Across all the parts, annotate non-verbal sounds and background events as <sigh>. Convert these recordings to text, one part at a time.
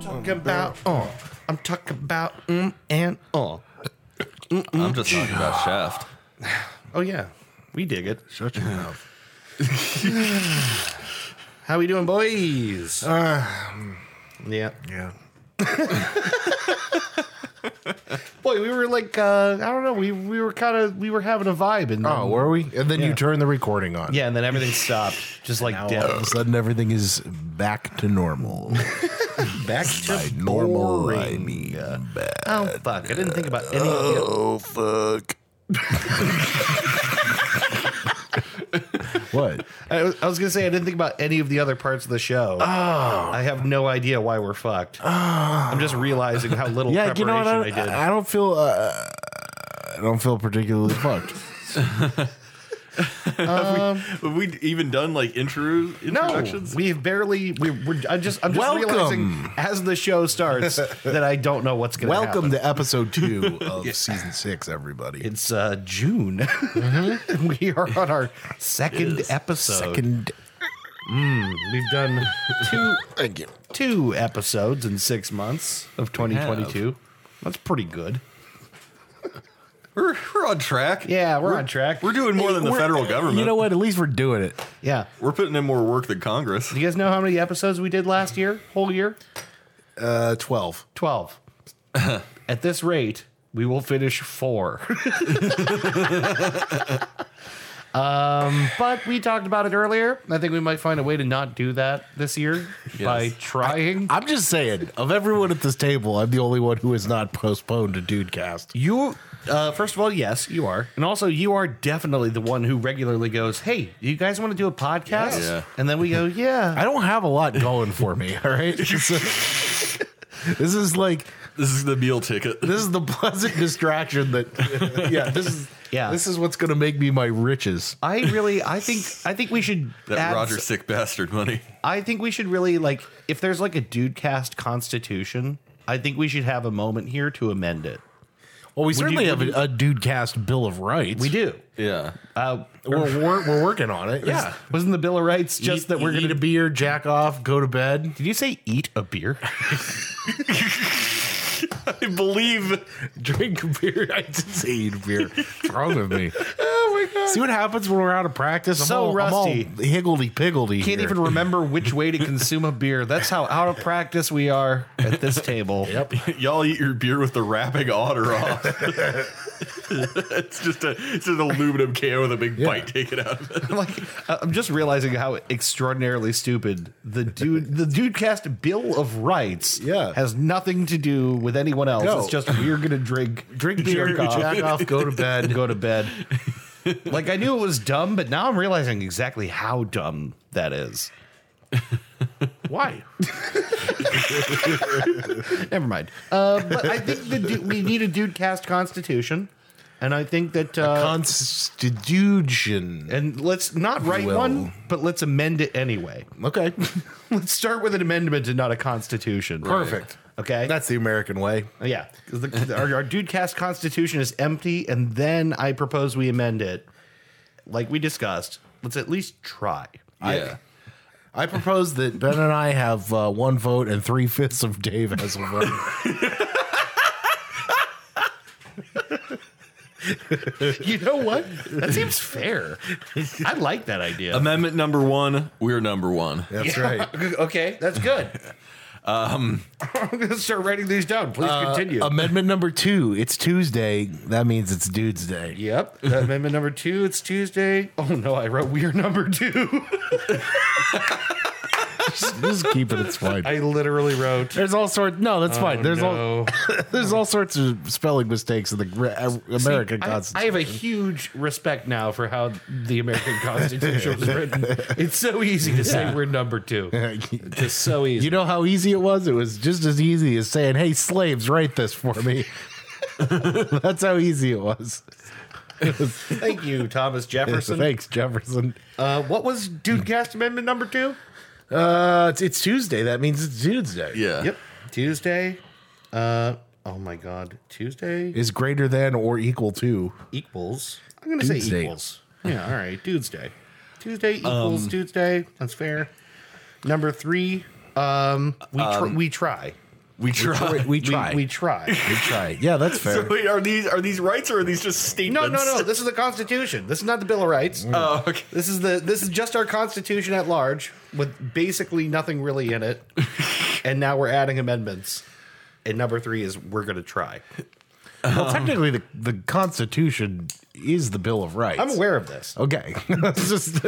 talking about uh. I'm talking about mm and uh. I'm just talking about Shaft. Oh yeah, we dig it. Shut your mouth. <laughs> How we doing, boys? Uh, yeah, Yeah. <laughs> boy, we were like uh, I don't know, we we were kind of we were having a vibe and Oh, were we? And then Yeah. you turn the recording on. yeah, and then everything stopped, just like All of dead. a sudden, everything is back to <laughs> normal. back to By normal, I boring. mean bad. Oh fuck! I didn't think about any of it. Oh fuck! <laughs> what? I was, I was gonna say I didn't think about any of the other parts of the show. Oh. I have no idea why we're fucked. I'm just realizing how little Oh. Yeah, you preparation know what? I, I did. I don't feel. Uh, I don't feel particularly <laughs> fucked. Have we even done like intro no, introductions? we've barely. We, we're. I just. I'm just Welcome. realizing as the show <laughs> starts that I don't know what's gonna Welcome happen. to episode <laughs> two of season six, everybody. It's uh, June. Mm-hmm. <laughs> we are on our second episode. Second, We've done two two episodes in six months of 2022. That's pretty good. We're, we're on track. Yeah, we're, on track. We're doing more than the We're- uh, federal government. You know what? At least we're doing it. yeah. We're putting in more work than Congress. Do you guys know how many episodes we did last year? Whole year? Uh, Twelve. <laughs> 12. At this rate, we will finish four. <laughs> um, but we talked about it earlier. I think we might find a way to not do that this year by trying. I'm just saying, of everyone at this table, I'm the only one who is not postponed to Dudecast. you, uh, first of all, yes, you are. And also, you are definitely the one who regularly goes, Hey, you guys want to do a podcast? Yeah. And then we go, Yeah. I don't have a lot going for me. All right, <laughs> So- this is like This is the meal ticket. this is the pleasant distraction that yeah this is Yeah. this is what's going to make me my riches. I really, I think, I think we should That add Roger sick bastard money. I think we should really like if there's like a dude cast constitution, I think we should have a moment here to amend it. Well, we certainly you- have a, a Dudecast Bill of Rights. We do. Yeah. Uh, We're, we're, we're working on it. yeah. Wasn't the Bill of Rights just that we're going eat to a beer, jack off, go to bed. Did you say eat a <laughs> beer? I believe drink beer. I <laughs> just eat beer. What's wrong with me? <laughs> Oh my god! See what happens when we're out of practice. I'm So all, rusty. I'm all higgledy piggledy. Can't even remember which way to consume a beer. That's how out of practice we are at this <laughs> table. Yep. y'all eat your beer with the wrapping on or <laughs> off. it's just a it's just an aluminum can with a big bite taken out of it. like I- <laughs> I'm just realizing how extraordinarily stupid the dude the dude cast Bill of Rights Yeah. has nothing to do with anyone else. No. It's just we're going to drink Drink beer, jerk off. jack off, go to <laughs> bed. go to bed. like I knew it was dumb, but now I'm realizing exactly how dumb that is. Why? <laughs> Never mind. Uh, but I think the du- we need a dude cast constitution, and I think that uh, Constitution. and let's not write Well. one, but let's amend it anyway. <laughs> Okay. Let's start with an amendment and not a constitution. Perfect. Okay. <laughs> That's the American way. yeah. 'Cause the- our, our dude cast constitution is empty, and then I propose we amend it, like we discussed. Let's at least try. Yeah. I propose that Ben and I have uh, one vote and three fifths of Dave has a <laughs> vote. You know <laughs> what? That seems fair. I like that idea. Amendment number one, we're number one. That's right. <laughs> Okay, that's good. Um, <laughs> I'm gonna start writing these down. Please uh, continue. Amendment number two. It's Tuesday. That means it's Dude's <laughs> Day. yep. Amendment number two. It's Tuesday. Oh no, I wrote we are number two. <laughs> Just, just keep it. It's fine. I literally wrote. oh, There's all sorts. Oh, No, that's fine. There's all <laughs> no. there's all sorts of spelling mistakes in the gre- uh, American I, I Constitution. have a huge respect now for how the <laughs> American Constitution was written. It's so easy to say we're number two. Just so easy. Uh, you know how easy it was. It was just as easy as saying, "Hey, slaves, write this for me." <laughs> that's how easy it was. Thank you, Thomas Jefferson. <laughs> Thanks, Jefferson. Uh, what was Dude Cast Amendment number two? Uh, it's, it's Tuesday. That means it's Dude's Day. Yeah. Yep. Tuesday. Uh, oh my God. Tuesday. Is greater than or equal to. equals. I'm gonna say Dude's Day. equals. Yeah, all right. Dude's Day. Tuesday equals Tuesday. That's fair. Number three. Um, we tr- we try. We try. We try. We, we try. <laughs> We try. Yeah, that's fair. <laughs> So wait, are these are these rights or are these just No, statements? no, no. This is the Constitution. This is not the Bill of Rights. Oh, okay. This is the this is just our Constitution at large with basically nothing really in it, and now we're adding amendments. And number three is we're going to try. well, technically, the, the Constitution is the Bill of Rights. I'm aware of this. Okay, <laughs> let's just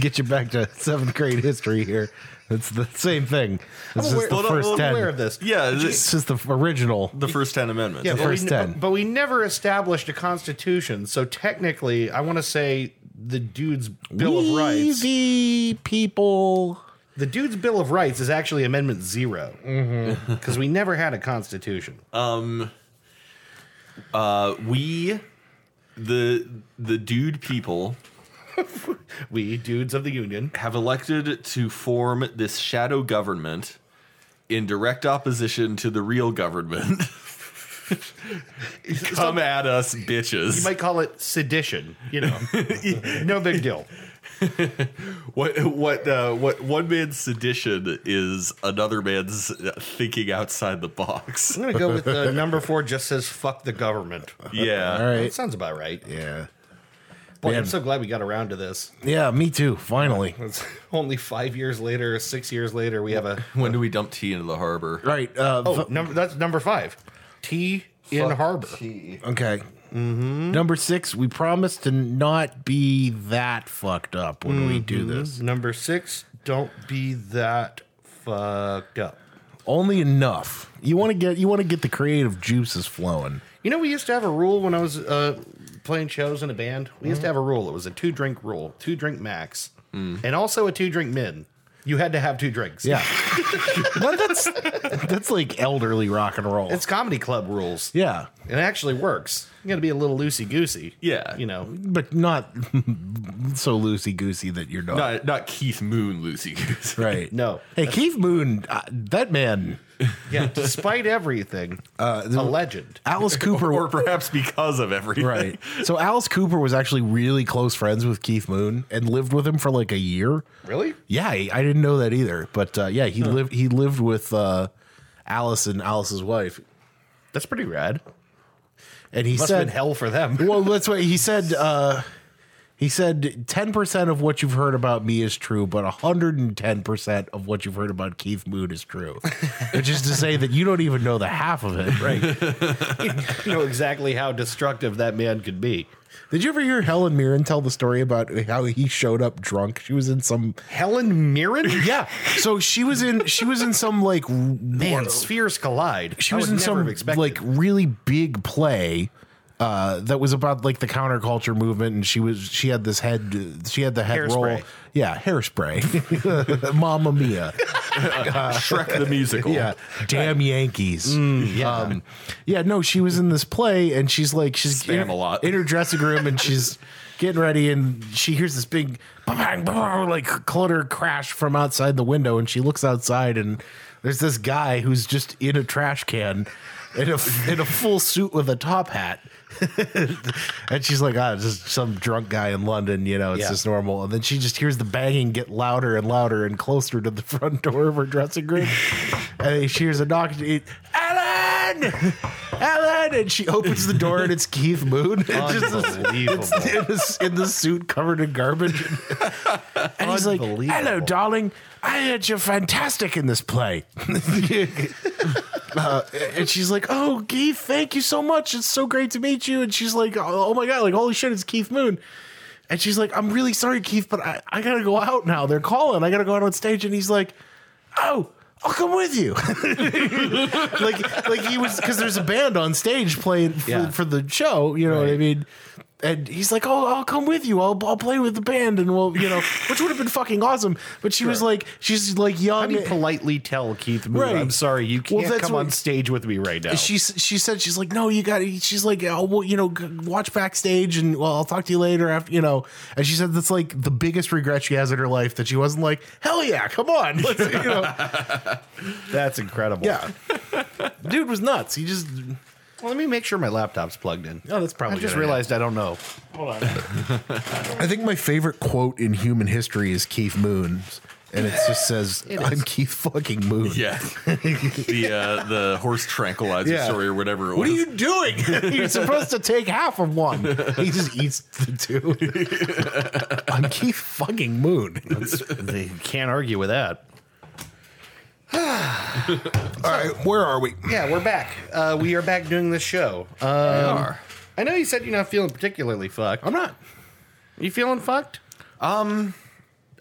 get you back to seventh grade history here. It's the same thing. It's I'm aware, just the well, no, first I'm aware ten. of this. Yeah, It's this, just the original. the first ten amendments. Yeah, the but first we, 10. But we never established a constitution, so technically, I want to say the dude's Bill of Rights. Easy people. The dude's Bill of Rights is actually Amendment Zero because we never had a constitution. Uh, we, the the dude people, we dudes of the Union. have elected to form this shadow government in direct opposition to the real government. <laughs> Come at us, bitches. You might call it sedition. You know, no big deal. What what uh, what one man's sedition is another man's uh, thinking outside <laughs> the box. I'm gonna go with uh, number four. Just says fuck the government. Yeah. All That right. sounds about right. Yeah. Boy, Man. I'm so glad we got around to this. Yeah. Me too. Finally. It's only five years later, six years later, we have a When do we dump tea into the harbor? Right. Uh, oh number. That's number five. Tea in harbor. Okay. Mm-hmm. Number six, we promise to not be that fucked up when we Mm-hmm. do this. Number six. Don't be that fucked up. Only enough. You want to get you want to get the creative juices flowing. You know, we used to have a rule when I was uh, playing shows in a band. We used to have a rule. It was a two drink rule, two drink max, and also a two drink min. You had to have two drinks. Yeah. <laughs> Well, that's that's like elderly rock and roll. It's comedy club rules. yeah, It actually works. You got to be a little loosey goosey. Yeah. You know, but not <laughs> so loosey goosey that you're not. Not not Keith Moon, Lucy. Right. No. Hey, Keith Moon, uh, that man, yeah, despite <laughs> everything, Uh, a legend. Alice <laughs> Cooper. <laughs> or perhaps because of everything. right. So Alice Cooper was actually really close friends with Keith Moon and lived with him for like a year. Really? Yeah, I I didn't know that either. But uh, yeah, he lived he lived with uh, Alice and Alice's wife, That's pretty rad. and he Must have said, been hell for them. "Well, that's what he said." Uh, he said, 10% of what you've heard about me is true, but 110% of what you've heard about Keith Moon is true. Which is to say that you don't even know the half of it. Right. <laughs> you know exactly how destructive that man could be. Did you ever hear Helen Mirren tell the story about how he showed up drunk? She was in some. Helen Mirren? <laughs> Yeah. So she was in, she was in some like Man, spheres collide. she I was would in never have some expected. like really big play uh, that was about like the counterculture movement, and she was she had this head she had the head roll, Hairspray. yeah, hairspray, <laughs> Mamma Mia, Shrek the musical. yeah, damn Yankees, yeah, um, yeah. No, she was in this play, and she's like she's in, Spamalot. in her dressing room, and she's getting ready, and she hears this big bang, bang, like clutter crash from outside the window, and she looks outside, and there's this guy who's just in a trash can. In a, in a full suit with a top hat. and she's like, ah, it's just some drunk guy in London, you know, it's Yeah. just normal. And then she just hears the banging get louder and louder and closer to the <laughs> front door of her dressing room. and she hears a knock. and she- Ellen! Ellen! And she opens the door and it's Keith Moon. <laughs> It's just <laughs> this- Unbelievable. it's <laughs> in, this, in the suit covered in garbage. <laughs> And he's like, Unbelievable. hello, darling. I heard you're fantastic in this play. <laughs> Uh, and she's like, oh, Keith, thank you so much. It's so great to meet you. And she's like, oh, oh my God, like, holy shit, it's Keith Moon. And she's like, I'm really sorry, Keith, but I, I gotta go out now. They're calling. I gotta go out on stage. And he's like, oh, I'll come with you. <laughs> like, like he was, because there's a band on stage playing for, Yeah. for the show, you know what I mean? And he's like, oh, I'll come with you. I'll, I'll play with the band. And <laughs> we'll, you know, which would have been fucking awesome. But she was like, she's like young. How do you politely tell Keith Moon, Right. I'm sorry, you Well, can't that's come what- on stage with me right now? she she said she's like no you got to she's like oh well you know g- watch backstage and well I'll talk to you later after you know and she said that's like the biggest regret she has in her life that she wasn't like hell yeah come on let's you know <laughs> That's incredible. yeah dude was nuts he just Well, let me make sure my laptop's plugged in. oh that's probably I just gonna realized I don't know. <laughs> happen. I think my favorite quote in human history is Keith Moon's and it just says, "I'm Keith fucking Moon." <laughs> Yeah, the uh, the horse tranquilizer Yeah. story or whatever. It was. What are you doing? <laughs> You're supposed to take half of one. He just eats the two. <laughs> I'm Keith fucking Moon. <laughs> they can't argue with that. All right, where are we? Yeah, we're back. Uh, we are back doing this show. Um, are. I know you said you're not feeling particularly fucked. I'm not. You feeling fucked?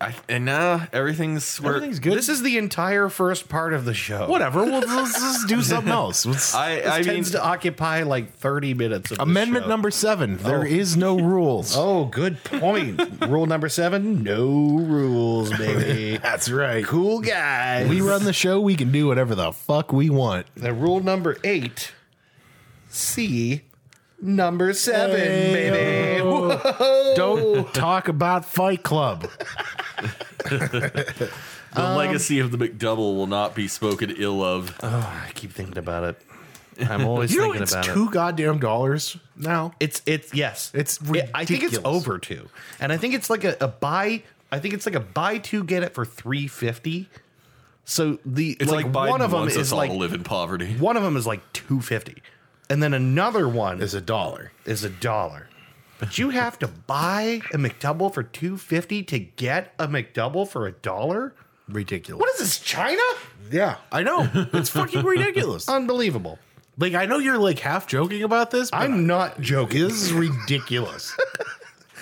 I, and now everything's where Everything's good. This is the entire first part of the show. whatever. Well, let's, let's do something else. <laughs> Let's- I This I mean tends to occupy like 30 minutes of this Amendment show. number seven. There is no <laughs> rules. Oh, good point. Rule number seven no rules, baby. that's right. cool guys. We run the show. We can do whatever the fuck we want. the rule number eight C number seven, baby. Don't talk about Fight Club. the legacy of the McDouble will not be spoken ill of. Oh, I keep thinking about it. I'm always You know thinking it's about it. two goddamn dollars now. It's it's yes. It's It- I think it's ridiculous. over two, and I think it's like a, a buy. I think it's like a buy two get it for three fifty. So the It's like, Biden one of them wants is us like all to live in poverty. one of them is like two fifty, and then another one is Is a dollar. is a dollar. But you have to buy a McDouble for two fifty to get a McDouble for a dollar. Ridiculous. What is this, China? Yeah, I know. It's fucking <laughs> ridiculous. Unbelievable. Like I know you're like half joking about this, but I'm not <laughs> joking. this is <laughs> ridiculous.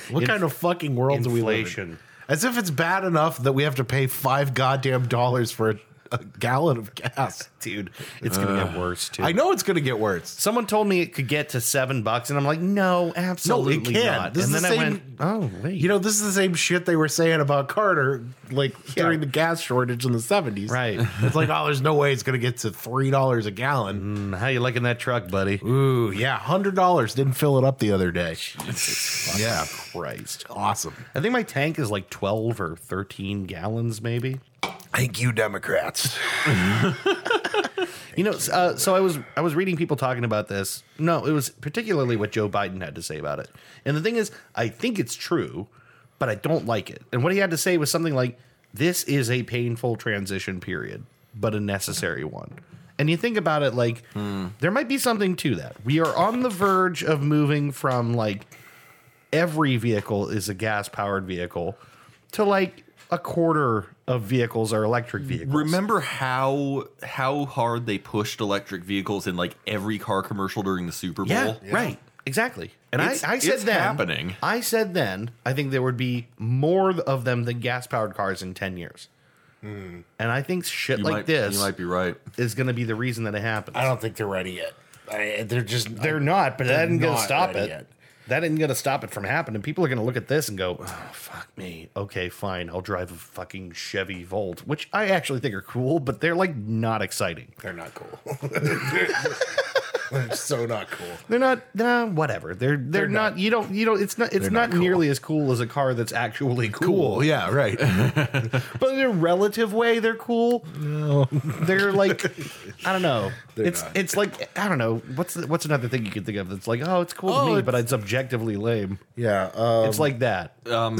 what kind of fucking world do we live in? Inflation. As if it's bad enough that we have to pay five goddamn dollars for a, a gallon of gas. Dude, it's gonna get worse too. I know it's gonna get worse. Someone told me it could get to seven bucks, and I'm like, no, absolutely can. not. This and is then the I went, same- oh wait, You know, this is the same shit they were saying about Carter, like Yeah. during the gas shortage in the seventies. Right. <laughs> It's like, oh, there's no way it's gonna get to three dollars a gallon. how you liking that truck, buddy? Ooh, yeah, hundred dollars didn't fill it up the other day. yeah, Christ, awesome. I think my tank is like twelve or thirteen gallons, maybe. Thank you, Democrats. You know, uh, so I was I was reading people talking about this. No, it was particularly what Joe Biden had to say about it. And the thing is, I think it's true, but I don't like it. And what he had to say was something like, "This is a painful transition period, but a necessary one." And you think about it, like there might be something to that. We are on the verge of moving from like every vehicle is a gas powered vehicle to like a quarter of vehicles are electric vehicles. Remember how how hard they pushed electric vehicles in like every car commercial during the Super Bowl? Yeah, right. Exactly. And I, It's- I said it's then, happening. I said then, I think there would be more of them than gas powered cars in 10 years. And I think shit Hmm. You like might, this You might be right. is going to be the reason that it happens. I don't think they're ready yet. I, they're just They're not, but that isn't going to not stop ready it. yet. That isn't going to stop it from happening. People are going to look at this and go, oh, fuck me. Okay, fine. I'll drive a fucking Chevy Volt, which I actually think are cool, but they're like not exciting. They're not cool. <laughs> they're so not cool. They're not. Nah, whatever. They're they're, not, You don't. You don't. It's not. It's not, not cool. nearly as cool as a car that's actually cool. Cool. Yeah. Right. But in a relative way, they're cool. They're like, I don't know. it's not. it's like I don't know. What's the, what's another thing you can think of that's like, oh, it's cool Oh, to me, it's- but it's objectively lame. <laughs> yeah. Uh, It's like that. Um,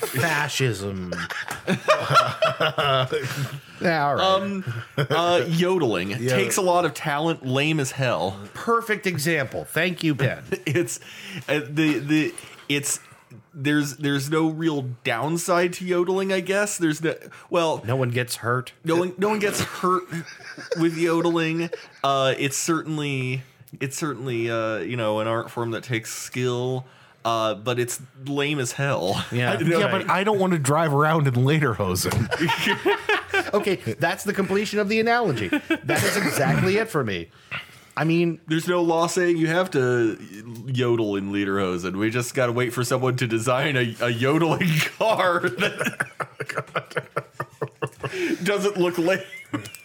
Fascism. yeah, all right. um, uh, <laughs> yodeling takes a lot of talent. Lame as hell. Perfect example. Thank you, Ben. it's uh, the the it's there's there's no real downside to yodeling. I guess there's no well no one gets hurt. no one no one gets hurt with yodeling. Uh, it's certainly it's certainly uh, you know an art form that takes skill, uh, but it's lame as hell. <laughs> Yeah. <laughs> yeah, Right. but I don't want to drive around in later hosen. Okay, that's the completion of the analogy. That is exactly it for me. I mean, There's no law saying you have to yodel in Lederhosen. We just got to wait for someone to design a, a yodeling <laughs> car that <laughs> doesn't look lame.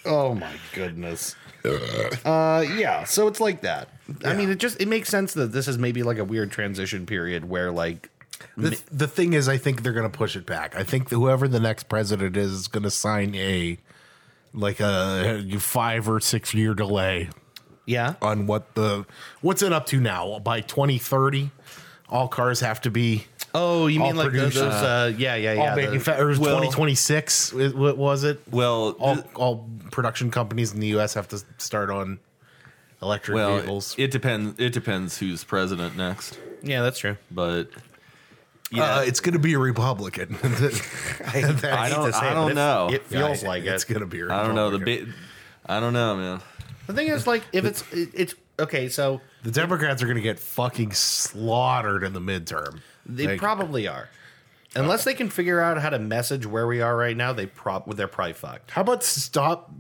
Oh my goodness. uh, yeah. So it's like that. I mean, it just it makes sense that this is maybe like a weird transition period where like <laughs> the, the thing is, I think they're going to push it back. I think that whoever the next president is is going to sign a like a five or six year delay yeah. on what the what's it up to now by 2030. All cars have to be Oh, you All mean like the- produced, those? Uh, yeah, yeah, yeah. all the- manufa- or well- 2026 it- what was it Well, all, th- all production companies in the us have to start on electric well, vehicles it depends. It depends who's president next, yeah, that's true. but Uh, it's going to be a republican <laughs> <laughs> I i don't- to say I it, but don't it's- know. It feels like it's it. going to be a I don't know the Republican. big. I don't know, man. The thing is, like, if it's it- it's okay, so the democrats are going to get fucking slaughtered in the midterm they Like, uh, probably are. Unless they can figure out how to message where we are right now, they prob they're probably fucked. how about stop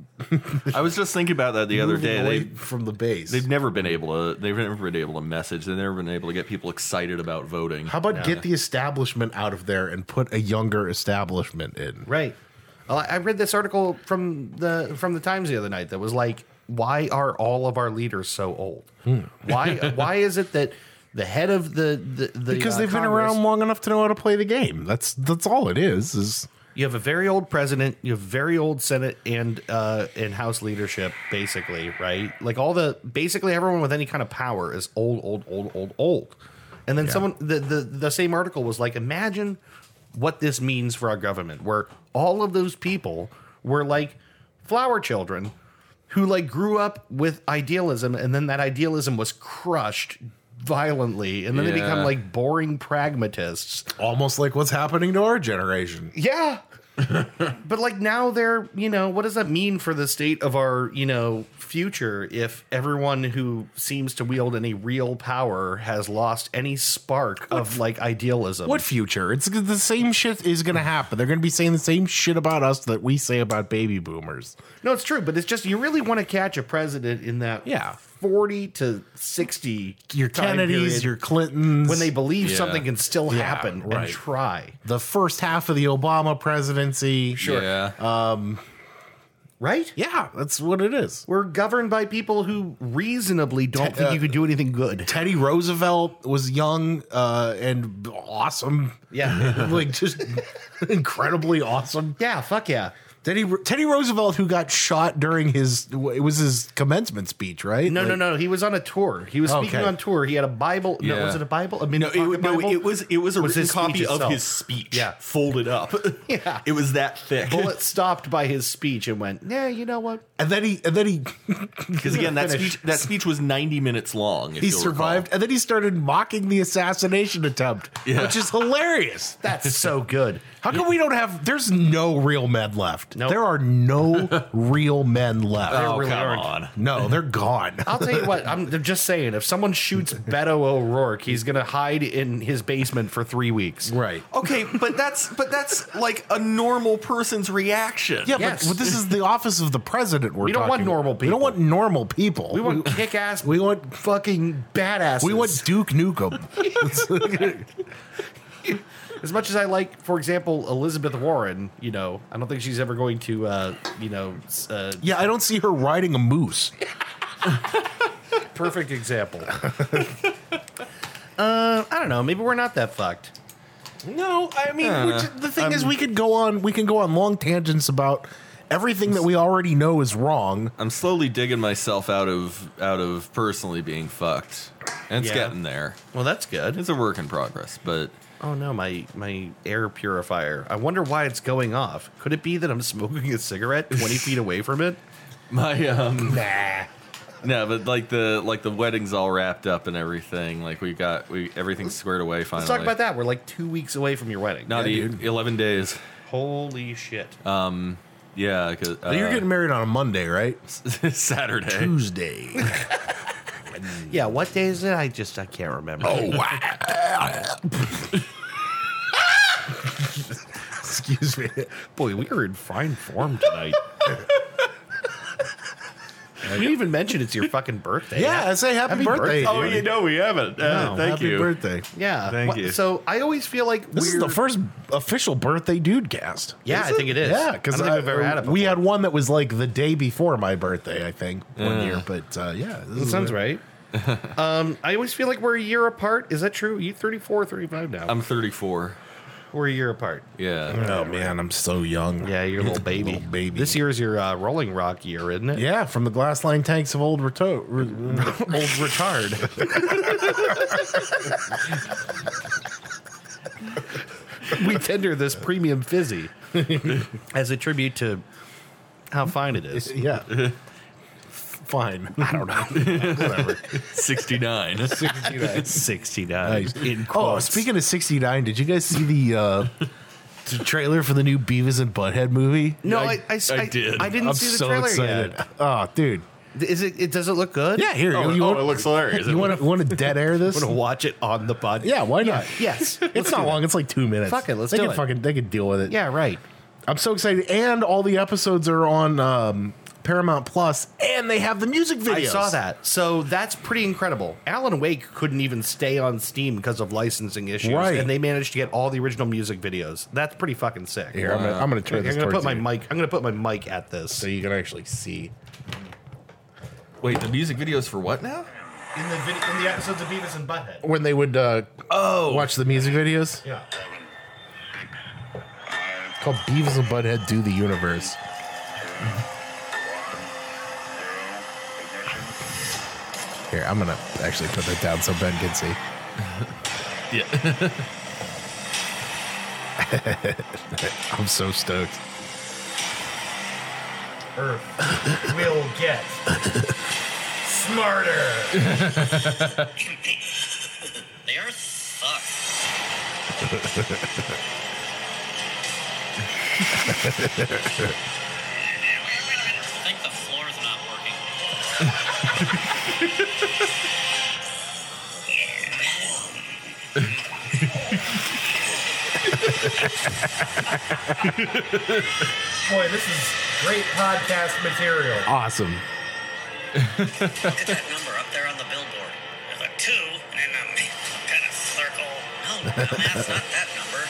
I was just thinking about that the other moving day. away They from the base They've never been able to. They've never been able to message. They've never been able to get people excited about voting. how about get the establishment out of there and put a younger establishment in Right. Well, Uh, I I read this article from the from the Times the other night that was like, "Why are all of our leaders so old? Hmm. <laughs> Why why is it that the head of the the, the because uh, they've been Congress- around long enough to know how to play the game. That's that's all it is. Is You have a very old president, you have very old Senate and uh, and House leadership, basically, right? Like all the basically everyone with any kind of power is old, old, old, old, old. And then someone the, the the same article was like, imagine what this means for our government, where all of those people were like flower children who like grew up with idealism and then that idealism was crushed violently and then they become Yeah. like boring pragmatists almost like what's happening to our generation. yeah. but like now they're, you know, what does that mean for the state of our, you know, future if everyone who seems to wield any real power has lost any spark of like idealism? What future? It's the same shit is going to happen. They're going to be saying the same shit about us that we say about baby boomers. No, it's true, but it's just you really want to catch a president in that Yeah. 40 to 60 Your time Kennedys, period your Clintons, when they believe Yeah. something can still Yeah, happen right. and try. the first half of the Obama presidency. Yeah. Uh, Right? yeah, that's what it is. We're governed by people who reasonably <laughs> don't Te- think uh, you could do anything <laughs> good. Teddy Roosevelt was young uh, and awesome. <laughs> Yeah. like just incredibly awesome. yeah, fuck yeah. Teddy, Teddy Roosevelt, who got shot during his, it was his commencement speech, right? No, no, Like- no. He was on a tour. He was speaking Okay. on tour. He had a Bible. Yeah. No, was it a Bible? I mean, No, it, no, it was it was a <laughs> Was written his speech copy of itself. his speech. Yeah. <laughs> folded up. Yeah. it was that thick. <laughs> Bullet stopped by his speech and went, "Yeah, you know what? And then he, and then he, Because again, that speech that speech was ninety minutes long. If he you'll survived. And then he started mocking the assassination attempt, Yeah. which is hilarious. That's so good." How come we don't have? There's no real men left. Nope. There <laughs> are no real men left. Recall. Oh really come aren't. on! No, they're gone. <laughs> I'll tell you what. I'm, I'm just saying, if someone shoots Beto O'Rourke, he's gonna hide in his basement for three weeks. right. Okay, but that's but that's like a normal person's reaction. Yeah, Yes. but, but this is the office of the president. We're We don't want talking- normal We people. don't want normal people. We want kick ass. We want fucking badasses. we want Duke Nukem. <laughs> as much as I like, for example, Elizabeth Warren. You know, I don't think she's ever going to, uh, you know, s- uh, yeah, I don't see her riding a moose. perfect <laughs> example. uh, I don't know. Maybe we're not that fucked. No, I mean we're ju- the thing Um, is, we could go on. We can go on long tangents about everything that we already know is wrong. I'm slowly digging myself out of out of personally being fucked, and it's Yeah. getting there. Well, that's good. It's a work in progress, but Oh no, my my air purifier. I wonder why it's going off. Could it be that I'm smoking a <laughs> cigarette 20 feet away from it? my um <laughs> Nah. no, but like the like the wedding's all wrapped up and everything. Like we got we everything's squared away finally. Let's talk about that. We're like two weeks away from your wedding. Not Yeah, e- dude. eleven days. Holy shit. Uh, Yeah, 'cause, uh, <laughs> You're getting married on a Monday, right? Saturday. <laughs> Tuesday. yeah, what day is it? I just I can't remember. <laughs> Oh, Excuse me. boy, we are in fine form tonight. <laughs> we even mentioned it's your fucking birthday. Yeah, say happy, birthday. birthday, Oh, dude. you know we haven't. Uh, No, thank happy you. birthday. Yeah. Thank What- you. So I always feel like This is we're- the first official birthday dude cast. Yeah, I think it is. Yeah, because I don't think we've ever had it we had one that was like the day before my birthday, I think, one year. But uh, yeah, this That is Mm. sounds a- right. <laughs> um, I always feel like we're a year apart. Is that true? You 34, 35 now. I'm 34. we're a year apart. Yeah. Oh man, I'm so young. Yeah, you're a little baby. Little baby. This year's your uh, Rolling Rock year, isn't <laughs> it? Yeah, from the glass line tanks of old Rato. Re- Old retard. <laughs> we tender this premium fizzy <laughs> as a tribute to how fine it <laughs> is. <laughs> Yeah. Fine. <laughs> I don't know. <laughs> Whatever. 69. 69. 69. Nice. In Oh, quotes. speaking of 69, did you guys see the uh, the trailer for the new Beavis and Butthead movie? No, I- I, I, I did. did. I didn't I'm see the so trailer excited. Oh, dude. yet. Is it, it? Does it look good? Yeah, here. <laughs> Oh, you oh, want, it looks hilarious. You want to want to dead air this? I'm gonna watch it on the podcast. <laughs> yeah, why not? <laughs> Yes. It's not long. It's like two minutes. Fuck it, let's they do can it. Fucking, they can deal with it. Yeah. Right. I'm so excited. And all the episodes are on um, Paramount Plus, and they have the music videos. I saw that. So that's pretty incredible. Alan Wake couldn't even stay on Steam because of licensing issues, Right. and they managed to get all the original music videos. That's pretty fucking sick. Here, I'm gonna, I'm gonna turn I'm this. gonna put towards my you mic. I'm gonna put my mic at this. so you can actually see. Wait, the music videos for what now? In the vid- in the episodes of Beavis and Butthead. When they would uh, Oh, watch the music videos, Yeah. it's called Beavis and Butthead Do the Universe. Here, I'm gonna actually put that down so Ben can <laughs> see. yeah. <laughs> I'm so stoked. Earth will get <laughs> smarter. The Earth sucks. wait, wait a minute. I think the floor's not working. Boy, this is great podcast material. Awesome. Look at that number up there on the billboard. There's a two and then um, some kind of circle. No, dumbass, not that number.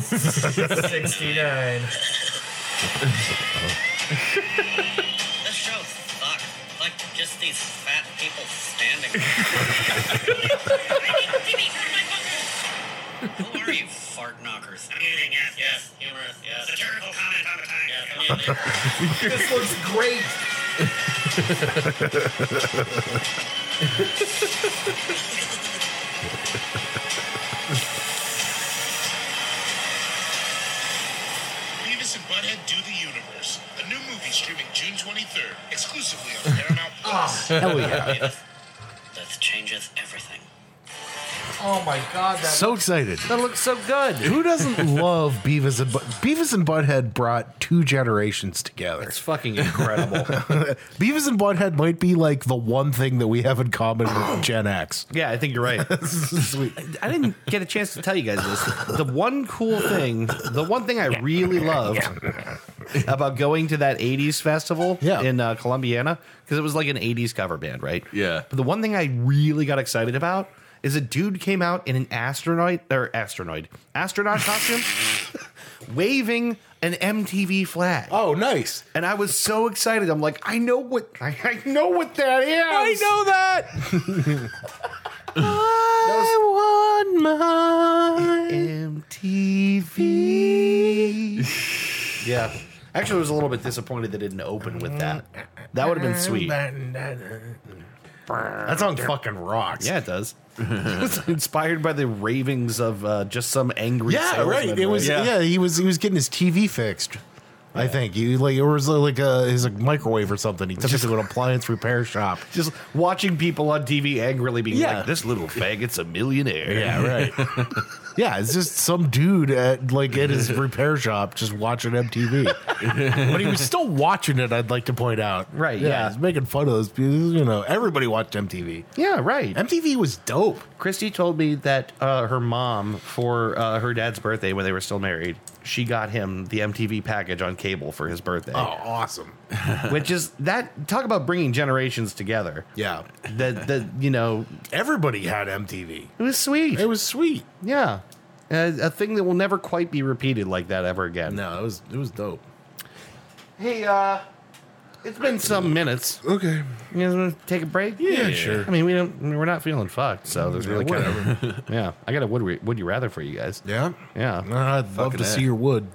That one. 69. This show sucks. Like just these fat people standing. Who are you, fart knockers? I'm eating yes, yes, humorous, yes. Satirical comment on the time. this looks great. Beavis and Butthead Do the Universe, a new movie streaming June 23rd, exclusively on Paramount Plus. Hell yeah. That changes everything. Oh my god, that, So excited. that looks so good. Who doesn't <laughs> love Beavis and Butt Beavis and Butthead brought two generations together. It's fucking incredible. <laughs> Beavis and Butthead might be like the one thing that we have in common <gasps> with Gen X. Yeah, I think you're <laughs> right. I didn't get a chance to tell you guys this. The one cool thing, the one thing I really loved about going to that 80s festival Yeah. in uh, Columbiana, because it was like an 80s cover band, right? Yeah. But the one thing I really got excited about is a dude came out in an astronaut or astronaut astronaut costume waving an MTV flag. Oh, nice. And I was so excited. I'm like, I know what I, I know what that is. know that. <laughs> I want my MTV. yeah. Actually, I was a little bit disappointed they didn't open with that. That would have been sweet. That song fucking rocks. Yeah, <laughs> it does. it's inspired by the ravings of uh, just some angry. Yeah, salesman, right. It was yeah. Yeah. He was he was getting his TV fixed. I think he like it was like a his like microwave or something. He took it to an appliance repair shop. just watching people on TV angrily being Yeah. like, "This little faggot's a millionaire." right. <laughs> yeah, it's just some dude at like at <laughs> his repair shop just watching MTV, but he was still watching it. I'd like to point out. Right, Yeah, yeah. he's making fun of those. people. You know, everybody watched MTV. yeah, right. MTV was dope. Christy told me that uh, her mom, for uh, her dad's birthday when they were still married, she got him the MTV package on cable for his birthday. Oh, awesome. <laughs> which is that talk about bringing generations together Yeah, that that you know everybody had MTV. it was sweet It was sweet. yeah a, a thing that will never quite be repeated like that ever again No, it was it was dope. hey uh it's been some minutes Okay. you guys want to take a break Yeah, sure. i mean we don't I mean, we're not feeling fucked so there's really kind of whatever. <laughs> yeah i got a would, we- would you rather for you guys yeah. Uh, yeah I'd love Fucking to A. see your wood.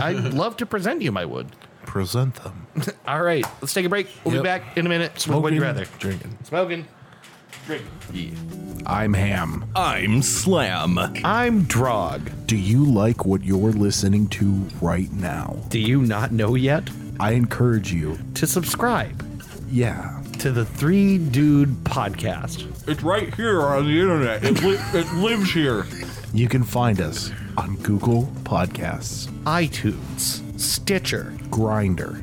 i'd <laughs> love to present you my wood Present them. all right let's take a break we'll Yep. be back in a minute with would you rather Drinking. smoking I'm Ham. I'm Slam. I'm Drog. Do you like what you're listening to right now? Do you not know yet? I encourage you. To subscribe Yeah. to the Three Dude Podcast. It's right here on the internet. It, li- it lives here. You can find us on Google Podcasts, iTunes, Stitcher. Grinder,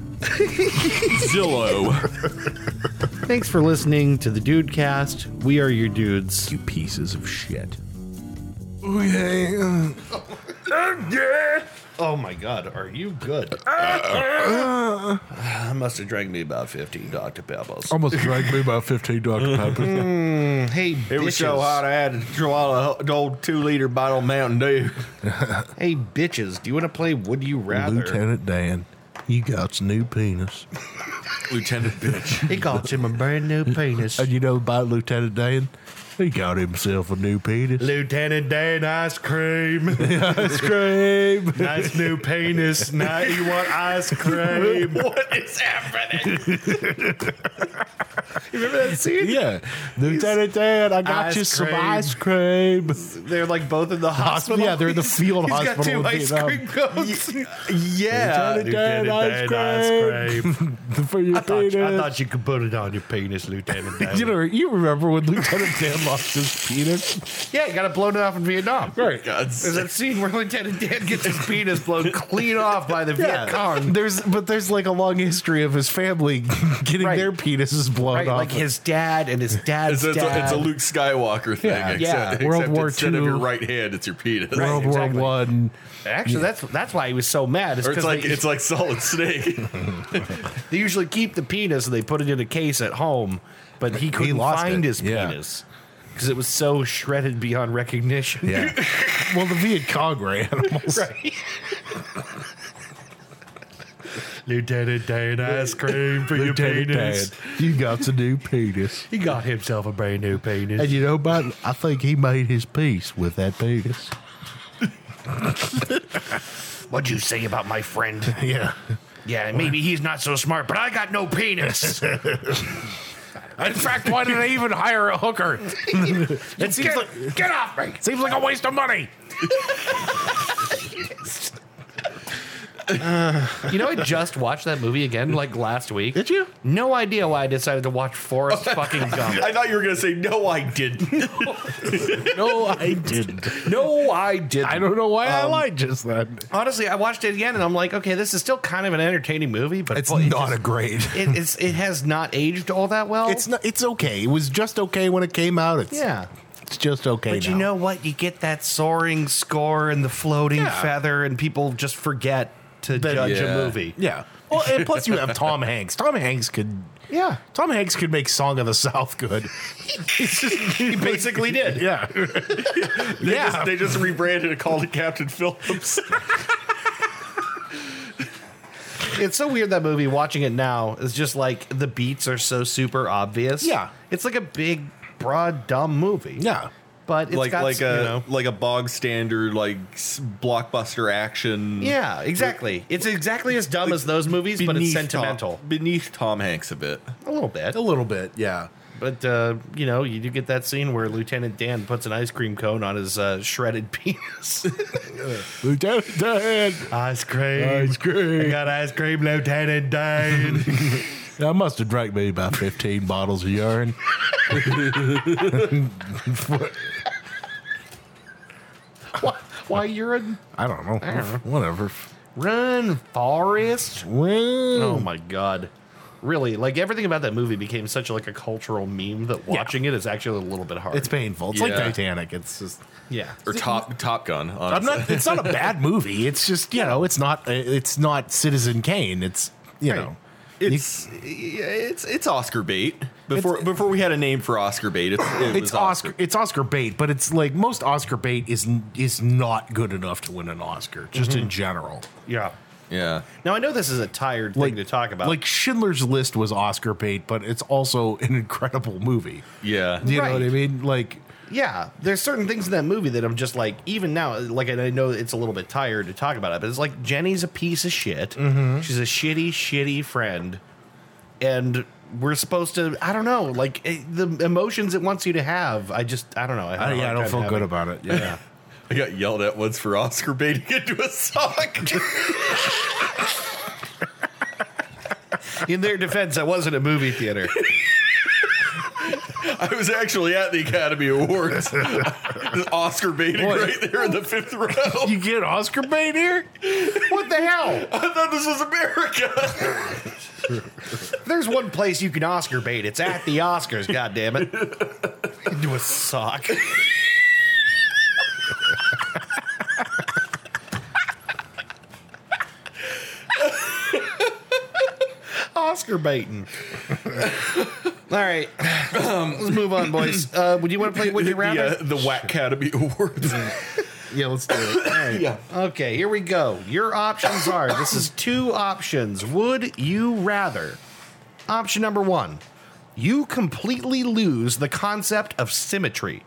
Zillow. Thanks for listening to the Dudecast. We are your dudes. you pieces of shit. Oh my god, are you good? Uh, I must have drank me about 15 Dr. Pebbles. Almost dragged me about <laughs> 15 Dr. Pepper. hey, bitches. It was so hot I had to draw an old two liter bottle of Mountain Dew. Hey, bitches, do you want to play Would You Rather? Lieutenant Dan, you got a new penis. Lieutenant bitch. He got him a brand new <laughs> penis. And you know about Lieutenant Dan? He got himself a new penis. Lieutenant Dan ice <laughs> cream. Ice cream. nice new penis. Now you want ice <laughs> cream. what is <laughs> happening? Remember that scene? Yeah. Lieutenant Dan, I got Ice you some cream. ice cream. They're like both in the hospital. Yeah, they're in the field He's got hospital. two in ice Vietnam. cream cones. Yeah. Lieutenant Dan, ice cream. <laughs> For your I, thought, penis. I thought you could put it on your penis, <laughs> Lieutenant Dan. you, know, you remember when Lieutenant Dan lost his <laughs> penis? yeah, he got it blown off in Vietnam. Oh Right. There's that scene where Lieutenant Dan gets his penis <laughs> blown clean off by the Viet Cong. There's but there's like a long history of his family getting Right. their penises blown Right, off. like his dad and his It's dad's a, it's a- dad. it's a Luke Skywalker thing. Yeah. Yeah. except, World except War instead of II. your right hand, it's your penis. World exactly. War One. Actually, that's that's why he was so mad. It's Or it's because like they, it's like Solid <laughs> Snake. they usually keep the penis and they put it in a case at home, but he couldn't lost find it, his yeah. penis because it was so shredded beyond recognition. Yeah. well, the Viet Cong were animals. Right. Lieutenant Dan ice cream for Lieutenant Dan, you got a new penis. He got himself a brand new And penis. you know, but I think he made his peace with that penis. What'd you say about my friend? Yeah. <laughs> Yeah, maybe he's not so smart, but I got no <laughs> penis. In fact, why did I even hire a <laughs> hooker? It seems like Get off me! Seems like a waste of money. you know I just watched that movie again like last week. Did you? No idea why I decided to watch <laughs> Forrest fucking Gump. I thought you were gonna say no, I didn't. No, Oh, I didn't. No, I didn't. I Um, don't know why I lied just then. Honestly, I watched it again and I'm like, okay, this is still kind of an entertaining movie, but boy, a great. It, just- it, it's, it has not aged all that well. <laughs> It's not. It's okay. It was just okay when it came out. It's, yeah. it's just okay. But you now. know what? You get that soaring score and the floating Yeah. feather, and people just forget to judge yeah. a movie. yeah. Well, and plus you have Tom Hanks. Tom Hanks could. Yeah. Tom Hanks could make "Song of the South" good. <laughs> He <laughs> basically did. <laughs> Yeah, They yeah. just, they just rebranded it, called it Captain Phillips. It's so weird that movie. Watching it now is just like the beats are so super obvious. Yeah. It's like a big, broad, dumb movie. yeah. But it's like got like a you know, like a bog standard like s- blockbuster action. yeah, exactly. It's exactly as dumb as those movies, but it's beneath Oh. sentimental Tom, beneath Tom Hanks a bit. a little bit. A little bit. Yeah. But uh, you know, you do get that scene where Lieutenant Dan puts an ice cream cone on his uh, shredded <laughs> penis. Lieutenant Dan, ice cream. Ice cream. I got ice cream, Lieutenant Dan. I must have drank maybe about fifteen bottles of urine. Why you're a I don't know. Whatever. run, Forrest? Well, Oh my god. Really, like everything about that movie became such like a cultural meme that watching it is actually a little bit hard. it's painful. It's like Yeah. Titanic. It's just. yeah. Or Top Top Gun. I'm Honestly. not. It's not a bad movie. It's just you know. It's not. It's not Citizen Kane. It's you know. It's yeah, it's it's Oscar bait. Before before we had a name for Oscar bait, it's, it It's was Oscar. It's Oscar bait, but it's like most Oscar bait is is not good enough to win an Oscar, just in general. Yeah. Yeah, Now I know this is a tired thing to talk about. Like Schindler's List was Oscar bait, but it's also an incredible movie. yeah. Do you know Right. what I mean? Like, yeah, there's certain things in that movie that I'm just like, even now, like, and I know it's a little bit tired to talk about it, but it's Mm-hmm. like Jenny's a piece of shit. She's a shitty, shitty friend, and we're supposed to. I don't know. Like eh, the emotions it wants you to have. I just. I don't know. I, have a Uh, yeah, I hard don't time feel good having- about it. Yeah. I got yelled at once for Oscar baiting into a sock. <laughs> In their defense, I was in a movie <laughs> theater. <laughs> I was actually at the Academy Awards. <laughs> Oscar baiting Boy. right there in the fifth <laughs> row. you get Oscar bait here? what the hell? I thought this was America. There's one place you can Oscar bait. It's at the Oscars. God damn it! Into a sock. Oscar baiting. All right, let's move on, boys. Uh, would you want to play <laughs> Would You the, Rather? uh, the Whack Academy <laughs> Awards. <laughs> Yeah, let's do it. All right. yeah. Okay, here we go. Your options are this is two options. Would you rather? Option number one, you completely lose the concept of symmetry.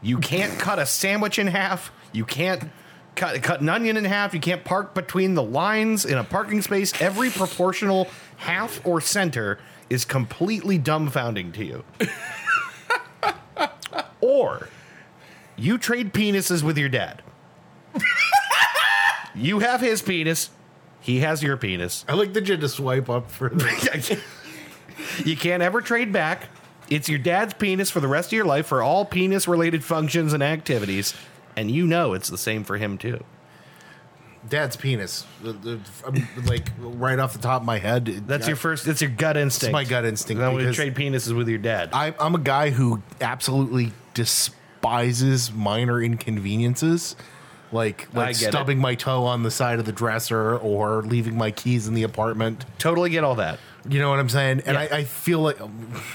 You can't cut a sandwich in half. You can't cut, cut an onion in half. You can't park between the lines in a parking space. Every proportional half or center is completely dumbfounding to you. <laughs> or you trade penises with your dad. <laughs> You have his penis. He has your penis. <laughs> I like that you had to swipe up for the you can't ever trade back. It's your dad's penis for the rest of your life for all penis related functions and activities. And you know it's the same for him, too. dad's penis. The- the- I'm, like right off the top of my head. it- That's I- your first, it's your gut instinct. my gut instinct, Then we because- trade penises with your dad. I, I'm a guy who absolutely despises minor inconveniences, like I like get it. stubbing my toe on the side of the dresser or leaving my keys in the apartment. totally get all that. You know what I'm saying? And Yeah. I, I feel like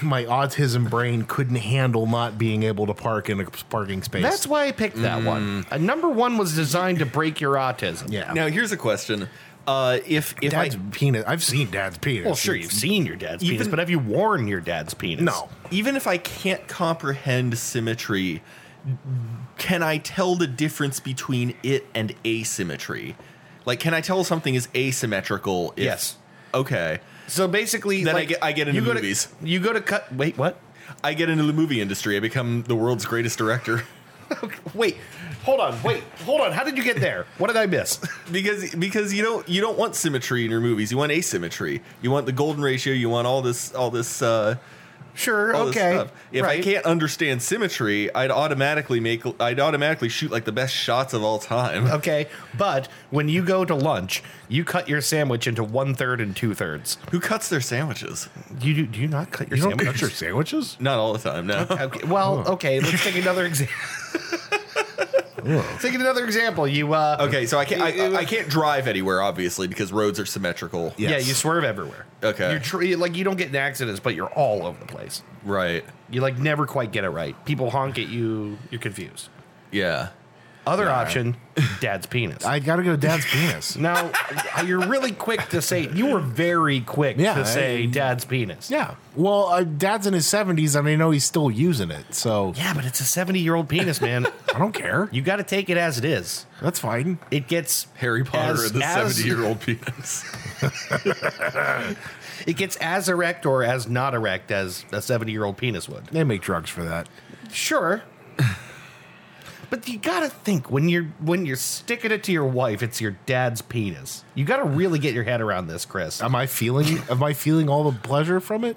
my autism brain couldn't handle not being able to park in a parking space. That's why I picked that one. Mm. Uh, number one was designed to break your autism. yeah. Now here's a question: uh, If if dad's I penis. I've seen dad's penis. Well, sure, you've seen your dad's penis, Even- but have you worn your dad's penis? No. even if I can't comprehend symmetry, can I tell the difference between it and asymmetry? Like, can I tell something is asymmetrical? If, Yes. Okay. So basically, Then I like, get- I get into you go to- movies. you go to cut. Wait, what? I get into the movie industry. I become the world's greatest director <laughs> <laughs> Wait, hold on. Wait, hold on. How did you get there? What did I miss? <laughs> because because you don't you don't want symmetry in your movies. You want asymmetry. You want the golden ratio. You want all this all this. Uh, Sure. all this okay. stuff. If I can't understand symmetry, I'd automatically make I'd automatically shoot like the best shots of all time. Okay. But when you go to lunch, you cut your sandwich into one third and two thirds. Who cuts their sandwiches? You do, do you not cut your You don't sandwich? cut your sandwiches? Not all the time, no. Okay, well, okay. Let's take another <laughs> example. Take another example. You uh, <laughs> Okay, so I can't I, I can't drive anywhere obviously because roads are symmetrical. Yeah, Yes. you swerve everywhere. Okay. You're tr- like you don't get in accidents, but you're all over the place. Right. You like never quite get it right. People honk at you. You're confused. Yeah. Other option, dad's penis. I gotta go dad's <laughs> penis. Now, you're really quick to say, you were very quick Yeah, to say I- dad's penis. Yeah. Well, uh, dad's in his 70s, and I know he's still using it. So Yeah, but it's a 70 year old penis, man. I don't care. you got to take it as it is. That's fine. It gets Harry Potter as- and the as- 70 <laughs> year old penis. It gets as erect or as not erect as a 70 year old penis would. They make drugs for that. Sure. <sighs> But you gotta think when you're when you're sticking it to your wife, it's your dad's penis. You gotta really get your head around this, Chris. Am I feeling? am I feeling all the pleasure from it?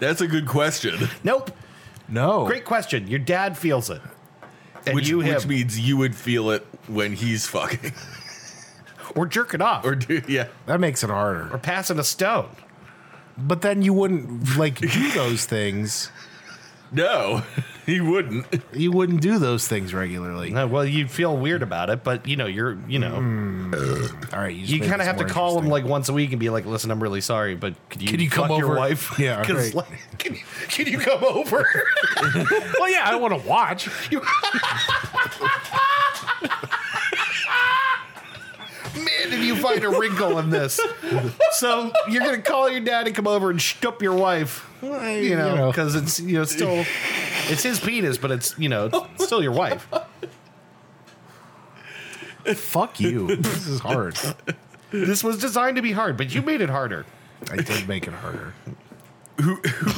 That's a good question. nope. No. Great question. Your dad feels it, and Which, you which him means you would feel it when he's fucking. <laughs> or jerking off or or, do yeah. That makes it harder. passing a stone. But then you wouldn't like do <laughs> those things. No. <laughs> He wouldn't. You wouldn't do those things regularly. No, well, you feel weird about it, but you know you're you know All right. just you made kind of this have to Mm-hmm. more call him interesting. like once a week and be like, "Listen, I'm really sorry, but could you Can you fuck come your over?" wife? <laughs> Yeah, 'Cause, right. like, <laughs> can, can you come over? <laughs> Well, yeah, I want to watch. Man, did you find a wrinkle in this? so you're gonna call your dad and come over and shtup your wife, you you know, know. because it's you know still it's his penis, but it's you know it's still your wife. Fuck you. This is hard. This was designed to be hard, but you made it harder. I did make it harder. who, who,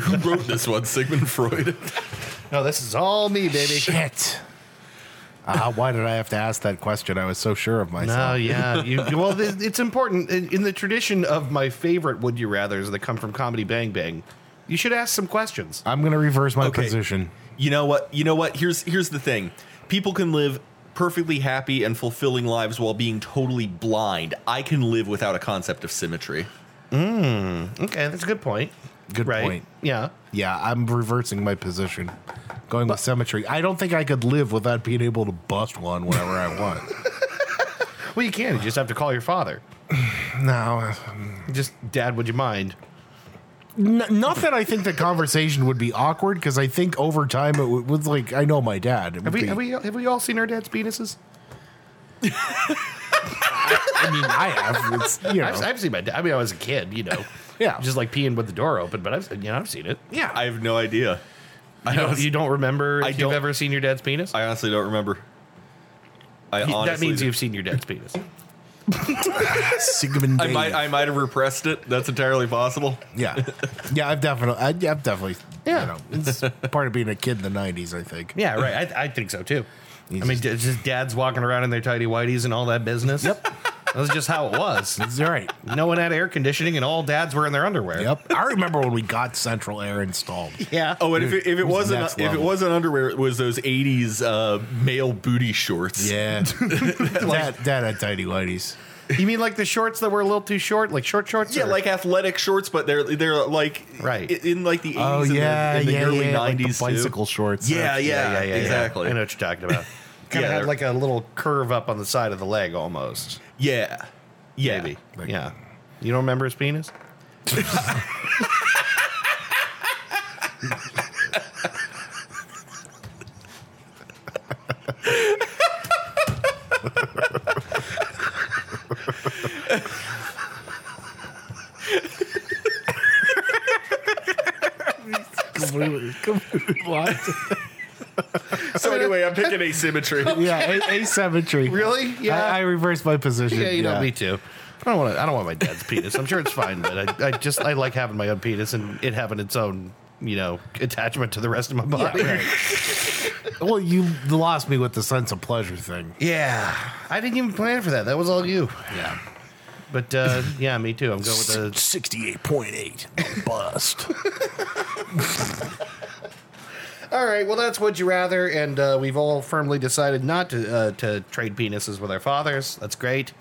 who wrote this one? Sigmund Freud. No, this is all me, baby. Shit. Ah, why did I have to ask that question? I was so sure of myself. No, Oh, yeah. You, well, th- it's important in, in the tradition of my favorite would you rather's that come from Comedy Bang Bang. You should ask some questions. I'm going to reverse my Okay. position. You know what? You know what? Here's here's the thing. People can live perfectly happy and fulfilling lives while being totally blind. I can live without a concept of symmetry. Okay, that's a good point. Good point. Yeah. Yeah, I'm reversing my position. Going with symmetry. I don't think I could live without being able to bust one whenever <laughs> I want. Well, you can. You just have to call your father. No, Just, Dad, would you mind? N- not that I think the conversation would be awkward because I think over time it would, would like I know my dad. It Have would we, be- have we have we all seen our dad's penises? I mean, I have. It's, you know, I've, I've seen my dad. I mean, I was a kid, you know. Yeah. Just like peeing with the door open, but I've you know I've seen it. Yeah, I have no idea. I, You don't, honest- you don't remember if I you've don't- ever seen your dad's penis? I honestly don't remember. I You- honestly that means you've seen your dad's penis. Sigmund. I might I might have repressed it. That's entirely possible. yeah, yeah. I've definitely. I, I've definitely. Yeah. You know, it's part of being a kid in the '90s. I think. Yeah, right. I, I think so too. I mean, it's just dads walking around in their tidy whities and all that business. <laughs> Yep. That was just how it was. It's all right. No one had air conditioning, and all dads were in their underwear. Yep. I remember when we got central <laughs> air installed. Yeah. Oh, and if it, if it who's wasn't next if it level? wasn't underwear, it was those '80s uh, male booty shorts. Yeah. dad, dad had tidy whities. you mean like the shorts that were a little too short, like short shorts? Yeah, or- like athletic shorts, but they're they're like Right. i- in like the 80s Oh and yeah, the, and the yeah, early yeah. 90s like the too. bicycle shorts. Yeah, yeah, exactly. I know what you're talking <laughs> about. Kind of Yeah, they're- had like a little curve up on the side of the leg, almost. Yeah. Yeah. <laughs> Maybe. Like- yeah. You don't remember his penis? completely, completely lost. So anyway, I'm picking asymmetry. yeah, a- asymmetry. Really? Yeah. Yeah. I, I reversed my position. yeah, you know me too. I don't want to. I don't want my dad's penis. I'm sure it's fine, but I, I just I like having my own penis and it having its own you know attachment to the rest of my body. Yeah, Well, you lost me with the sense of pleasure thing. <laughs> Yeah, I didn't even plan for that. That was all you. Yeah. But uh, yeah, me too. I'm going with the. 68.8. Bust. All right. Well, that's would you rather, and uh, we've all firmly decided not to uh, to trade penises with our fathers. That's great.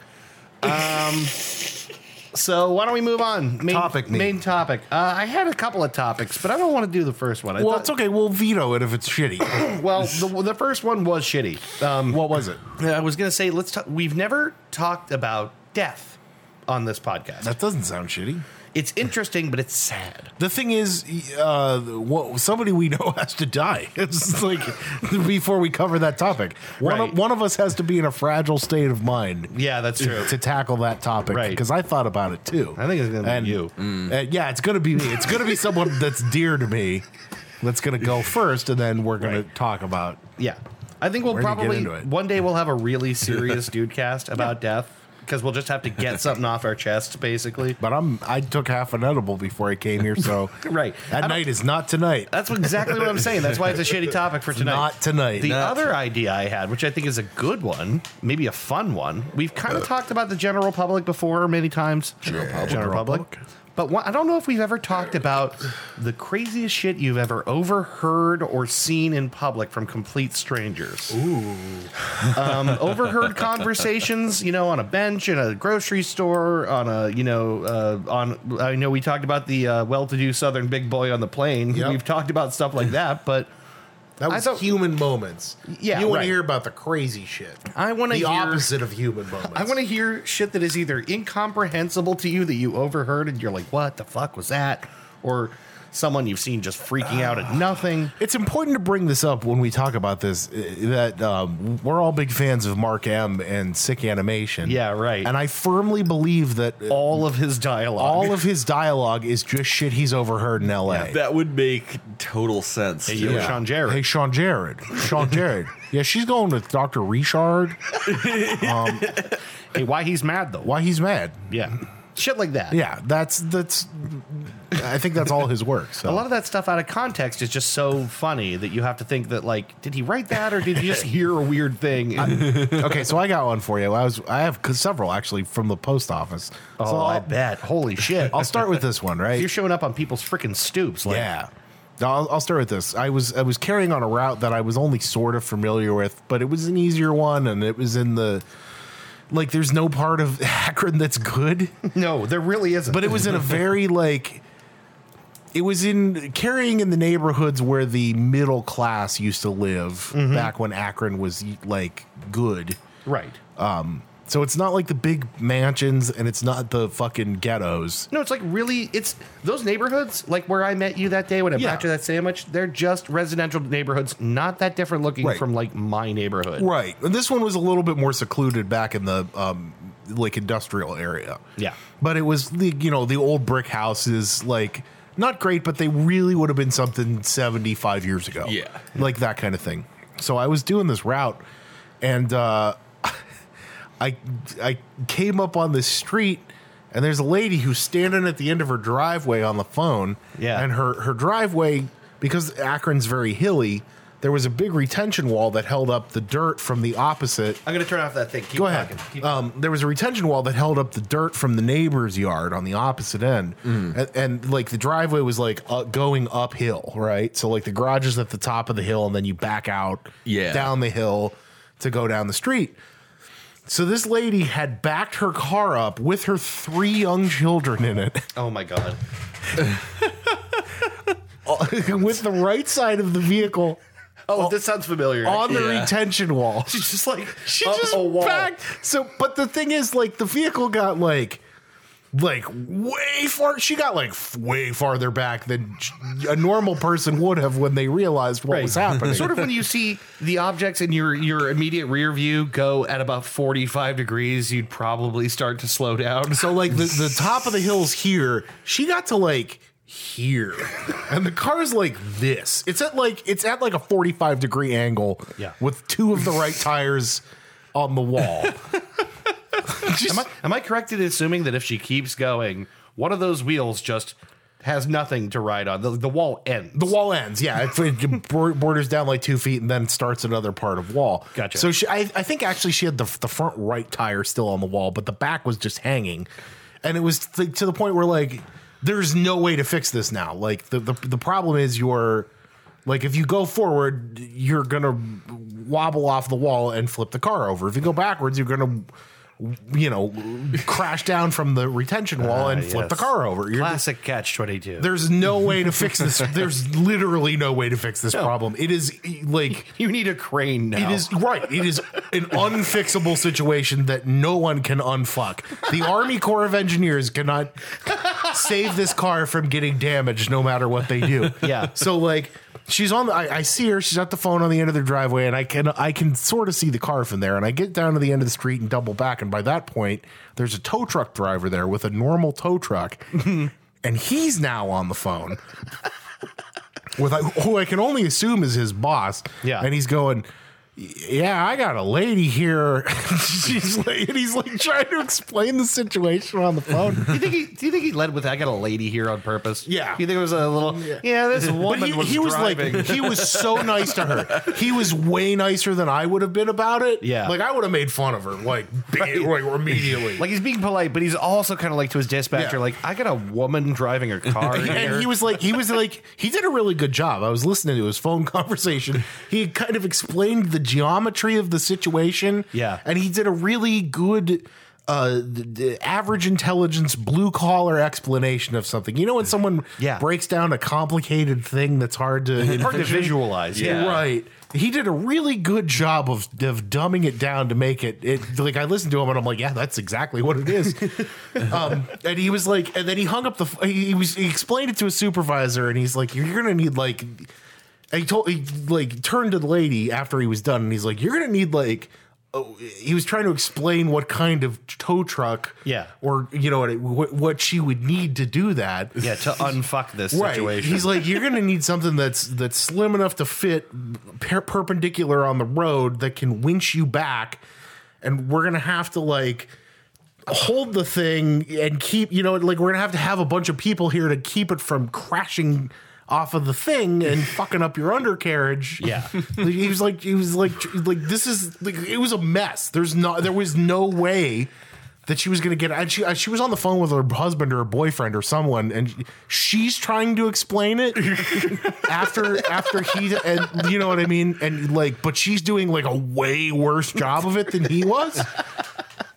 <laughs> Um. So why don't we move on? Main, Topic me. Main topic. Uh, I had a couple of topics, but I don't want to do the first one. I well, thought- it's okay. We'll veto it if <coughs> it's shitty. Well, the, the first one was shitty. Um, what was it? I was going to say let's talk. We've never talked about death on this podcast. That doesn't sound shitty. It's interesting, but it's sad. The thing is, uh, what, somebody we know <laughs> has to die. It's like before we cover that topic, one, Right. of, one of us has to be in a fragile state of mind Yeah, that's true. to tackle that topic. Right. Because I thought about it too. I think it's gonna be And- you. uh, yeah, it's gonna be me. It's gonna be someone that's dear to me. That's gonna go first, and then we're gonna Right. talk about. Yeah, I think we'll We're gonna get probably into it. one day we'll have a <laughs> really serious dude cast about death because we'll just have to <laughs> get something off our chest, basically. But I'm I took half an edible before I came here, so <laughs> Right. I That don't- night is not tonight. That's exactly what I'm saying. That's why it's a shitty topic for tonight. <laughs> Not tonight. The uh, Not other idea I had, which I think is a good one, maybe a fun one. We've kind of talked about the general public before many times. Uh. General public. But one, I don't know if we've ever talked about the craziest shit you've ever overheard or seen in public from complete strangers. Ooh. Um, overheard conversations, you know, on a bench, in a grocery store, on a, you know, uh, on, I know we talked about the uh, well to do southern big boy on the plane. Yep. We've talked about stuff like that, but. That I was thought- human moments. Yeah, you want right. to hear about the crazy shit. I wanna the hear- opposite of human moments. I want to hear shit that is either incomprehensible to you that you overheard and you're like, what the fuck was that? Or someone you've seen just freaking out <sighs> at nothing. It's important to bring this up when we talk about this. uh, That um, we're all big fans of Mark M and Sick Animation. Yeah, right. And I firmly believe that all, All of his dialogue. of his dialogue is just shit he's overheard in L.A. <laughs> That would make total sense. Hey, too. yo, Sean Jarrett. Hey, Sean Jared. <laughs> Sean Jared. yeah, she's going with Doctor Richard. Um, Hey, why he's mad though? why he's mad? Yeah. Shit like that. Yeah, that's that's I think that's all his work. A So lot of that stuff out of context is just so funny that you have to think that like, did he write that or did <laughs> he just hear a weird thing? okay, so I got one for you. I was I have c- several actually from the post office. oh, so I I'll- bet. Holy shit! I'll start with this one, <laughs> right? You're showing up on people's freaking stoops. Like, yeah. No, I'll, I'll start with this. I was I was carrying on a route that I was only sort of familiar with, but it was an easier one, and it was in the like. There's no part of <laughs> Akron that's good, No, there really isn't. but it was in a very like. It was in carrying in the neighborhoods where the middle class used to live back when Akron was like good. right. So it's not like the big mansions, and it's not the fucking ghettos. No, it's like really, it's those neighborhoods, like where I met you that day when I Yeah. brought you that sandwich, they're just residential neighborhoods, not that different looking Right. from like my neighborhood. Right. And this one was a little bit more secluded back in the um like industrial area. Yeah. But it was the you know, the old brick houses like not great, but they really would have been something 75 years ago. Yeah. Like that kind of thing. So I was doing this route and uh I I came up on this street and there's a lady who's standing at the end of her driveway on the phone. Yeah. And her her driveway because Akron's very hilly, there was a big retention wall that held up the dirt from the opposite I'm going to turn off that thing. Keep Go ahead. Um, there was a retention wall that held up the dirt from the neighbor's yard on the opposite end, and, and like the driveway was like uh, going uphill, right? So like the garage is at the top of the hill, and then you back out, Yeah. down the hill to go down the street. So this lady had backed her car up with her three young children in it, oh my God. <laughs> with the right side of the vehicle Oh, this sounds familiar. on the Yeah. retention wall. She's just like, she up just a wall. backed. So, but the thing is, like, the vehicle got like, like way far. She got like f- way farther back than sh- a normal person would have when they realized what Right. was happening. sort of when you see the objects in your your immediate rear view go at about 45 degrees, you'd probably start to slow down. So, like, the, the top of the hill's here. She got to like here, and the car is like this. It's at like it's at like a forty-five degree angle. Yeah. with two of the right tires on the wall. Am I, am I correct in assuming that if she keeps going, one of those wheels just has nothing to ride on? The, the wall ends. The wall ends, yeah. It, it bor- borders down like two feet and then starts another part of wall. Gotcha. So she, I, I think actually she had the, the front right tire still on the wall, but the back was just hanging, and it was th- to the point where like there's no way to fix this now. Like the the, the problem is you're like if you go forward, you're gonna wobble off the wall and flip the car over. If you go backwards, you're gonna you know crash down from the retention wall and flip the Ah, yes. car over. You're just- Classic catch 22. there's no way to fix this. There's literally no way to fix this problem. It is like you need a crane now. it is right. It is an unfixable situation that no one can unfuck. The Army Corps of Engineers cannot save this car from getting damaged, no matter what they do. Yeah. So like, she's on. The, I, I see her. She's at the phone on the end of the driveway, and I can I can sort of see the car from there. And I get down to the end of the street and double back. And by that point, there's a tow truck driver there with a normal tow truck, and he's now on the phone with who I can only assume is his boss. Yeah. and he's going. Yeah, I got a lady here. <laughs> She's like, and he's like trying to explain the situation on the phone. Do you think he? Do you think he led with? I got a lady here on purpose. Yeah. You think it was a little? Yeah. this <laughs> woman But he, was he was driving. like, he was so nice to her. He was way nicer than I would have been about it. Yeah. like I would have made fun of her, like, big, like immediately. Like he's being polite, but he's also kind of like to his dispatcher, Yeah. like I got a woman driving her car here. <laughs> and he was like, he was like, he did a really good job. I was listening to his phone <laughs> conversation. He had kind of explained the geometry of the situation. Yeah. And he did a really good, uh, the, the average intelligence, blue collar explanation of something. You know, when someone Yeah. breaks down a complicated thing that's hard to, hard to visualize. Yeah. Right. He did a really good job of, of dumbing it down to make it, it. Like I listened to him and I'm like, yeah, that's exactly what <laughs> it is. um, and he was like, and then he hung up the. ph- He was he explained it to his supervisor, and he's like, you're gonna need like. and He told he like turned to the lady after he was done, and he's like, you're gonna need like. Oh, he was trying to explain what kind of tow truck, Yeah. or you know what, what she would need to do that. Yeah, to unfuck this situation. He's like, you're gonna need something that's that's slim enough to fit per- perpendicular on the road that can winch you back, and we're gonna have to like hold the thing and keep, you know, like we're gonna have to have a bunch of people here to keep it from crashing off of the thing and fucking up your undercarriage. Yeah. <laughs> Like, he was like, he was like, tr- like this is like it was a mess. There's no, there was no way that she was gonna get. And she, she was on the phone with her husband or her boyfriend or someone, and she's trying to explain it after after he and you know what I mean. And like, but she's doing like a way worse job of it than he was.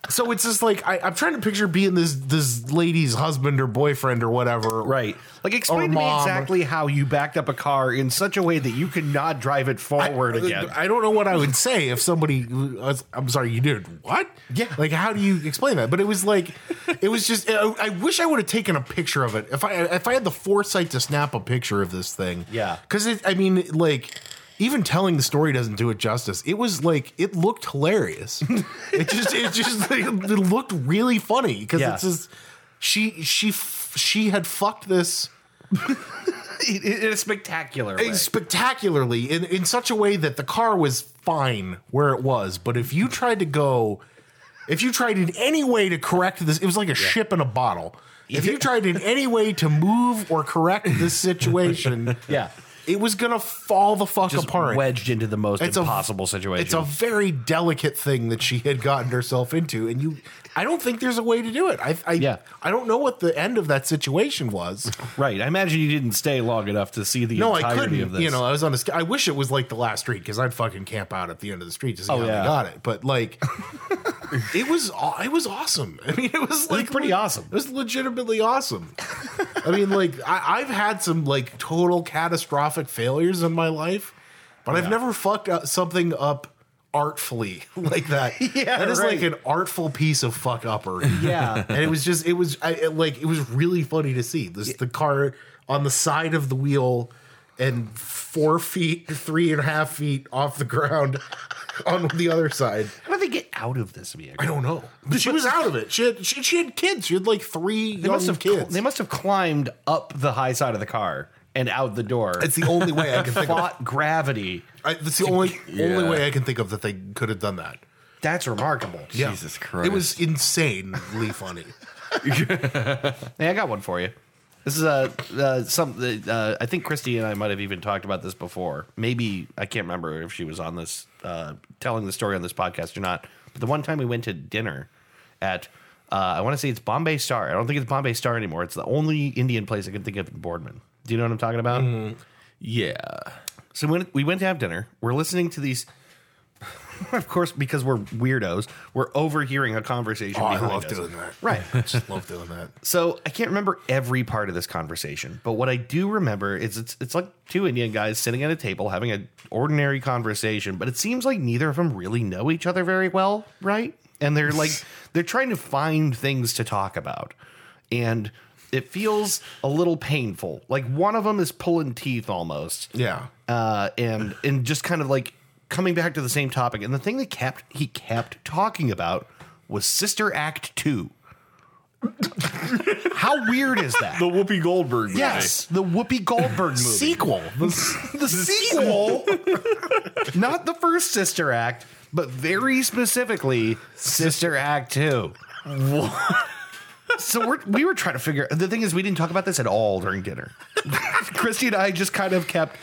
So it's just like I, I'm trying to picture being this this lady's husband or boyfriend or whatever. Right. Like, explain to me mom. exactly how you backed up a car in such a way that you could not drive it forward I, uh, again. I don't know what I would say if somebody. I'm sorry, you did what? Yeah. Like, how do you explain that? But it was like, it was just. I, I wish I would have taken a picture of it. If I if I had the foresight to snap a picture of this thing. Yeah. Because I mean, like. Even telling the story doesn't do it justice. It was like it looked hilarious. it just, it just, <laughs> it looked really funny because Yeah. it's just she, she, f- she had fucked this <laughs> in, in a spectacular way. uh, spectacularly in, in such a way that the car was fine where it was. But if you tried to go, if you tried in any way to correct this, it was like a ship in a bottle. If <laughs> you tried in any way to move or correct this situation, <laughs> Yeah. it was gonna fall the fuck Just apart. wedged into the most It's a- impossible situation. It's a very delicate thing that she had gotten herself into, and you, I don't think there's a way to do it. I, I, Yeah. I don't know what the end of that situation was. right. I imagine you didn't stay long enough to see the No, I entirety couldn't. of this. You know, I was on a. sk- I wish it was like the last street because I'd fucking camp out at the end of the street to see Oh, how yeah. they got it. <laughs> But like, it was aw- it was awesome. I mean, it was like pretty awesome. It was legitimately awesome. I mean, like I, I've had some like total catastrophic failures in my life, but I've never fucked up something up artfully <laughs> like that. <laughs> Yeah, that is right. like an artful piece of fuck upper. Yeah. and it was just it was I, it, like it was really funny to see this the car on the side of the wheel and four feet, three and a half feet off the ground <laughs> on the other side. How do they get out of this vehicle? I don't know, but she was out of it. She had she, she had kids. She had like three They young must have cl- kids. they must have climbed up the high side of the car and out the door. it's the only way I can think <laughs> of. fought gravity. I, that's the only Yeah. only way I can think of that they could have done that. That's remarkable. Yeah. Jesus Christ. It was insanely funny. Hey, I got one for you. This is uh, uh, some. Uh, I think Christy and I might have even talked about this before. Maybe I can't remember if she was on this, uh, telling the story on this podcast or not. But the one time we went to dinner at, uh, I want to say it's Bombay Star. I don't think it's Bombay Star anymore. It's the only Indian place I can think of in Boardman. Do you know what I'm talking about? Mm-hmm. yeah. So when we went to have dinner, we're listening to these. <laughs> of course, because we're weirdos, we're overhearing a conversation. Oh, I behind love us. doing that. Right. Just love doing that. So I can't remember every part of this conversation, but what I do remember is it's it's like two Indian guys sitting at a table having an ordinary conversation, but it seems like neither of them really know each other very well, right? And they're like they're trying to find things to talk about. And it feels a little painful. Like one of them is pulling teeth almost Yeah. uh, and and just kind of like coming back to the same topic. And the thing that kept he kept talking about was Sister Act Two. How weird is that? The Whoopi Goldberg movie. yes, the Whoopi Goldberg movie Sequel. the, sequel, not the first Sister Act, but very specifically Sister Act Two. So we're, we were trying to figure. The thing is, we didn't talk about this at all during dinner. <laughs> Christy and I just kind of kept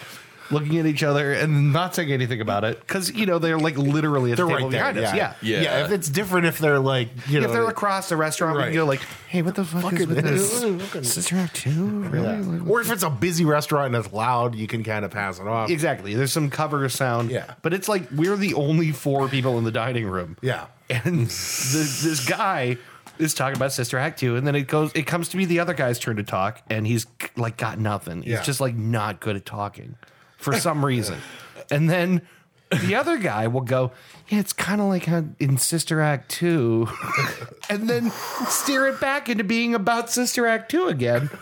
looking at each other and not saying anything about it because you know they're like literally at They're the table right there. behind us. Yeah. Yeah. yeah. If it's different, if they're like, you know, If they're across the restaurant, we Right. can go like, "Hey, what the fuck is with this? Sister Act Two? Really? or if it's a busy restaurant and it's loud, you can kind of pass it off. Exactly. There's some cover sound. Yeah. But it's like we're the only four people in the dining room. Yeah. And this, this guy is talking about Sister Act 2. And then it goes, it comes to be the other guy's turn to talk. And he's like, got nothing. He's Yeah. just like not good at talking for some reason. And then the other guy will go, Yeah, it's kind of like how in Sister Act 2. <laughs> and then steer it back into being about Sister Act 2 again <laughs>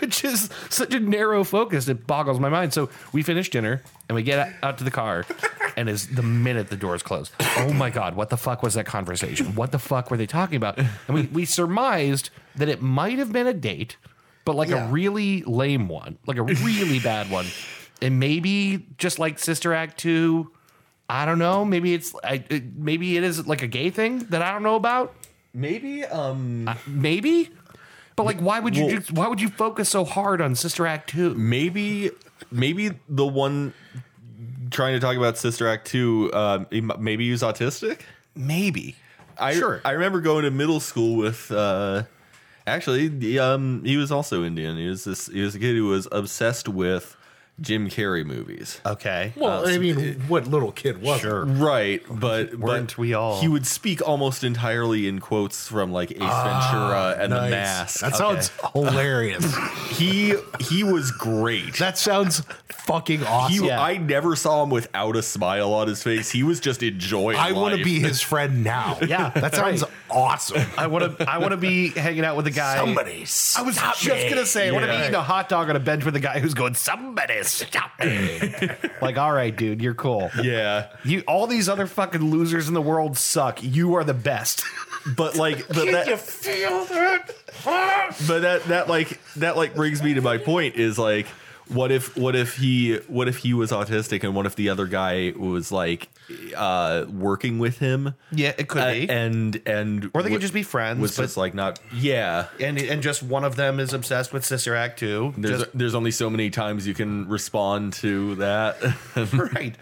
which is such a narrow focus it boggles my mind so we finish dinner and we get out to the car and is the minute the doors close oh my god what the fuck was that conversation what the fuck were they talking about and we, we surmised that it might have been a date but like a really lame one like a really bad one and maybe just like sister act 2 i don't know maybe it's I, it, maybe it is like a gay thing that i don't know about Maybe um Uh, Maybe, but like, why would you? do, why would you focus so hard on Sister Act Two? maybe maybe the one trying to talk about Sister Act 2 uh, he m- maybe he was autistic? Maybe. I Sure. I remember going to middle school with uh actually the, um he was also Indian. He was this he was a kid who was obsessed with Jim Carrey movies. Okay. Uh, Well, I mean, what little kid was sure. Right, but Weren't but we all? He would speak almost entirely in quotes from like Ace Ventura and The Mask. That sounds hilarious. he he was great. <laughs> that sounds fucking awesome. he, yeah. I never saw him without a smile on his face. He was just enjoying. I want to life. be his friend <laughs> now. Yeah, that sounds awesome. I want to. I want to <laughs> be hanging out with a guy. Somebody, I was just gonna say, I want to be eating a hot dog on a bench with a guy who's going, "Somebody stop <laughs> me!" like, all right, dude, you're cool. Yeah, You, all these other fucking losers in the world suck. You are the best. but <laughs> like, but that, feel that? <laughs> but that that like that like brings me to my point is like, what if what if he what if he was autistic and what if the other guy was like, uh, working with him? Yeah, it could Uh, be. and and Or they could wa- just be friends, Was but- just like not. Yeah, and and just one of them is obsessed with Sister Act too. there's Just, there's only so many times you can respond to that. <laughs> <laughs> right.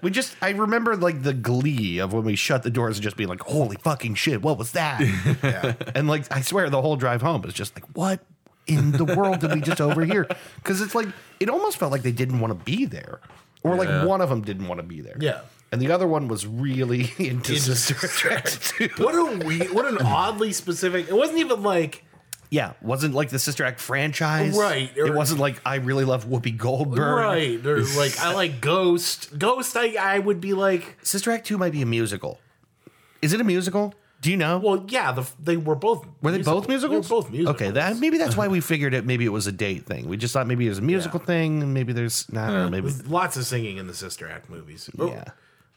We just I remember like the glee of when we shut the doors and just being like, "Holy fucking shit, what was that?" And like I swear the whole drive home was just like, "What in the world did we just overhear?" Cuz it's like it almost felt like they didn't want to be there. Or like one of them didn't want to be there. Yeah. And the other one was really <laughs> into Into Sister Act 2. What a we what an oddly specific. It wasn't even like <laughs> Yeah, wasn't like the Sister Act franchise. Right, it or- wasn't like I really love Whoopi Goldberg. right or like I like Ghost. Ghost, I I would be like, Sister Act 2 might be a musical. Is it a musical? Do you know? well, yeah, the, they were both Were they both musicals? They were both musicals. Okay, that maybe that's why we figured it. Maybe it was a date thing. We just thought maybe it was a musical thing, and maybe there's not. Nah, maybe <laughs> There's lots of singing in the Sister Act movies. Oh, Yeah.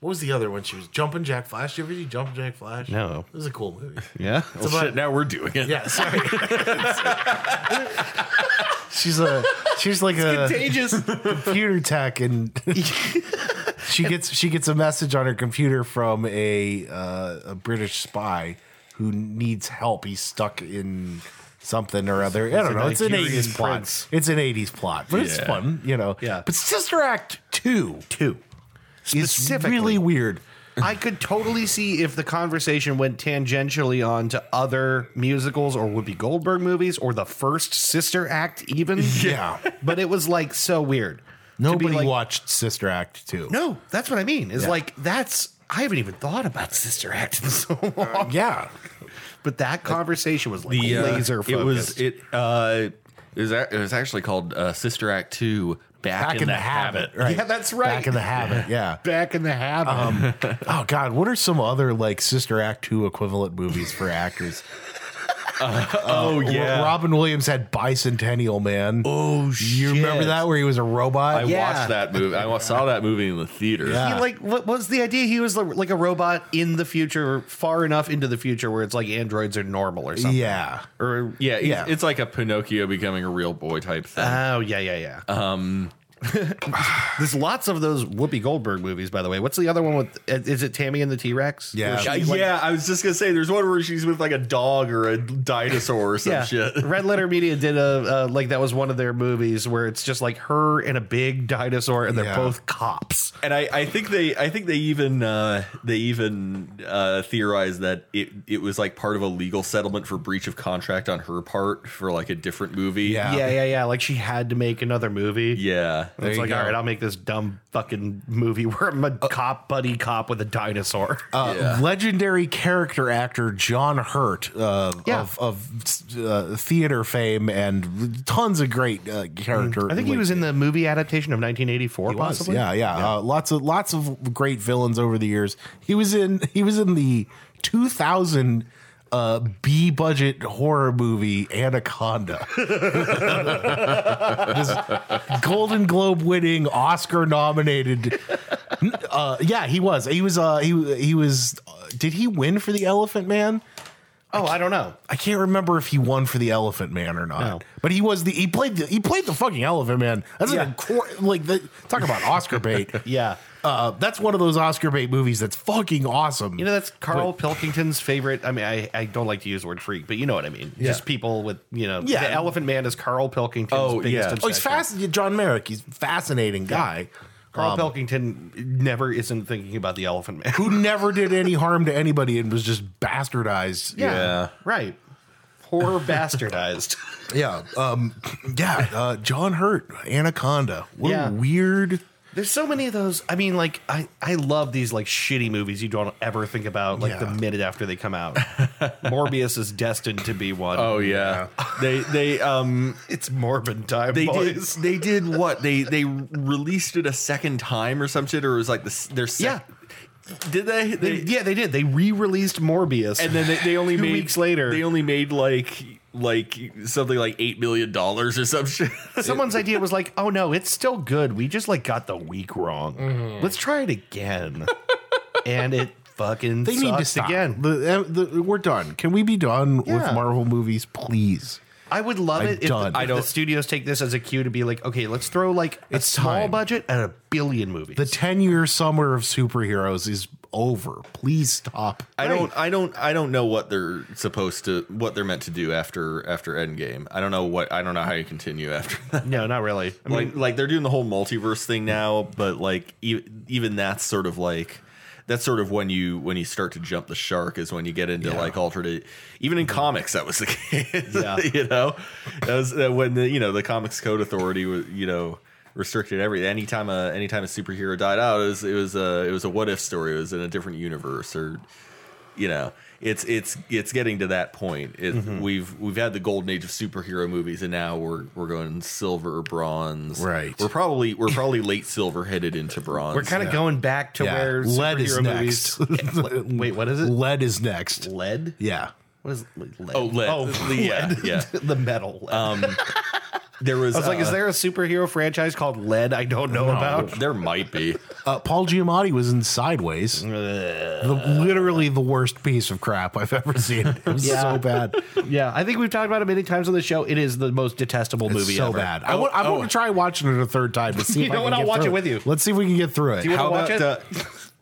What was the other one? She was Jumpin' Jack Flash. Did you ever see Jumpin' Jack Flash? No. It was a cool movie. yeah. It's about- now we're doing it. <laughs> Yeah, sorry. <laughs> she's a she's like a Contagious. computer <laughs> tech, and she gets she gets a message on her computer from a uh, a British spy who needs help. He's stuck in something or other. I don't know. It's an Nigerian eighties plot. prince. It's an eighties plot, but it's Yeah. fun, you know. Yeah. But Sister Act two <laughs> Two. is Specifically. really weird. I could totally see if the conversation went tangentially on to other musicals or Whoopi Goldberg movies or the first Sister Act, even. Yeah. But it was like so weird. to be Nobody like, watched Sister Act two. No, that's what I mean. Is like that's I haven't even thought about Sister Act in so long. Yeah. But that conversation was like the, uh, laser focused. It was it. Uh, it was a- it was actually called uh, Sister Act Two. Back, in, the, habit. Yeah, that's right. Back in <laughs> the habit. Yeah. back in the habit. <laughs> Oh God, what are some other like Sister Act two equivalent movies for <laughs> actors? Uh, Oh yeah, Robin Williams had Bicentennial Man. oh you remember that where he was a robot? I yeah. watched that movie. I wa- saw that movie in the theater. Yeah. He, like what was the idea? He was like a robot in the future, far enough into the future where it's like androids are normal or something. yeah. Or Yeah, it's, Yeah. it's like a Pinocchio becoming a real boy type thing. oh yeah yeah yeah. Um, <laughs> there's lots of those Whoopi Goldberg movies. By the way, what's the other one with? uh, Is it Tammy and the T Rex? Yeah. Uh, yeah, I was just gonna say there's one where she's with like a dog or a dinosaur or some yeah. shit. <laughs> Red Letter Media did a uh, like that was one of their movies where it's just like her and a big dinosaur, and they're Yeah. both cops. And I, I think they I think they even uh, they even uh, theorized that it it was like part of a legal settlement for breach of contract on her part for like a different movie. Yeah. yeah, yeah, yeah. Like she had to make another movie. Yeah. And it's There you like, go. all right, I'll make this dumb fucking movie <laughs> where I'm a cop buddy cop with a dinosaur. <laughs> Uh, Legendary character actor John Hurt uh, Yeah. of, of uh, theater fame and tons of great uh, character. I think he was in the movie adaptation of 1984, He was, possibly. yeah, yeah. Uh, lots of lots of great villains over the years. He was in he was in the 2000 uh, B budget horror movie Anaconda. <laughs> This Golden Globe winning, Oscar nominated. Uh, yeah, he was. He was. Uh, he he was. Uh, did he win for the Elephant Man? Oh, I don't know. I can't remember if he won for the Elephant Man or not, No. but he was the he played the he played the fucking Elephant Man. That's Yeah. an incor- like the, talk about Oscar <laughs> bait. Yeah. uh, that's one of those Oscar bait movies that's fucking awesome. You know, that's Carl Pilkington's favorite. I mean, I, I don't like to use the word freak, but you know what I mean. Just people with, you know, Yeah. the Elephant Man is Carl Pilkington's Oh, biggest yeah. obsession. oh, he's fast. John Merrick, he's a fascinating guy Carl Um, Pilkington never isn't thinking about the Elephant Man. <laughs> who never did any harm to anybody and was just bastardized. Yeah. Right. Poor <laughs> bastardized. yeah, um, yeah. Uh, John Hurt, Anaconda. What Yeah. a weird. There's so many of those. I mean, like I, I love these like shitty movies you don't ever think about like the Yeah. minute after they come <laughs> out. Morbius is destined to be one. Oh yeah. they they um <laughs> it's morbid time, they did boys. they did what they they released it a second time or some shit or it was like the s- their sec- Did They- they? They, yeah, they did. They re-released Morbius, and then they, they only two made weeks later. they only made like like something like eight million dollars or some <laughs> shit. someone's idea was like, "Oh no, it's still good. We just like got the week wrong. Mm-hmm. Let's try it <laughs> again." and it fucking They need to sucks stop. again. The- uh, the- we're done. Can we be done Yeah. with Marvel movies, please? I would love I'm it if, done. The, I if don't- the studios take this as a cue to be like, okay, let's throw like a It's small time. budget at a billion movies. The 10 year summer of superheroes is over. Please stop. I don't I don't I don't know what they're supposed to what they're meant to do after after Endgame. I don't know what I don't know how you continue after that. no, not really. I mean, Like like they're doing the whole multiverse thing now, but like e- even that's sort of like that's sort of when you when you start to jump the shark is when you get into like alternate even in comics that was the case. Yeah. <laughs> you know. That was uh, when the you know the Comics Code Authority was you know restricted every anytime a anytime a superhero died out it was it was a it was a what if story it was in a different universe or you know it's it's it's getting to that point it, we've we've had the golden age of superhero movies and now we're we're going silver or bronze Right. we're probably we're probably late silver headed into bronze we're kind of going back to Yeah. where Lead is superhero next. <laughs> movies. Le- Wait, what is it? Lead is next. Lead? Yeah. What is lead? Uh, oh lead <laughs> Oh, yeah yeah the metal. lead. Um, there was, uh, I was like, is there a superhero franchise called Lead I don't know about? <laughs> there might be Uh, Paul Giamatti was in Sideways. The, literally the worst piece of crap I've ever seen. It was Yeah. so bad. Yeah, I think we've talked about it many times on the show. It is the most detestable It's movie so ever. Oh, bad. I want, I want to try watching it a third time <laughs> to see You if know I what? can I'll get watch it through with you. Let's see if we can get through it. you how wanna about uh,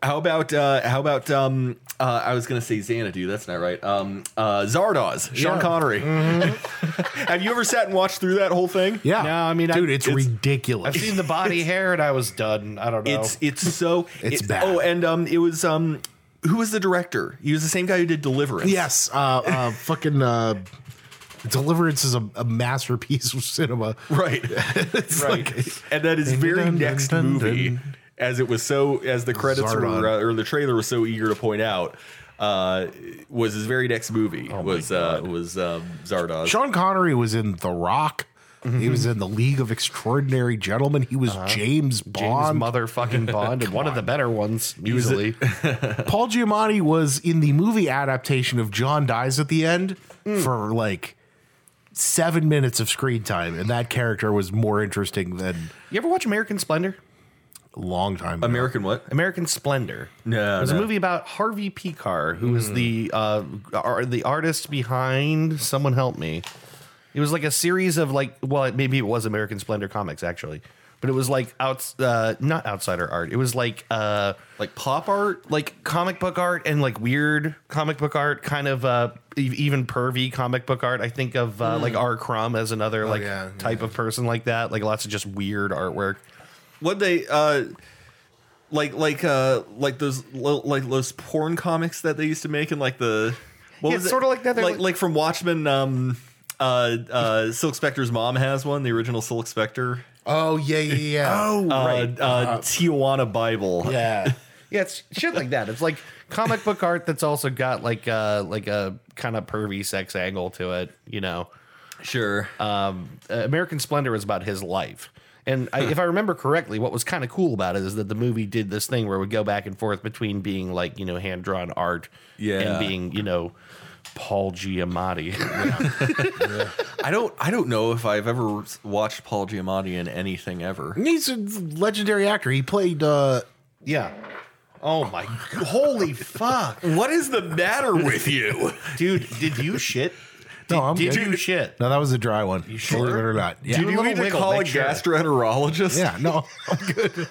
how about uh how about um uh i was gonna say xanadu that's not right um uh zardoz sean Yeah. connery <laughs> have you ever sat and watched through that whole thing yeah. No, I mean, I- dude, it's, it's- I've <laughs> ridiculous. seen the <laughs> body hair and I was done. I don't know. It's it's so It's it- bad. Oh, and um, it was um, who was the director? He was the same guy who did Deliverance. Yes, uh, uh, fucking uh, Deliverance is a, a masterpiece of cinema. <laughs> <laughs> right. it's Right. like, and that is very Dun, dun, next dun, movie, dun. as it was so as the credits were, Zardon. uh, or the trailer was so eager to point out, uh, was his very next movie Oh was uh, was um, Zardoz. Sean Connery was in The Rock. Mm-hmm. He was in the League of Extraordinary Gentlemen. He was James Uh-huh. James Bond. motherfucking Bond and one of the better ones easily. Paul Giamatti was in the movie adaptation of John Dies at the End for like seven minutes of screen time, and that character was more interesting than You ever watch American Splendor? a long time. ago. American what? American Splendor. No, it was no. a movie about Harvey Picar, who was the uh, ar- the artist behind. Someone help me. It was like a series of like, well, it, maybe it was American Splendor comics actually, but it was like outs, uh, not outsider art. It was like uh, Like pop art? like comic book art and like weird comic book art, kind of uh, e- even pervy comic book art. I think of uh, Hmm. like R. Crumb as Oh, another like yeah, type of person like that, like lots of just weird artwork. What they uh like like uh like those lo- like those porn comics that they used to make and like the what Yeah, was it's it? sorta like that. They're like, like- like from Watchmen um uh uh Silk Spectre's mom has one the original Silk Spectre Oh yeah, yeah, yeah. uh, uh, Tijuana Bible yeah. Yeah, it's shit like that. It's like comic book art that's also got like a like a kind of pervy sex angle to it. You know, sure um, uh, American Splendor was about his life, and I, if I remember correctly, what was kind of cool about it is that the movie did this thing where it would go back and forth between being like you know hand drawn art, Yeah. and being you know Paul Giamatti. I don't I don't know if I've ever watched Paul Giamatti in anything ever He's a legendary actor. He played uh, yeah, Oh my! Holy fuck, What is the matter with <laughs> you? dude! Did you shit? No, I'm Did good. you shit? No, that was a dry one. You sure? or not? Yeah. Do a you little need to wiggle, call a make sure. gastroenterologist? yeah. No. <laughs> I'm good.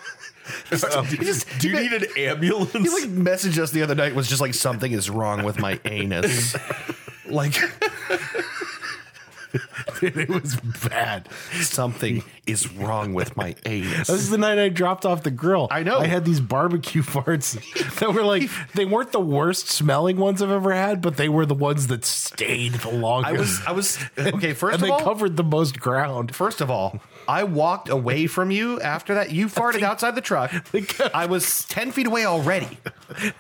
<laughs> Do you need an ambulance? He like <laughs> messaged us the other night was just like something is wrong with my <laughs> anus. like it was bad. something is wrong with my anus. This is the night I dropped off the grill. I know. I had these barbecue <laughs> farts that <laughs> were like they weren't the worst smelling ones I've ever had, but they were the ones that stayed the I longest. was I was okay, first and of they all covered the most ground. <laughs> First of all, I walked away from you after that. You farted outside the truck. I was 10 feet away already.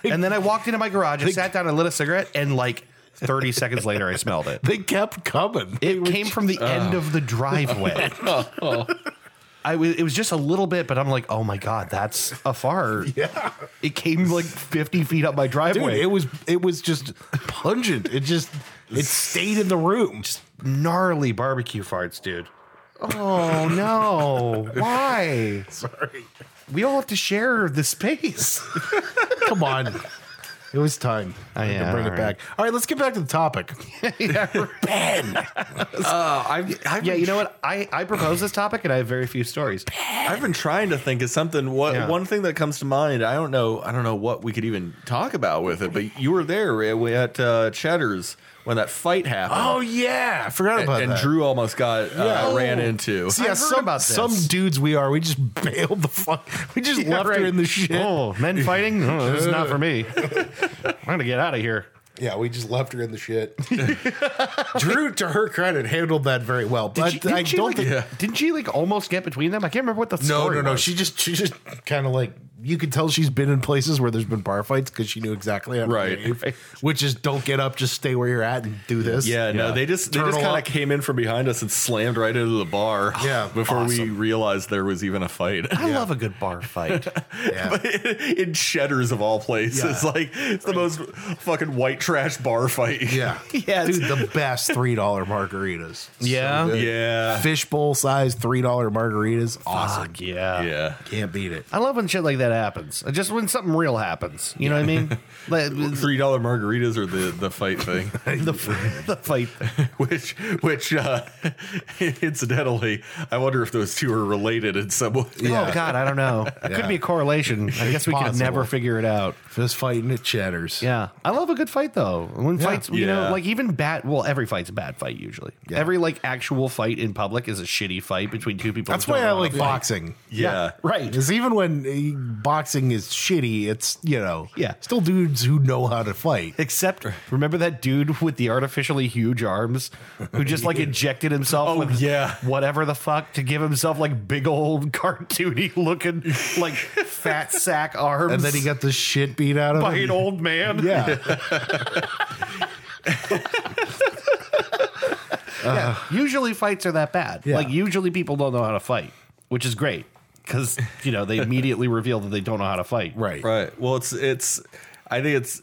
And then I walked into my garage and sat down and lit a cigarette. And like 30 seconds later, I smelled it. They kept coming. They It were Oh. came from the end of the <laughs> driveway. I was, it was just a little bit, but I'm like, oh my God, that's a <laughs> fart. Yeah. It came like 50 feet up my Dude, driveway. it was it was just pungent. It just it stayed in the room. gnarly barbecue farts, dude. Oh <laughs> no. <laughs> Why? Sorry. We all have to share the space. <laughs> Come on. It was time Oh, yeah, to bring it all right. back. All right, let's get back to the topic. ben, Uh, I've, I've Yeah, been you know what? I, I proposed this topic and I have very few stories. I've been trying to think of something. What Yeah. one thing that comes to mind? I don't know. I don't know what we could even talk about with it. But you were there eh, we- at uh, Cheddar's when that fight happened. oh yeah, I forgot and, about and that. Drew almost got uh, Yeah. Oh. ran into. See, yeah, I've heard some, about this. some dudes we are. We just <laughs> bailed the fuck. We just left her in the shit. Oh, men fighting? Oh, this is not for <laughs> me. I'm gonna get out of here. Yeah, we just left her in <laughs> the shit. Drew, to her credit, handled that very well. But Did she- didn't I she, don't like, think. Didn't she like almost get between them? I can't remember what the No, story no, no. was. She just, she just kind of like you could tell she's been in places where there's been bar fights because she knew exactly how to Right. behave, Right. which is don't get up, just stay where you're at and do this. Yeah, no, they just they just Turtle kind of up. Oh, came in from behind us and slammed right into the bar. Yeah, before we awesome. realized there was even a fight. <laughs> I love a good bar <laughs> fight. Yeah. in Cheddar's of all places, Yeah. like it's the most fucking white trash bar <laughs> fight. yeah, Yeah, Dude, the best three dollar margaritas. Yeah? good. yeah, fishbowl size three dollar margaritas. Awesome. Fuck yeah. <laughs> yeah. Can't beat it. I love when shit like that happens. Just when something real happens. You know what I mean? <laughs> Like, Three dollar margaritas or the the fight <laughs> thing. the, f- the fight. <laughs> which which uh <laughs> incidentally i wonder if those two are related in some way Yeah. Oh God, I don't know. It Could Yeah. be a correlation. I guess we could possible. never figure it out. Fist fighting at Cheddar's. Yeah, I love a good fight though. When fights, you Yeah. know, like even bad. Well, every fight's a bad fight usually. Yeah. Every like actual fight in public is a shitty fight between two people. That's who don't why I wanna like fight. boxing. yeah, Right. Because even when uh, boxing is shitty, it's you know, Yeah. still dudes who know how to fight. Except, remember that dude <laughs> with the artificially huge arms who just <laughs> like injected himself Oh, with yeah. whatever the fuck to give himself like big old <laughs> cartoony looking like fat sack arms <laughs> And then <laughs> he got the shit beat out of by him. an old man. <laughs> Yeah, usually fights are that bad. Yeah. Like usually people don't know how to fight, which is great because you know they immediately reveal that they don't know how to fight. right. right well it's it's i think it's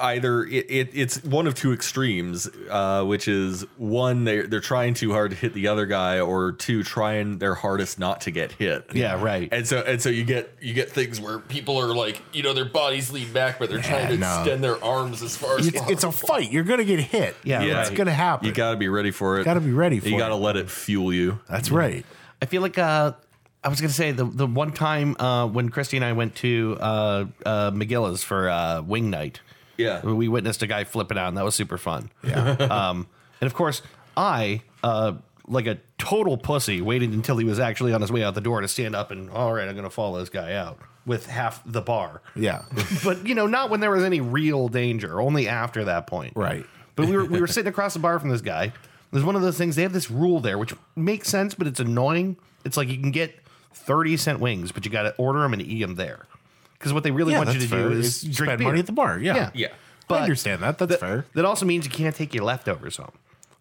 either it, it it's one of two extremes uh which is one they're they're trying too hard to hit the other guy or two trying their hardest not to get hit Yeah. Right. and so and so you get you get things where people are like you know their bodies lean back but they're trying to no. extend their arms as far as It's, it's a fight. You're gonna get hit. Yeah, Yeah. it's right. gonna happen. you got to be ready for it Gotta be ready for you got to it. let it fuel you That's right. I feel like uh, I was gonna say the the one time uh, when Christy and I went to uh, uh, McGilla's for uh, wing night. Yeah. We witnessed a guy flipping out, and that was super fun. Yeah. <laughs> um, and of course, I. Uh, like a total pussy, waited until he was actually on his way out the door to stand up and, all right, I'm going to follow this guy out with half the bar. Yeah, but you know, not when there was any real danger. Only after that point, Right. But we were <laughs> we were sitting across the bar from this guy. There's one of those things. They have this rule there, which makes sense, but it's annoying. It's like you can get thirty cent wings, but you got to order them and eat them there. Because what they really Yeah, want you to that's fair. do is Is drink spend beer. money at the bar. Yeah. yeah, Yeah. I understand that. That's that- fair. That also means you can't take your leftovers home.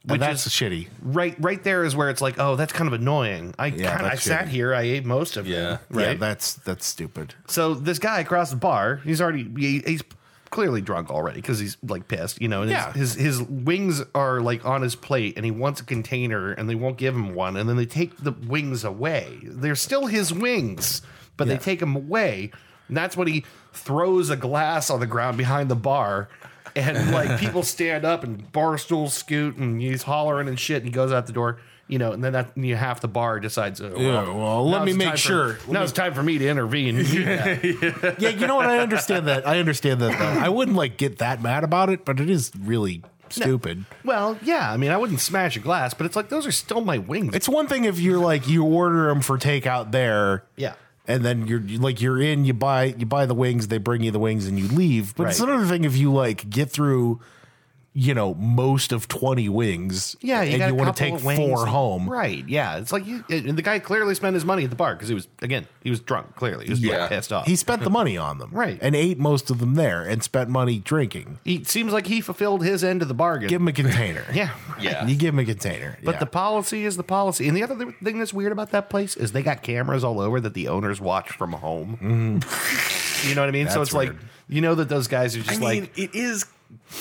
And Which that's is shitty. right. Right there is where it's like, oh, that's kind of annoying. I Yeah, kinda, I that's sat shitty. here. I ate most of Yeah. them. Right. Yeah, that's that's stupid. So this guy across the bar, he's already he, he's clearly drunk already because he's like pissed, you know. And Yeah. his, his his wings are like on his plate, and he wants a container, and they won't give him one, and then they take the wings away. They're still his wings, but Yeah. they take them away. And that's when he throws a glass on the ground behind the bar. And <laughs> like people stand up and bar stools scoot and he's hollering and shit and he goes out the door, you know, and then that you know, half the bar decides, oh, well, Yeah, well, let now me it's make time for- sure. Let now me- it's time for me to <laughs> intervene. Yeah. yeah, you know what? I understand that. I understand that. Though. I wouldn't like get that mad about it, but it is really stupid. Well, yeah, I mean, I wouldn't smash a glass, but it's like those are still my wings. It's one thing if you're like you order them for takeout there, Yeah. and then you're you- like you're in, you buy you buy the wings, they bring you the wings, and you leave. But it's Right. another thing if you like get through, you know, most of twenty wings, Yeah, and got you a want to couple take of wings. four home, Right. Yeah. It's like you, and the guy clearly spent his money at the bar because he was again he was drunk. Clearly, he was Yeah. yeah. pissed off. He spent the money on them, Right. and ate most of them there, and spent money drinking. he seems like he fulfilled his end of the bargain. Give him a container, <laughs> yeah. Yeah. You give him a container, But yeah. the policy is the policy. And the other thing that's weird about that place is they got cameras all over that the owners watch from home. you know what I mean? so That's it's like weird. you know that those guys are just Mm-hmm. I mean, like it is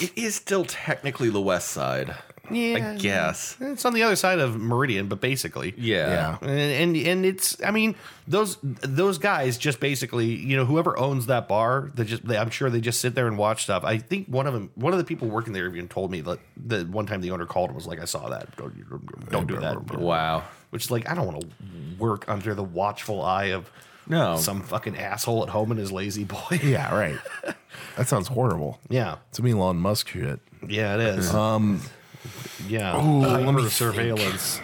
it is still technically the West Side. yeah, I guess. It's on the other side of Meridian, but basically. Yeah. And, and and it's I mean those those guys just basically you know whoever owns that bar they just they, I'm sure they just sit there and watch stuff. I think one of them one of the people working there even told me that the one time the owner called and was like I saw that don't, don't do that. Wow. Which is like I don't want to work under the watchful eye of No. some fucking asshole at home and his lazy boy. yeah, right. that sounds horrible. <laughs> yeah, It's some Elon Musk shit. yeah, it is. Um, yeah, ooh, let me hyper think. surveillance.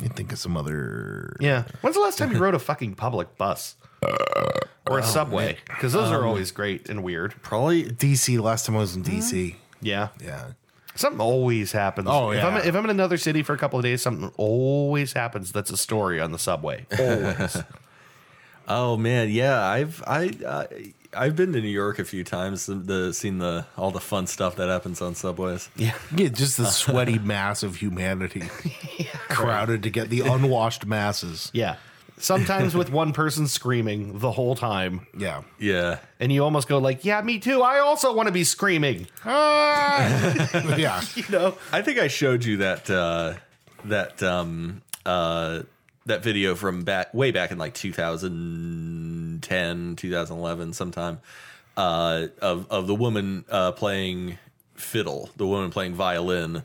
you think of some other Yeah. When's the last time you rode a fucking public bus or a subway? Because those are always great and weird. Probably DC. Last time I was in DC, Yeah. yeah, Something always happens. Oh, If yeah. I'm, if I'm in another city for a couple of days, something always happens that's a story on the subway. Always. Oh man, yeah. I've I uh, I've been to New York a few times. The, the seen the all the fun stuff that happens on subways. <laughs> yeah. yeah, just <laughs> the sweaty mass of <laughs> humanity crowded together, the unwashed masses. Yeah. Sometimes with one person screaming the whole time. Yeah, Yeah. And you almost go like, yeah, me too. I also want to be screaming. <laughs> <laughs> yeah. You know? I think I showed you that uh, that um, uh, that video from back way back in like 2010, 2011, sometime uh, of of the woman uh, playing fiddle, the woman playing violin,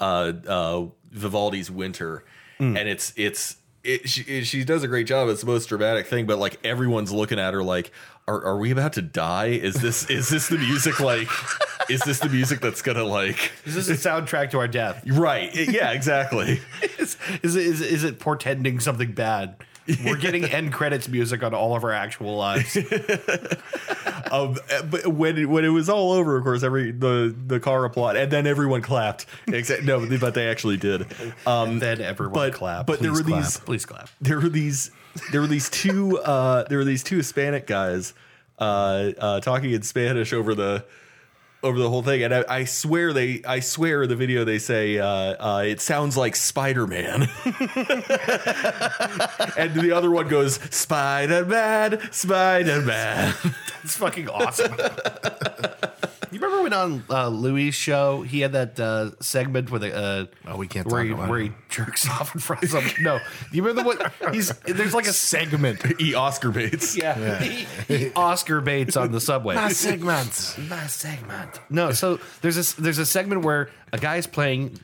uh, uh, Vivaldi's Winter, and it's it's. It, she, it- she does a great job. It's the most dramatic thing, but like everyone's looking at her like, are, are we about to die? Is this is this the music like? is this the music that's gonna like? Is this a soundtrack to our death? Right. It- Yeah, exactly. Is, is, it- is, it- is it portending something bad? We're getting end credits music on all of our actual lives. um, but when it, when it was all over, of course, every the the car applauded, and then everyone clapped. Except no, but they actually did. Um, then everyone But- clap. but there Please were clap. these- Please clap. there were these there were these two uh, there were these two Hispanic guys uh, uh, talking in Spanish over the over the whole thing, and I, I swear they I swear in the video they say uh, uh, it sounds like Spider Man, <laughs> and the other one goes Spider Man, Spider Man. It's fucking awesome. <laughs> you remember when on uh, Louis' show he had that uh, segment where the uh, Oh, we can't where talk he, about where it. he jerks <laughs> off in front of some. No, you remember what he's there's <laughs> like a segment. E Oscar Bates. yeah, He, he Oscar Bates on the subway. Ah, segments. my segment. No, so there's this there's a segment where a guy's playing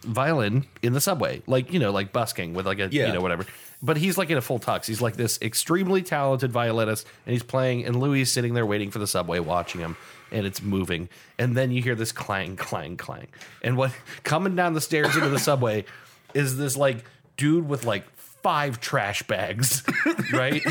violin in the subway, like you know, like busking with like a Yeah. you know whatever. But he's like in a full tux. He's like this extremely talented violinist, and he's playing. And Louis is sitting there waiting for the subway, watching him, and it's moving. And then you hear this clang, clang, clang. And what <laughs> coming down the stairs into the subway is this like dude with like five trash bags, <laughs> right?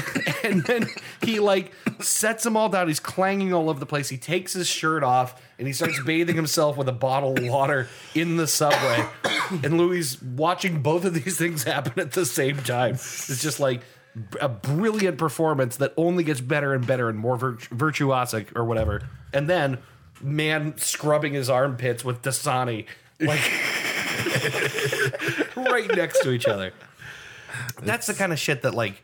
and then he like sets them all down. He's clanging all over the place. He takes his shirt off and he starts bathing himself with a bottle of water in the subway. <coughs> and Louis watching both of these things happen at the same time. It's just like a brilliant performance that only gets better and better and more virt- virtuosic or whatever. And then man scrubbing his armpits with Dasani like right next to each other. That's the kind of shit that like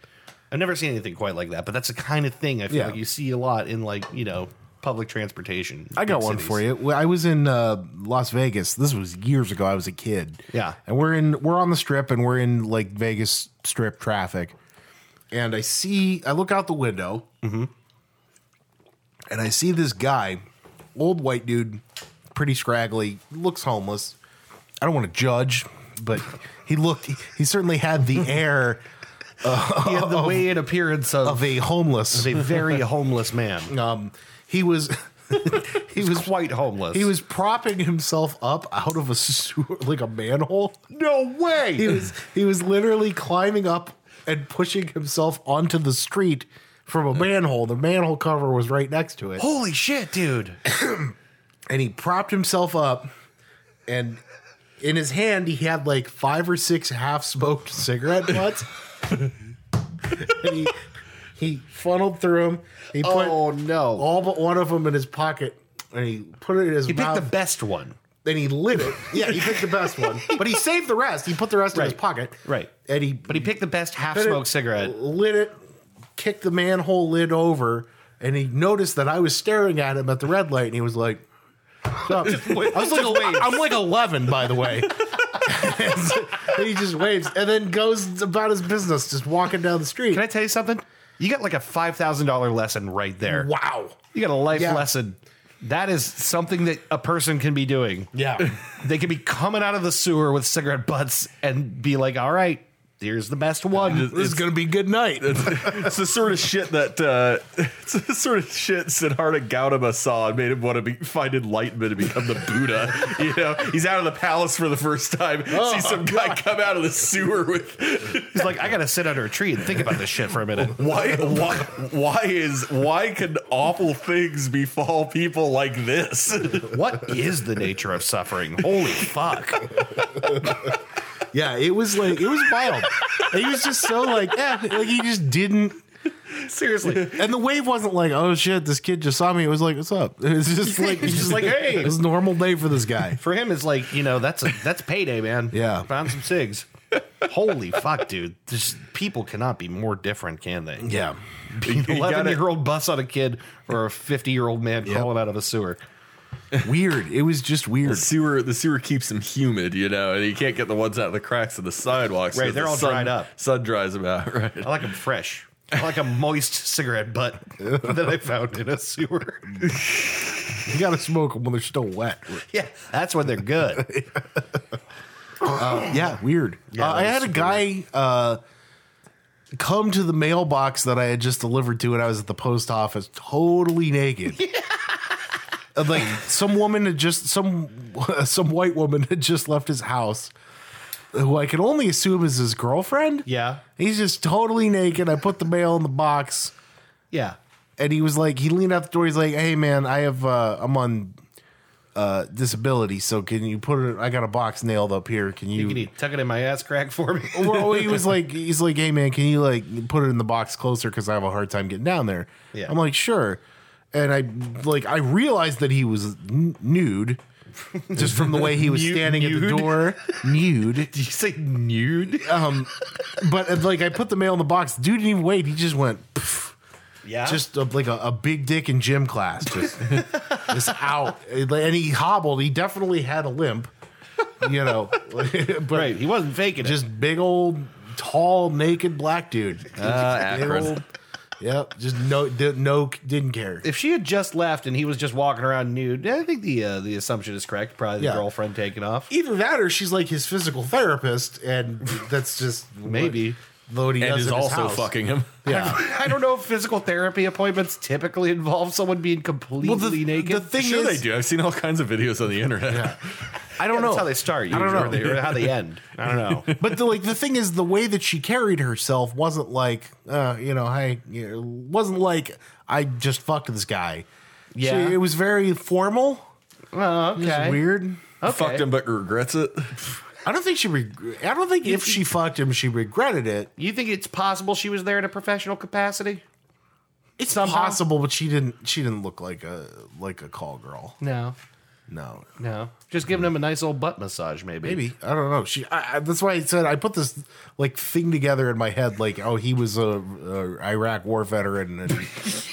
I've never seen anything quite like that, but that's the kind of thing I feel Yeah. like you see a lot in like, you know, public transportation. I got big one cities. <laughs> for you. Well, I was in uh, Las Vegas. This was years ago. I was a kid. Yeah. and we're in we're on the strip, and we're in like Mm-hmm. Vegas Strip traffic. And I see, I look out the window, and I see this guy, old white dude, pretty scraggly, looks homeless. I don't want to judge, but he looked, he, he certainly <laughs> had the air He had the way and appearance of, of a homeless. a very homeless <laughs> man. Um, he was, he was, quite homeless. he was propping himself up out of a sewer, like a manhole. no way. He was, he was literally climbing up and pushing himself onto the street from a manhole. The manhole cover was right next to it. Holy shit, dude! and he propped himself up and in his hand he had like five or six half smoked cigarette butts and he, he funneled through them he put no! all but one of them in his pocket and he put it in his He picked mouth the best one. and he lit it yeah he picked the best one but he saved the rest he put the rest in his Right. pocket Right. and he But he picked the best half Lit it, smoked cigarette. Lit it, kicked the manhole lid over, and he noticed that I was staring at him at the red light, and he was like, "Sup?" I was like, I'm like 11, by the way. <laughs> and he just waves and then goes about his business, just walking down the street. Can I tell you something? You got like a five thousand dollar lesson right there. wow. You got a life Yeah. lesson. That is something that a person can be doing. Yeah. They can be coming out of the sewer with cigarette butts and be like, "All right, here's the best one." This is going to be a good night. <laughs> It's the sort of shit that uh, <laughs> it's the sort of shit Siddhartha Gautama saw and made him want to be, find enlightenment and become the Buddha. <laughs> You know, he's out of the palace for the first time, Oh, see some guy come out of the sewer with He's like, "I got to sit under a tree and think about this shit for a minute." <laughs> why why why is why can awful things befall people like this? What is the nature of suffering? Holy fuck! Yeah, it was like, it was wild. And he was just so like, <laughs> yeah, like he just didn't. <laughs> Seriously, And the wave wasn't like, oh shit, this kid just saw me. It was like, what's up? It was just like, It's just like, hey. it was a normal day for this guy. for him, it's like you know that's a that's payday, man. Yeah. found some cigs. Holy fuck, dude! Just, people cannot be more different, can they? Yeah. <laughs> You Eleven gotta- year old bus on a kid or a fifty year old man crawling out of a sewer. Weird. It was just The weird. sewer, the sewer keeps them humid, you know, and you can't get the ones out of the cracks of the sidewalks. Right, 'cause they're the all sun- dried up. Oh, Sun dries them out, <laughs> right? I like them fresh. I like a moist cigarette butt <laughs> that I found in a sewer. <laughs> You got to smoke them when they're still wet. Yeah, that's when they're good. Yeah, weird. Yeah, Uh, I that had is a guy uh, come to the mailbox that I had just delivered to, and I was at the post office <laughs> totally naked. And, like some woman had just some <laughs> some white woman had just left his house, who I can only assume is his girlfriend. Yeah, He's just totally naked. I put the mail in the box. yeah. and he was like he leaned out the door he's like hey man i have uh i'm on uh disability so can you put it i got a box nailed up here can you, Can you tuck it in my ass crack for me? <laughs> well, he was like he's like hey man can you like put it in the box closer because i have a hard time getting down there Yeah. i'm like sure and i like i realized that he was n- nude just from the way <laughs> he was Nu- standing at the nude? door nude Did you say nude? um but uh, like i put the mail in the box dude didn't even wait he just went pff, Yeah. just a, like a, a big dick in gym class, just, <laughs> just out. And he hobbled. He definitely had a limp, you know, <laughs> but right. He wasn't faking it. just big old tall naked black dude. Big Uh, Akron. old- yep, just no, di- no, didn't care. if she had just left and he was just walking around nude, I think the uh, the assumption is correct. Probably the Yeah. girlfriend taking off. Either that, or she's like his physical therapist, and that's just what- Maybe. though what he and does is in his also house. fucking him. <laughs> Yeah. <laughs> I don't know if physical therapy appointments typically involve someone being completely naked. the thing is, Sure, they do. I've seen all kinds of videos on the internet. I don't know. That's how they start. I don't know. Or, they, or how they end. I don't <laughs> know. but the, like the thing is the way that she carried herself wasn't like uh you know i you know, wasn't like i just fucked this guy Yeah. she, it was very formal Oh, okay. it was weird Okay. <laughs> Fucked him, but regrets it. i don't think she reg- i don't think if she fucked him she regretted it You think it's possible she was there in a professional capacity? it's Somehow. possible but she didn't she didn't look like a like a call girl No, no no. Just giving him a nice old butt massage, maybe. maybe i don't know she I, I, that's why i said i put this like thing together in my head like oh he was a, a iraq war veteran <laughs> and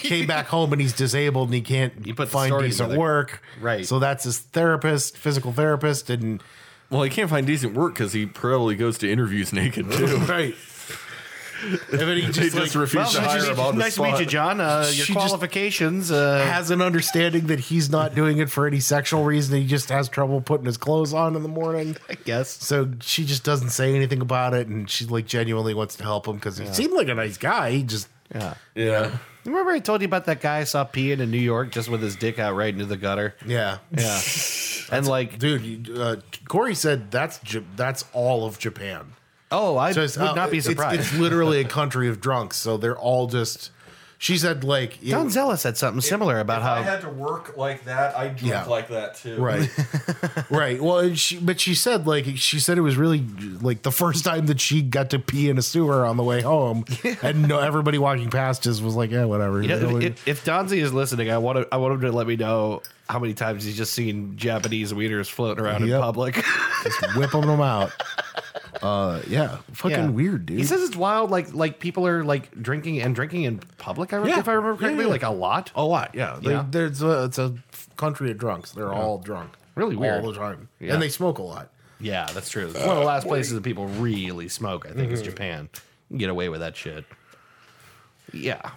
came back home and he's disabled and he can't You put the find story decent together. work Right. so that's his therapist physical therapist and Well, he can't find decent work because he probably goes to interviews naked too. right And then <laughs> he just, just like, refused she to hire just him on the nice to meet spot. you, John. Uh, your <laughs> She just- qualifications. Uh, Has an understanding that he's not doing it for any sexual reason. He just has trouble putting his clothes on in the morning. I guess. So she just doesn't say anything about it, and she like genuinely wants to help him because he seemed like a nice guy. He just Yeah. Yeah. Remember I told you about that guy I saw peeing in New York just with his dick out right into the <laughs> gutter? yeah, Yeah. and like, dude. you- Uh, Corey said that's Ja- that's all of Japan. oh, I So would it's, uh, not be it's- surprised. It's, literally a country of drunks, so they're all just. She said like you- Don Zella said something similar about how. I had to work like that. I drink Yeah. like that too. Right. <laughs> right. Well, and she, but she said like she said it was really like the first time that she got to pee in a sewer on the way home, and no, everybody walking past just was like, yeah, whatever. You know, Nobody- if, if Donzi is listening, I want to. I want him to let me know how many times he's just seen Japanese wieners floating around in Yep. public. <laughs> just whipping them <laughs> out. Uh, yeah, fucking Yeah. weird, dude. He says it's wild. Like like people are like drinking and drinking in public. I re- Yeah. if I remember Yeah, correctly, yeah. like a lot. a lot. Yeah, They- Yeah. there's a, it's a country of drunks. They're all drunk, Really weird. all the time, Yeah. and they smoke a lot. Yeah, that's true. It's one of the last places that people really smoke. I think is Japan. You can get away with that shit. Yeah,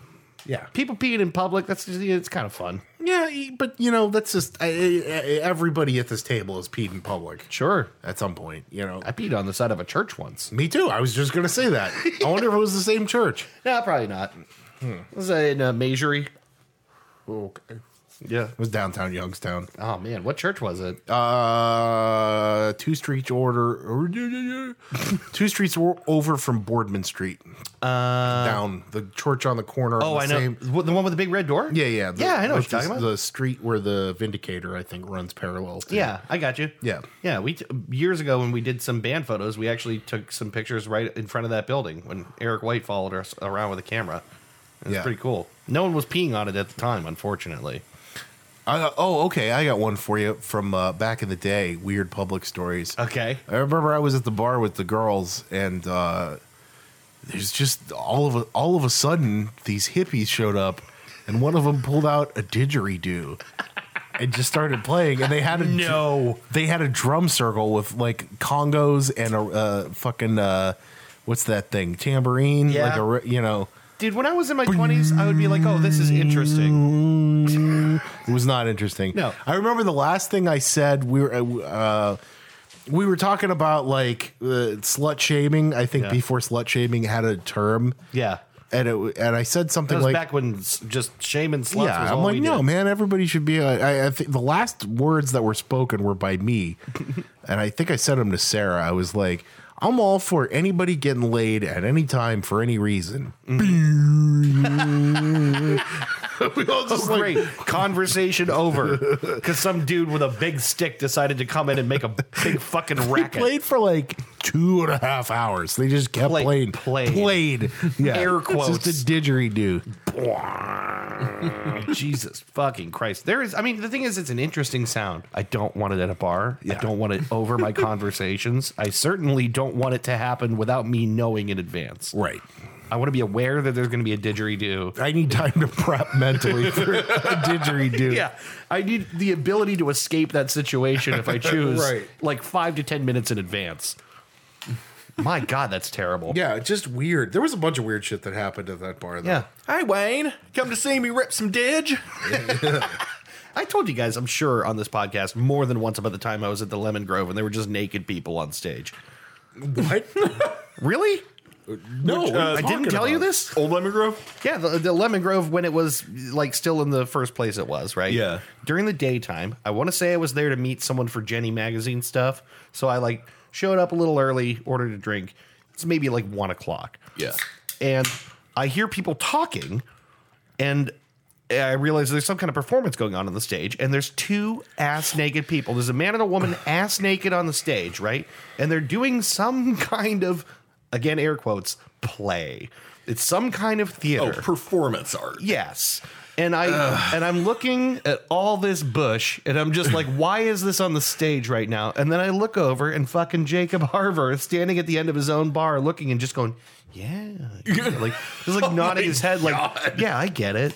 Yeah, people peeing in public. That's just, it's kind of fun. yeah, e- but you know that's just I, I, I- everybody at this table is peed in public Sure, at some point. You know, I peed on the side of a church once. me too. I was just gonna say that. I wonder if it was the same church. No, probably not. Was that in uh, Majory? Okay, it Yeah. was downtown Youngstown. Oh man, what church was it? Uh, two streets order, <laughs> two streets o- over from Boardman Street. Uh, down the church on the corner. Oh, on I the know same- What, the one with the big red door. Yeah, yeah, the- yeah, I know what with you're talking the- about. The street where the Vindicator, I think, runs parallel. To. yeah, I got you. Yeah. yeah. We t- years ago when we did some band photos, we actually took some pictures right in front of that building when Eric White followed us around with a camera. It was Yeah. pretty cool. No one was peeing on it at the time, unfortunately. I got, oh, okay. I got one for you from uh, back in the day. Weird public stories. Okay. I remember I was at the bar with the girls, and uh, there's just all of a, all of a sudden these hippies showed up, and one of them pulled out a didgeridoo and just started playing, and they had a no, they had a drum circle with like congos and a uh, fucking uh, what's that thing tambourine, Yeah. like a re- you know. Dude, when I was in my twenties, I would be like, "Oh, this is interesting." It was not interesting. No. I remember the last thing I said. We were uh, we were talking about like uh, slut shaming. I think Yeah. before slut shaming had a term. Yeah, and it and I said that something was like, back when s- just shame and sluts. was "Yeah." I'm all like, we "No, did. man. Everybody should be." uh, I, I think the last words that were spoken were <laughs> by me, and I think I said them to Sarah. I was like, "I'm all for anybody getting laid at any time for any reason." we all Oh, <laughs> great. Conversation over. Because some dude with a big stick decided to come in and make a big fucking racket. played for like two and a half hours. They just kept Play- playing, played. played. Yeah, Air It's quotes. just a didgeridoo. <laughs> Jesus fucking Christ. There is, I mean, the thing is, it's an interesting sound. I don't want it at a bar. I don't want it over <laughs> my conversations. I certainly don't want it to happen without me knowing in advance. Right. I want to be aware that there's going to be a didgeridoo. I need time to prep mentally for <laughs> a didgeridoo. Yeah, I need the ability to escape that situation if I <laughs> choose, Right. like five to ten minutes in advance. My God, that's terrible. Yeah, it's just weird. There was a bunch of weird shit that happened at that bar. Though. yeah. Hi Wayne, come to see me rip some didge. I told you guys, I'm sure, on this podcast more than once about the time I was at the Lemon Grove and there were just naked people on stage. What? <laughs> Really? no, what are you uh, I talking didn't tell you about? this? Old Lemon Grove. Yeah, the, the Lemon Grove when it was like still in the first place it was, right? Yeah. During the daytime, I want to say I was there to meet someone for Jenny magazine stuff. So I like showed up a little early, ordered a drink. It's maybe like one o'clock. Yeah. and I hear people talking, and I realize there's some kind of performance going on on the stage, and there's two ass naked people. There's a man and a woman ass naked on the stage, right? And they're doing some <laughs> kind of, again, air quotes, play. It's some kind of Oh, theater. performance art. yes. And I and I'm looking at all this bush, and I'm just like, why is this on the stage right now? And then I look over, and fucking Jacob Harver is standing at the end of his own bar, looking and just going, yeah, yeah," like just like nodding his head, like, yeah, I get it,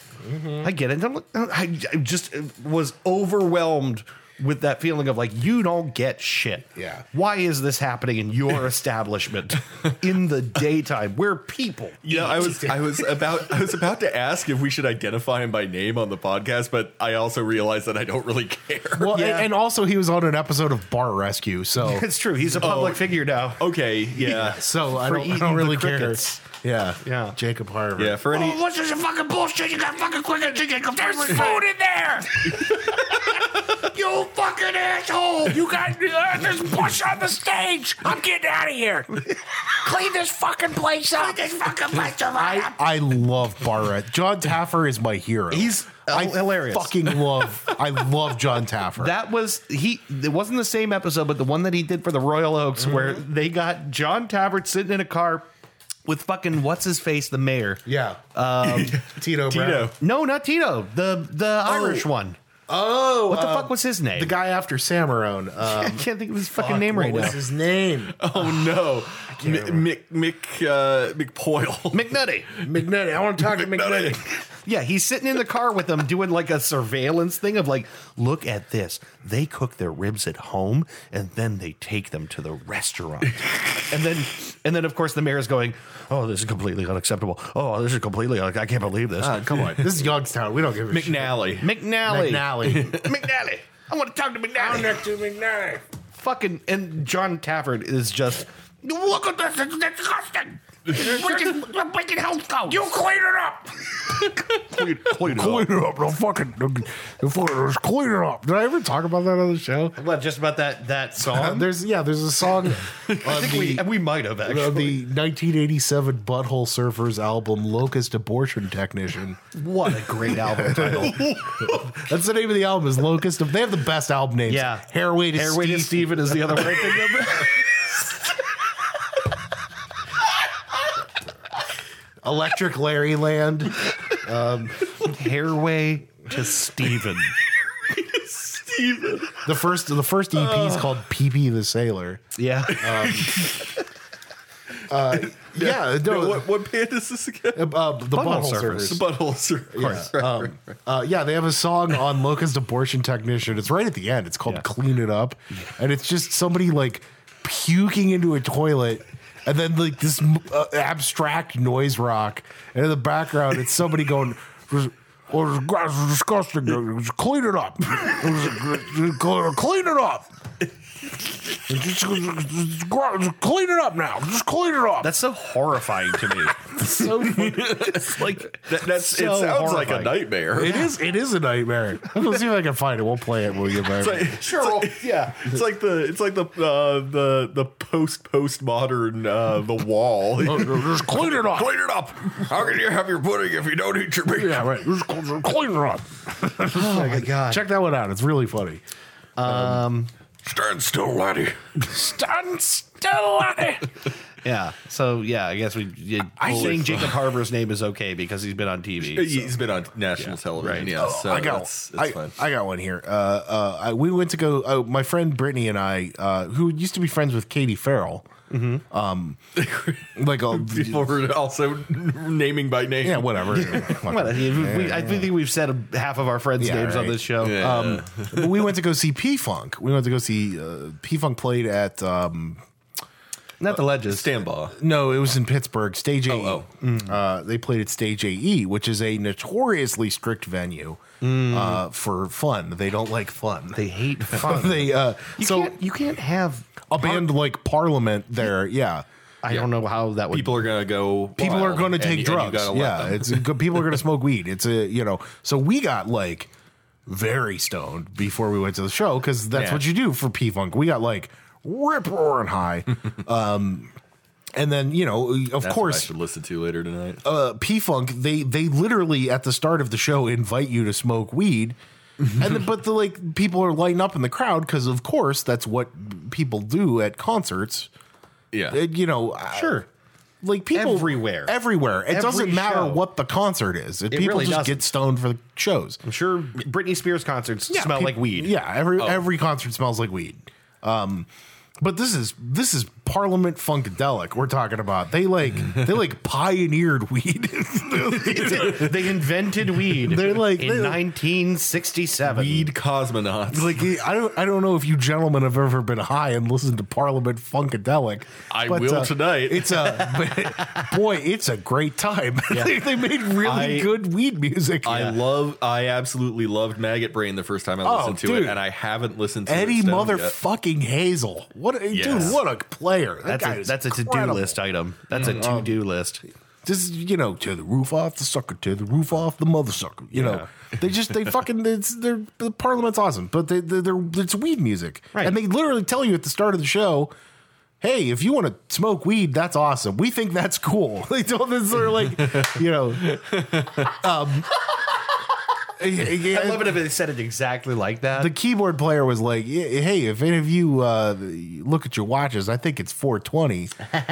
I get it. And I'm, like- I, I just was uh, overwhelmed with that feeling of like you don't get shit. Yeah. Why is this happening in your establishment in the daytime? We're people. You know, I was I was about I was about to ask if we should identify him by name on the podcast, but I also realized that I don't really care. Well, Yeah. and, and also he was on an episode of Bar Rescue, so It's true. He's a public figure now. <laughs> Okay, yeah. so I For don't, I eating don't the really care. crickets. Yeah, Yeah. Jacob Harvard. Yeah, for any Oh, what's this fucking bullshit? You got fucking quick There's food in <laughs> there. you fucking asshole. You got uh, there's bush on the stage. I'm getting out of here. Clean this fucking place up. Clean this fucking place up. I, I love Bar Rescue. John Taffer is my hero. He's I hilarious. Fucking love. I love John Taffer. That was he. It wasn't the same episode, but the one that he did for the Royal Oaks, Mm-hmm. where they got John Tavert sitting in a car with fucking what's his face, the mayor. yeah. Um, Tito. Brown. Tito. No, not Tito, the the Irish one. Oh, What the uh, fuck was his name? The guy after Samarone. <laughs> I Um, can't think of his fucking fuck, name what right was now. his name? <laughs> Oh no, M- Mick Mick uh, <laughs> McPoyle. McNutty. McNutty. I want to <laughs> talk to McNutty. Yeah, he's sitting in the car with them doing like a surveillance thing of like, look at this. They cook their ribs at home and then they take them to the restaurant. and then and then of course the mayor is going, Oh, this is completely unacceptable. Oh, this is completely un- I can't believe this. Ah, Come on. This is Youngstown. We don't give a shit. <laughs> McNally. <laughs> McNally. McNally. <laughs> McNally. I want to talk to McNally. to McNally. Fucking and John Tafford is just look at this, it's <laughs> disgusting. We're just breaking health codes. You clean it up. clean, clean it <laughs> Clean it up. Don't fucking. Don't, don't, clean it up. Mm-hmm. Did I ever talk about that on the show? Well, just about that that Uh, <laughs> song. there's yeah, there's a song <laughs> on I think we, the, we might have actually. on the 1987 Butthole Surfers album "Locust Abortion Technician." what a great album <laughs> title! That's the name of the album. Is Locust? They have the best album names. Yeah. Hairway to Airway to Steve. Steven is the other one. Electric Larry Land. <laughs> Hairway to Steven. The first the first EP is called "Pee Pee the Sailor." Yeah, Yeah, no, No, what what band is this again? uh, uh, the Butthole Butthole, Surfers. The Butthole Surfers. Right, right, right. Uh, yeah, they have a song on <laughs> Locust Abortion Technician. It's right at the end. It's called Yeah. Clean It Up. And it's just somebody like puking into a toilet and then like this <laughs> uh, abstract noise rock. And in the background, it's somebody going, Oh, this grass is disgusting. Clean it up. <laughs> Clean it up. Just- just- just Clean it up now. Just clean it up. that's so horrifying to me. so funny. It's like That, that's it. So Sounds like a horrifying. <laughs> nightmare. It is. It is a nightmare. Let's see if I can find it. We'll play it when we get back. sure. yeah. It's like the it's like the uh, the the post postmodern uh, the <laughs> wall. Just clean it up. Clean it up. How can you have your pudding if you don't eat your meat? Yeah, right. Just clean clean it up. <laughs> Oh my god! Check that one out. It's really funny. Stand still, laddie. Stand still on it. Yeah. So yeah, I guess we yeah, saying Jacob Harbour's name is okay because he's been on TV. so- He's been on national television. Right. Yeah, Oh, so I got. that's, I, that's fine. <laughs> I got one here. Uh, uh, I, we went to go. Uh, my friend Brittany and I, uh, who used to be friends with Katie Farrell, Mm-hmm. <laughs> um, like a People were also naming by name. yeah, <laughs> whatever. Well, I mean, we- I think we've said half of our friends' Yeah, names on right. this show. Yeah. Um, But we went to go see P Funk. We went to go see uh, P Funk played at. Um, not the legends. Standby. no, it was in Pittsburgh. Stage AE. oh. Uh, they played at Stage AE, which is a notoriously strict venue Mm. uh, for fun. They don't like fun. they <laughs> hate <laughs> fun. they uh, you so can't. You can't have a band like Parliament there, yeah. I don't know how that would. People are gonna go. People wild, are going to and take you- and drugs. You gotta let yeah, them. it's people are <laughs> going to smoke weed. It's a you know. So we got like very stoned before we went to the show because that's Yeah. what you do for P Funk. We got like rip roaring <laughs> high, um, and then you know of That's what I course should listen to later tonight. uh, P Funk, they they literally at the start of the show invite you to smoke weed, Mm-hmm. and then, but the like people are lighting up in the crowd because of course that's what people do at concerts. yeah. It- you know, I- Sure. like people Everywhere. everywhere. It Every doesn't matter show. what the concert is. people really just doesn't. get stoned for the shows. I'm sure Britney Spears concerts smell peop- like weed. Yeah, every every concert smells like weed. Um, But this is this is Parliament Funkadelic we're talking about. They like they like pioneered weed. <laughs> <laughs> they invented weed. They're like- in they're- 1967. Weed cosmonauts. like I don't I don't know if you gentlemen have ever been high and listened to Parliament Funkadelic. uh, I will tonight. It's a <laughs> but, boy, it's a great time. <laughs> they, they made I- really good weed music. I love, I absolutely loved Maggot Brain the first time I Oh, listened to dude. it, and I haven't listened to Eddie it. stoned yet. motherfucking Hazel. What a, Yes. dude, what a player. That That's guy a, is that's a to do incredible. Mm-hmm. Oh. list item. That's a to do list. Just you know, tear the roof off the sucker, tear the roof off the mother sucker. You know, they just <laughs> they fucking it's they're the parliament's awesome, but they they're, they're it's weed music, Right. And they literally tell you at the start of the show, "Hey, if you want to smoke weed, that's awesome. We think that's cool." <laughs> They told us they're like, you know, um, <laughs> I love it if they said it exactly like that. the keyboard player was like, "Yeah, "Hey, if any of you uh, look at your watches, I think it's 420." and,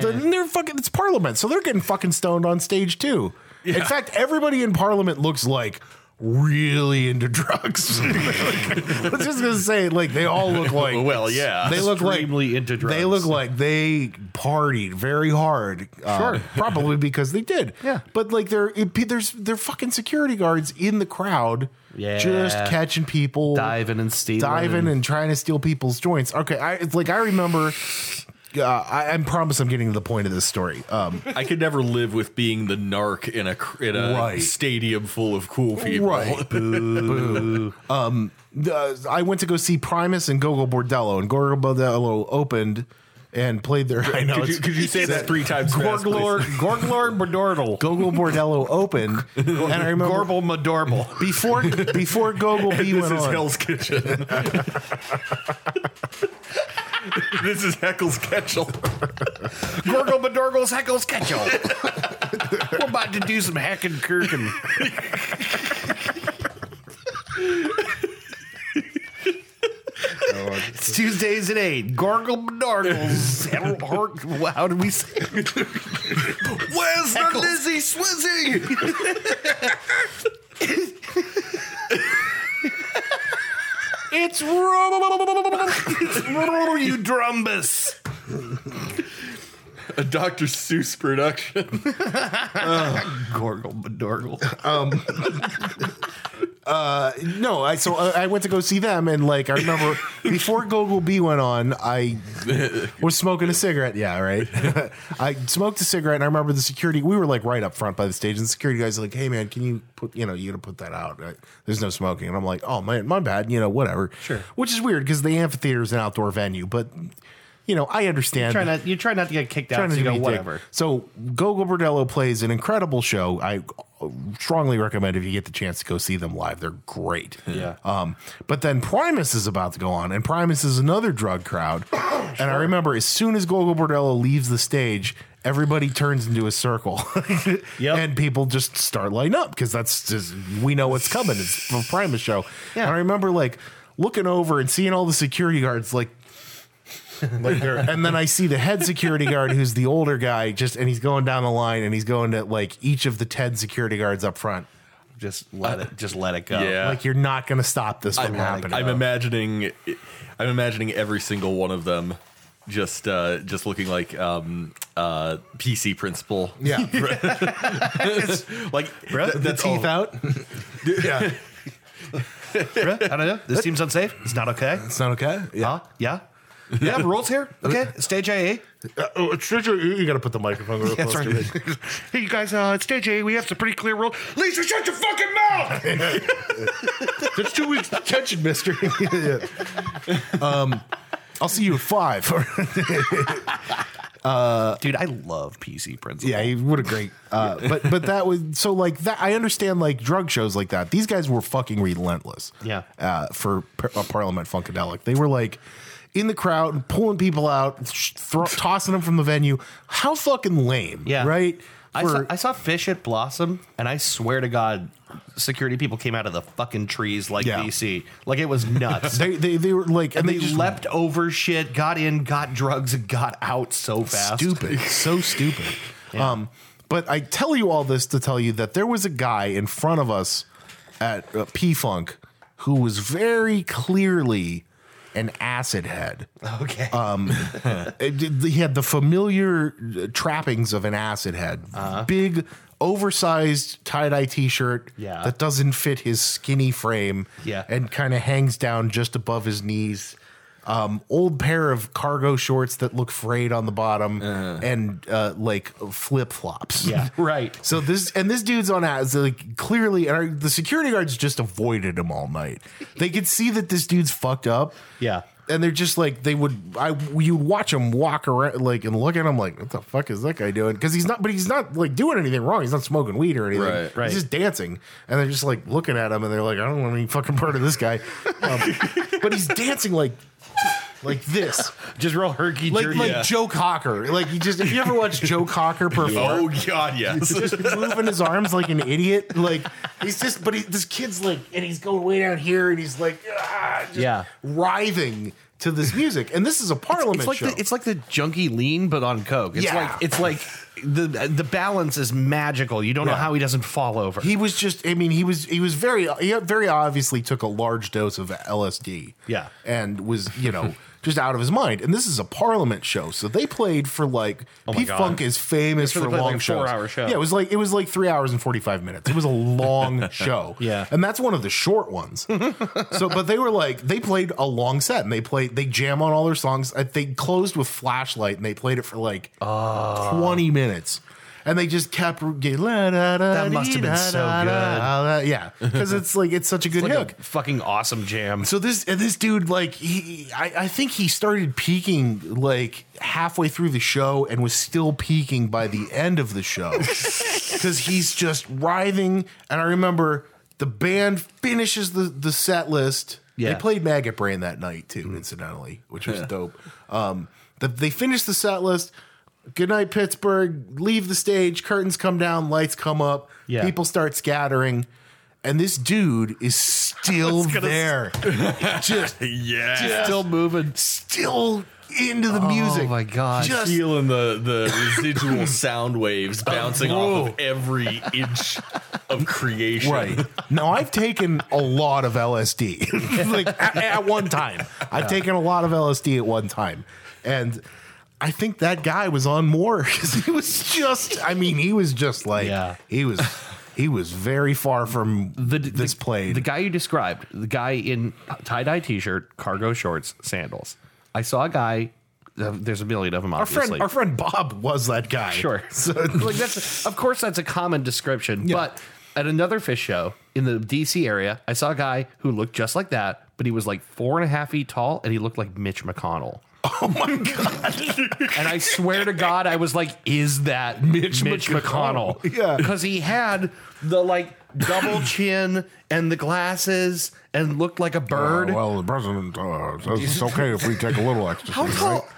<laughs> then they're fucking it's Parliament, so they're getting fucking stoned on stage too. In fact, everybody in Parliament looks like really into <laughs> drugs. I was just gonna say, like they all <laughs> look like Well, yeah. they look like Extremely into They drugs. look like they partied very hard. Sure, probably <laughs> because they did. Yeah. but like they're it, there's they're fucking security guards in the crowd. Yeah. just catching people diving and stealing. diving and trying to steal people's joints. Okay, I it's like I remember. Uh, I, I promise I'm getting to the point of this story. Um, I could never live with being the narc in a cr- in a Right. stadium full of cool people. <laughs> <laughs> uh, I went to go see Primus and Gogo Bordello, and Gogo Bordello opened and played their. I know Could you, it's- could you say that three times? fast, Gorglor, please? Gorglor Bordortle. Gogol Bordello <laughs> opened, and I remember Gorble Madorble. before before Gogol B <laughs> This went is on. <laughs> Hell's Kitchen. <laughs> this is Heckle's Ketchel. Gorgle Madorgle's Heckles Ketchel. <laughs> We're about to do some hacking kirkin. It's Tuesdays at 8. Gorgle Madorgle's. <laughs> How did we say it? Where's the Lizzie Swizzy? It's Rum, you drumbus. A Dr. Seuss production. Gorgle Madorgle. No, I so uh, I I went to go see them, and like I remember before Gogol B went on, I was smoking a cigarette. Yeah, right. I smoked a cigarette, and I remember the security. We were like right up front by the stage, and the security guys were like, "Hey, man, can you put you know you gotta put that out? Uh, There's no smoking." And I'm like, "Oh man, my bad. You know, whatever." Sure. Which is weird because the amphitheater is an outdoor venue, but you know I understand Try not, you try not to get kicked out. trying So to you go, do me dick. whatever. So Gogo Bordello plays an incredible show. I uh, strongly recommend if you get the chance to go see them live. They're great. Yeah. Um, but then Primus is about to go on, and Primus is another drug crowd. And I remember as soon as Gogo Bordello leaves the stage, everybody turns into a circle. <laughs> Yep. And people just start lining up because that's just we know what's coming. It's a Primus show. Yeah. And I remember like looking over and seeing all the security guards like <laughs> like they're- and then I see the head security guard, who's the older guy, just and he's going down the line, and he's going to like each of the ten security guards up front. Just let it. Just let it go. Yeah. Like you're not going to stop this from I'm, happening. I'm imagining, I'm imagining every single one of them, just uh, just looking like um, uh, PC principal. yeah, like Bruh, th- the that's teeth all. out. yeah, I don't know. This seems unsafe. It's not okay. it's not okay. Yeah, Huh? <laughs> Yeah. Yeah, rules here. Okay, stage A. eh? oh, it's- it's- you got to put the microphone <laughs> real close to it. <laughs> hey, you guys, uh, it's stage A. We have some pretty clear rules. Lisa, shut your fucking mouth! It's two weeks detention, Mister. <laughs> yeah. Um, I'll see you at five. <laughs> Uh, Dude, I love PC Principal. Yeah, he what a great. Uh, <laughs> but but that was so like that. I understand like drug shows like that. These guys were fucking relentless. Yeah. Uh, for par- uh, Parliament Funkadelic, they were like in the crowd pulling people out, sh- throw, tossing them from the venue. How fucking lame. Yeah. Right. I For- saw, I saw fish at Blossom, and I swear to God, security people came out of the fucking trees like Yeah. DC. Like it <laughs> was nuts. they, they they were like and they, just- leapt over shit, got in, got drugs, and got out so fast. Stupid. so stupid. Um, but I tell you all this to tell you that there was a guy in front of us at uh, P Funk who was very clearly an acid head. Okay. <laughs> Um, it did- he had the familiar uh, trappings of an acid head. Uh-huh. Big, oversized tie dye t shirt Yeah. that doesn't fit his skinny frame Yeah. and kind of hangs down just above his knees. Um, old pair of cargo shorts that look frayed on the bottom and uh, like flip flops. Uh-huh. <laughs> <laughs> yeah. Right. So this and this dude's on ads like clearly, and our, the security guards just avoided him all night. They could see that this dude's fucked up. Yeah. and they're just like they would. I you would watch him walk around like and look at him like what the fuck is that guy doing? Because he's not, but he's not like doing anything wrong. He's not smoking weed or anything. Right, right. He's just dancing, and they're just like looking at him, and they're like, I don't want any fucking part of this guy. Um, but he's dancing like like this, Just real herky like jerky. like Joe Cocker. Like you just if you ever watch Joe Cocker perform. <laughs> Oh God, yes. just moving his arms like an idiot. Like he's just, but he, this kid's like, and he's going way down here, and he's like, ah, just Yeah. writhing to this music. And this is a parliament It's like show. the, it's like the junkie lean, but on coke. It's Yeah. like it's like the the balance is magical. You don't know Yeah. how he doesn't fall over. he was just, I mean, he was, he was very, he very obviously took a large dose of LSD. Yeah. and was, you <laughs> know. Just out of his mind, and this is a parliament show, so they played for like Oh my Pete God. Funk is famous They for played like long a shows. four-hour show. Yeah, it was like it was like three hours and forty five minutes. It was <laughs> a long show. Yeah. and that's one of the short ones. so but they were like they played a long set and they played they jam on all their songs Uh, they closed with flashlight and they played it for like Oh, 20 minutes and they just kept that That must have been so good. yeah because it's like it's such a good It's hook like a fucking awesome jam. so this and this dude like he I, I think he started peaking like halfway through the show and was still peaking by the end of <laughs> the show because he's just writhing and i remember the band finishes the the set list Yeah. Mm-hmm. they played maggot brain that night too incidentally which was dope um the, they finished the set list good night pittsburgh leave the stage curtains come down lights come up Yeah. people start scattering and this dude <laughs> is still gonna <laughs> there, just <laughs> yeah. Still moving. Oh still into the music. my God. Just Feeling the, the <clears throat> residual sound waves bouncing off of every inch <laughs> of creation. right <laughs> now, I've taken a lot of LSD, <laughs> like at, at one time. I've taken a lot of LSD at one time, and I think that guy was on more <laughs> because he was just. I mean, he was just like Yeah. he was. He was very far from the, this the, plane. The guy you described, the guy in tie dye t shirt, cargo shorts, sandals. I saw a guy. uh, There's a million of them. our Obviously, friend, our friend Bob was that <laughs> guy. Sure. <laughs> So, like that's of course that's a common description. But at another fish show in the DC area, I saw a guy who looked just like that, but he was like four and a half feet tall and he looked like Mitch McConnell. <laughs> oh my god. <laughs> And I swear to God, I was like, is that Mitch, McConnell? <laughs> Yeah. Because he had the like double chin and the glasses and looked like a Oh, bird. well, the president uh, says it's okay if we take a little ecstasy. How tall?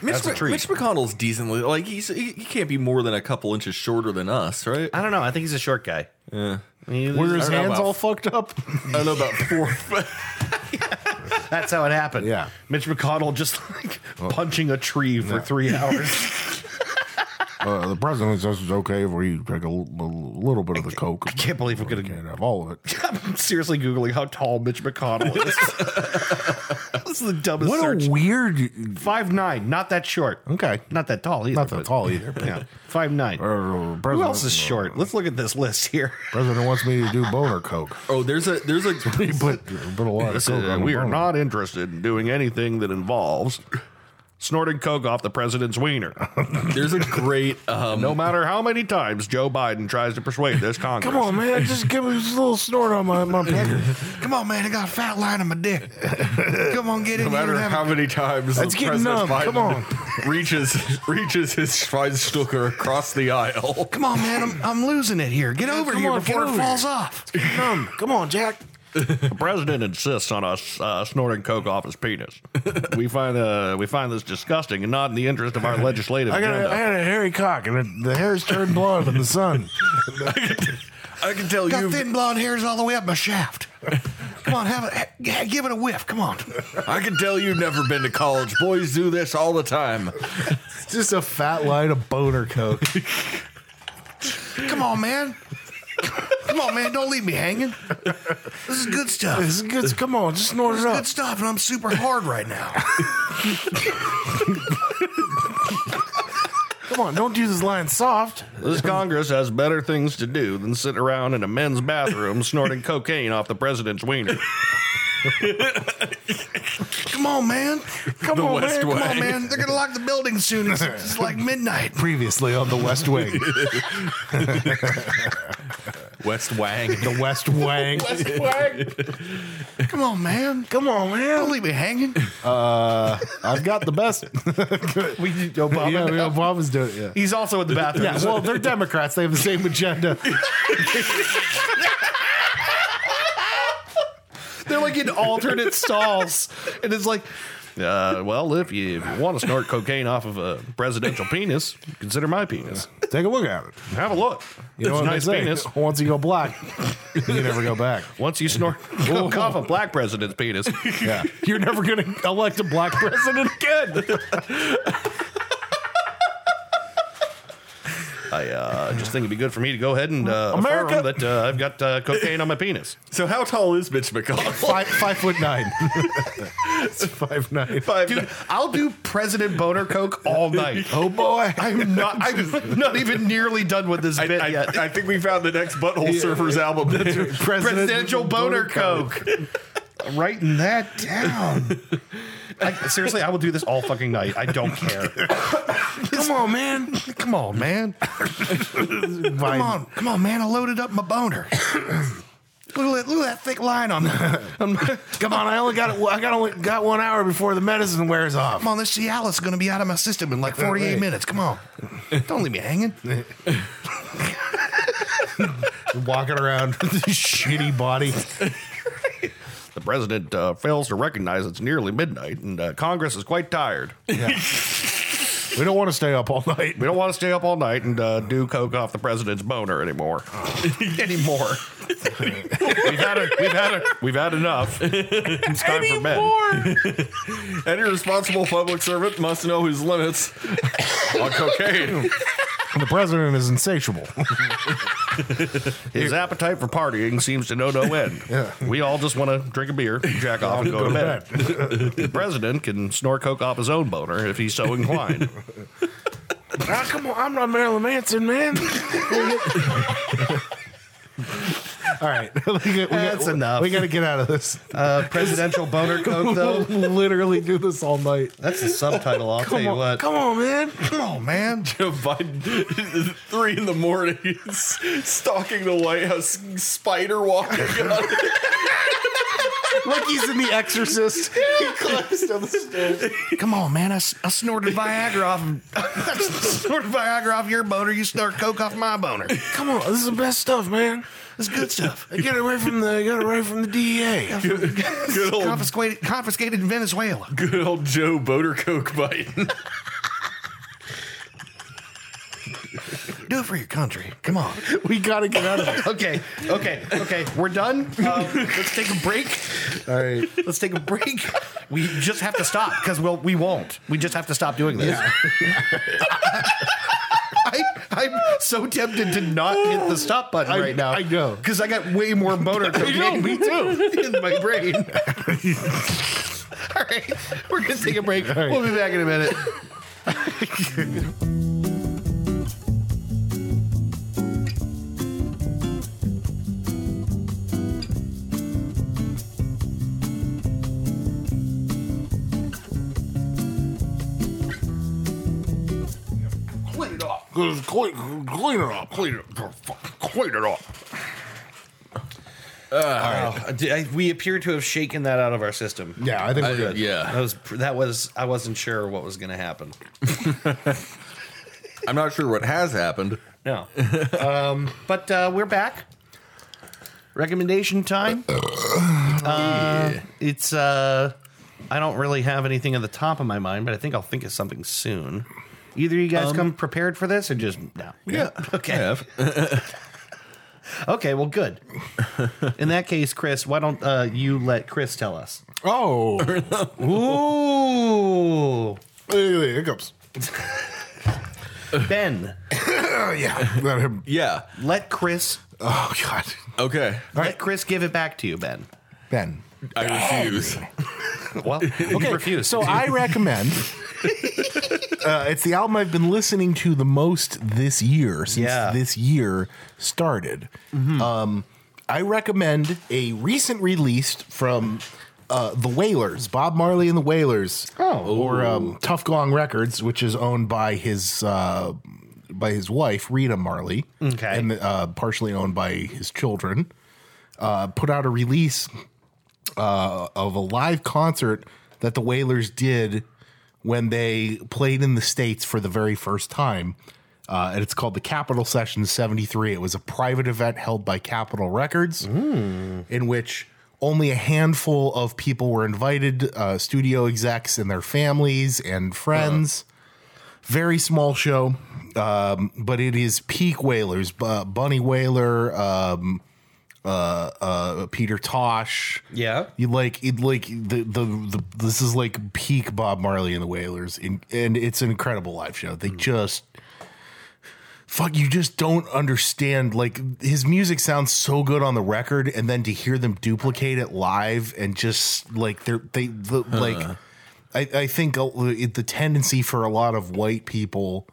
Mitch, a Mc- treat. Mitch McConnell's decently like he's he, he can't be more than a couple inches shorter than us, right? I don't know. I think he's a short guy. Yeah. Were his I don't know hands about- all fucked up? I don't know about four. That's how it happened. Yeah. Mitch McConnell just like Oh. punching a tree for three hours. Uh, the president says it's okay if we take a, l- l- little bit of the coke. I can't believe we're gonna- <laughs> can't have all of <laughs> it. <laughs> I'm seriously googling how tall Mitch McConnell is. <laughs> this is the dumbest What search. a weird. five nine, not that short. Okay. not that tall either. Not that but- tall either. but- Yeah, five nine. Uh, the Who president- else is short? Let's look at this list here. president wants me to do boner <laughs> coke. Oh, there's <laughs> a there's a He put, put a lot of Uh, coke on the boner. interested in doing anything that involves snorting coke off the president's wiener, <laughs> there's a great um no matter how many times Joe Biden tries to persuade this Congress. <laughs> Come on, man. Just give me just a little snort on my, <laughs> my pecker. Come on, man. I got a fat line on my <laughs> dick. Come on, get in here no matter and have how many times Let's get numb. Come on. reaches <laughs> reaches his Schweinsteiger across the aisle. Come on, man. I'm, I'm losing it here. Get over come here on, before get it over falls off. Numb. Come on, Jack. <laughs> The president insists on us uh, snorting coke off his penis. we find uh, we find this disgusting and not in the interest of our <laughs> legislative I got a, agenda. I had a hairy cock, and it, the hair's turned blonde in the sun. I can tell Got you thin blonde hairs all the way up my shaft. Come on, have it. ha- yeah, Give it a whiff. Come on. I can tell you've never been to college. Boys do this all the time. It's just a fat line of boner coke. Come on, man. Come on, man, don't leave me hanging. This is good stuff. This is good. Come on, just snort it up. Good stuff, and I'm super hard right now. Come on, don't do this line soft. This Congress has better things to do than sit around in a men's <laughs> bathroom snorting cocaine off the president's wiener. Come on, man. Come on, West man. Wing. Come on, man. They're gonna lock the building soon. It's, it's like midnight. Previously on the West Wing, West Wang. the <laughs> West Wang. Come on, man. Come on, Don't man. Uh, leave me hanging. I've got the <laughs> best. we, yeah, yeah, Obama's doing it. Yeah. He's also in the bathroom. Yeah, well, they're Democrats. They have the same agenda. They're like in alternate stalls, and it's like, uh, well, if you want to snort cocaine off of a presidential penis, consider my penis. Take a look at it. Have a look. You know it's a what nice they say? penis. Once you go black, you never go back. Once you <laughs> snort coke off a black president's penis, Yeah, <laughs> you're never going to elect a black president again. I uh, just think it'd be good for me to go ahead and uh, America- affirm that uh, I've got uh, cocaine on my penis. So how tall is Mitch <laughs> <laughs> McConnell? Five, five foot nine. it's five nine. Five. Dude, I'll do President Boner Coke all <laughs> night. Oh boy. I'm not. I'm not even nearly done with this I, bit I- yet. I think we found the next Butthole Surfers album. Presidential Boner Coke. Writing that <laughs> down. I, seriously, I will do this all fucking night. I don't care. Come on, man. <laughs> Come on, man. Come on, come on, man. I loaded up my <clears throat> boner. Look at, that, look at that thick line on <laughs> there. Come on. I only got I got only got one hour before the medicine wears off. Come on, this Cialis is going to be out of my system in like 48 Right. minutes. Come on. Don't leave me hanging. <laughs> Walking around with this shitty body. The president uh, fails to recognize it's nearly midnight, and uh, Congress is quite tired. We We don't want to stay up all night. don't want to stay up all night and uh, do coke off the president's boner <laughs> anymore. anymore. we've had a, we've had a, we've had enough. It's time for bed. <laughs> Any responsible public servant must know his limits on cocaine. The president is insatiable. His appetite for partying seems to know no end. We all just want to drink a beer, jack off, and go, to bed. the president can snort coke off his own boner if he's so inclined. Ah, come on, I'm not Marilyn Manson, man. All right, <laughs> we got- we got- That's enough. We got to get out of this. Uh, presidential boner <laughs> coke, though. Literally do this all night. That's the subtitle. I'll tell Come on, come on, man. Come on, man. <laughs> Joe Biden, three in the morning, he's stalking the White House, spider walking. <laughs> on it. Like he's in The Exorcist. Come on, man. I, s- I snorted Viagra off. I <laughs> snorted Viagra off your boner. You snort Coke off my boner. Come on, this is the best stuff, man. It's good stuff. I Get it away from the, get it away from the DEA. Good old, Confiscated, E confiscated in Venezuela. good old Joe Boner Coke Biden. Do it for your country. Come on. We got to get <laughs> out of here. Okay, okay, okay. We're done. <laughs> Um, let's take a break. All right. Let's take a break. We just have to stop because we'll, we won't. We just have to stop doing this. <laughs> I, I'm so tempted to not hit the stop button I- right now. I know. because <laughs> I got way more motor cocaine me too. <laughs> in my brain. All right, we're gonna take a break. right. We'll be back in a minute. Clean it up. <laughs> Clean, clean it up. Clean it up. Clean it up. Uh, we appear to have shaken that out of our system. Yeah, I think we're good. That was that was I wasn't sure what was gonna happen. I'm not sure what has happened. No. <laughs> um, but uh, we're back. Recommendation time. uh, It's. Uh, I don't really have anything at the top of my mind, but I think I'll think of something soon. Either you guys come prepared for this, or just no. Yeah. <laughs> Okay. I have. <laughs> Okay. Well, good. In that case, Chris, why don't uh, you let Chris tell us? Oh, <laughs> Ooh, Hey, hey, hiccups. Ben, Oh, yeah. That him. <laughs> Yeah. let Chris Oh God, Okay. Let Chris give it back to you, Ben. Ben. I refuse. Well, okay, refuse. So I <laughs> recommend. uh, it's the album I've been listening to the most this year since Yeah. Mm-hmm. this year started. Um, I recommend a recent release from uh, the Wailers, Bob Marley and the Wailers, oh. or um, Tough Gong Records, which is owned by his uh, by his wife Rita Marley, Okay. and uh, partially owned by his children. Uh, put out a release uh, of a live concert that the Whalers did when they played in the States for the very first time. Uh, and it's called the Capitol Session 73. It was a private event held by Capitol Records in which only a handful of people were invited uh, studio execs and their families and friends. Very small show, um, but it is peak whalers. Bu- Bunny Whaler, um, uh, uh, Peter Tosh, yeah. you like it like the, the the this is like peak Bob Marley and the Wailers in, and it's an incredible live show. They just fuck you just don't understand like his music sounds so good on the record and then to hear them duplicate it live and just like they're they the, like I, I think uh, it- the tendency for a lot of white people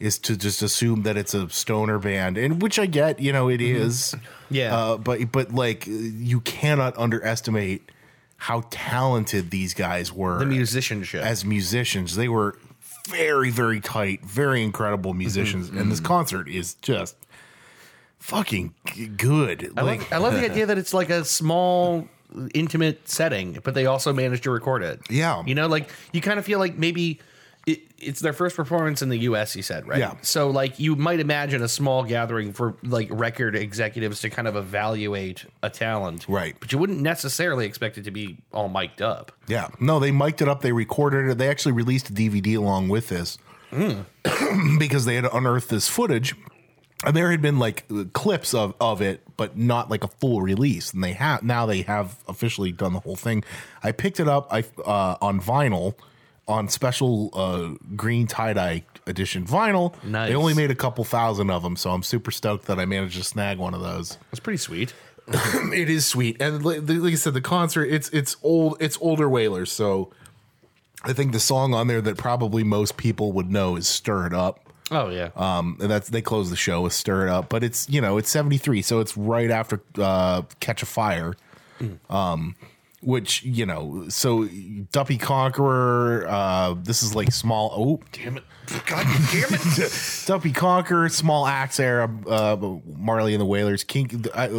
is to just assume that it's a stoner band, and which I get, you know, it is. Mm-hmm. Yeah. Uh, but but like you cannot underestimate how talented these guys were The musicianship. as musicians. They were very very tight, very incredible Mm-hmm. musicians, and this concert is just fucking g- good. I like. I love the idea that it's like a small, intimate setting, but they also managed to record it. Yeah. you know, like you kind of feel like maybe it, it's their first performance in the U.S. You said, right? Yeah. So, like, you might imagine a small gathering for like record executives to kind of evaluate a talent, Right. But you wouldn't necessarily expect it to be all mic'd up. Yeah. No, they mic'd it up. They recorded it. They actually released a DVD along with this <clears throat> because they had unearthed this footage. And there had been like clips of, of it, but not like a full release. And they have now they have officially done the whole thing. I picked it up I uh, on vinyl on special uh, green tie dye edition vinyl. Nice. They only made a couple thousand of them, so I'm super stoked that I managed to snag one of those That's pretty sweet. <clears throat> it is sweet and li- like i said the concert it's it's old it's older whalers so i think the song on there that probably most people would know is stir it up Oh yeah. um and that's they close the show with stir it up but it's you know it's 73 so it's right after uh catch a fire um which you know so duppy conqueror uh this is like small oh damn it God damn it. <laughs> Dumpy Conquer, Small Axe Era, uh, Marley and the Wailers, King, uh,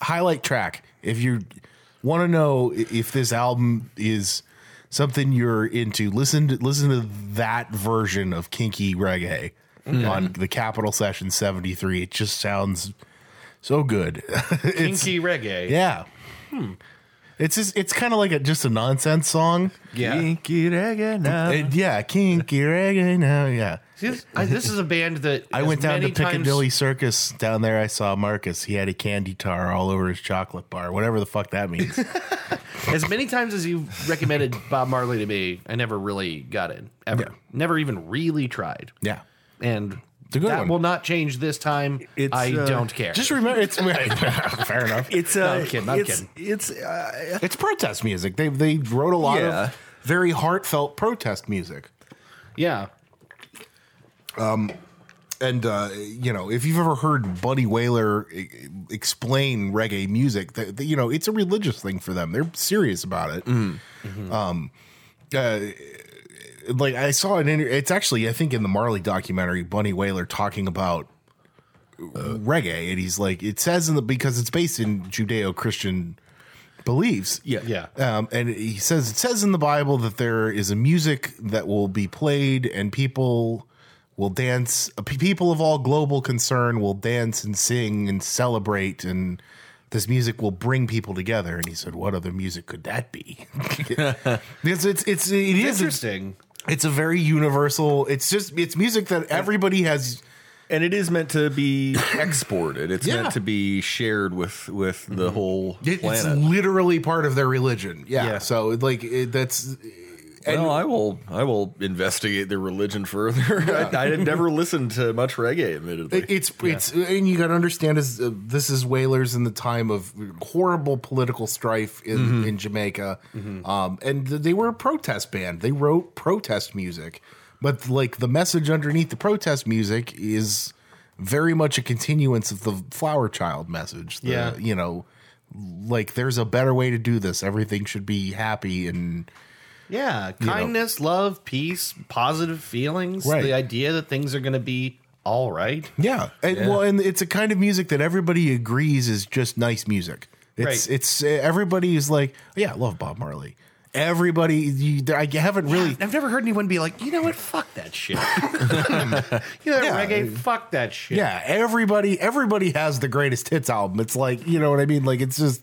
highlight track. If you want to know i- if this album is something you're into, listen to, listen to that version of Kinky Reggae on the Capitol Session 73. It just sounds so good. <laughs> It's- Kinky reggae. yeah. Hmm. It's just, it's kind of like a, just a nonsense song. Yeah. Kinky reggae now. Uh, yeah, kinky reggae now. Yeah. See, this, I, this is a band that I as went down to many times- Piccadilly Circus down there. I saw Marcus. He had a candy tar all over his chocolate bar, whatever the fuck that means. As many times as you recommended Bob Marley to me, I never really got in. Ever. Yeah. Never even really tried. <laughs> yeah. And a good that one. will not change this time. It's, I uh, don't care. Just remember, <laughs> it's fair enough. It's uh, I'm kidding, I'm it's, It's uh, It's protest music. They they wrote a lot Yeah. of very heartfelt protest music. yeah. And uh, you know, if you've ever heard Buddy Whaler e- explain reggae music, that that, you know it's a religious thing for them. They're serious about it. Um, uh, like I saw an inter- it's actually I think in the Marley documentary Bunny Whaler talking about uh, reggae and he's like it says in the because it's based in Judeo-Christian beliefs. Yeah. Yeah. Um, and he says it says in the Bible that there is a music that will be played and people will dance p- people of all global concern will dance and sing and celebrate and this music will bring people together and he said what other music could that <laughs> be because it's it's it is a- Interesting. it's a very universal. It's just it's music that everybody has. and it is meant to be <coughs> exported. It's Yeah. meant to be shared with with the whole it- it's planet. literally part of their religion. Yeah. Yeah. So like it, that's well, I will. I will investigate their religion further. <laughs> I, I had never listened to much reggae, admittedly. It- It's it's and you got to understand is uh, this is whalers in the time of horrible political strife in in Jamaica, um, and th- they were a protest band. They wrote protest music, but like the message underneath the protest music is very much a continuance of the flower child message. The, Yeah. you know, like there's a better way to do this. Everything should be happy and Yeah, kindness, love, peace, positive feelings. Right. The idea that things are going to be all right. Yeah. And well, and it's a kind of music that everybody agrees is just nice music. It's Right. it's eh, everybody is like, "Oh, yeah, I love Bob Marley. Everybody, you, I haven't really. I've never heard anyone be like, you know what? Fuck that <laughs> shit. you know, Yeah. reggae. Fuck that shit. Yeah, everybody, everybody has the greatest hits album. It's like you know what I mean. Like it's just,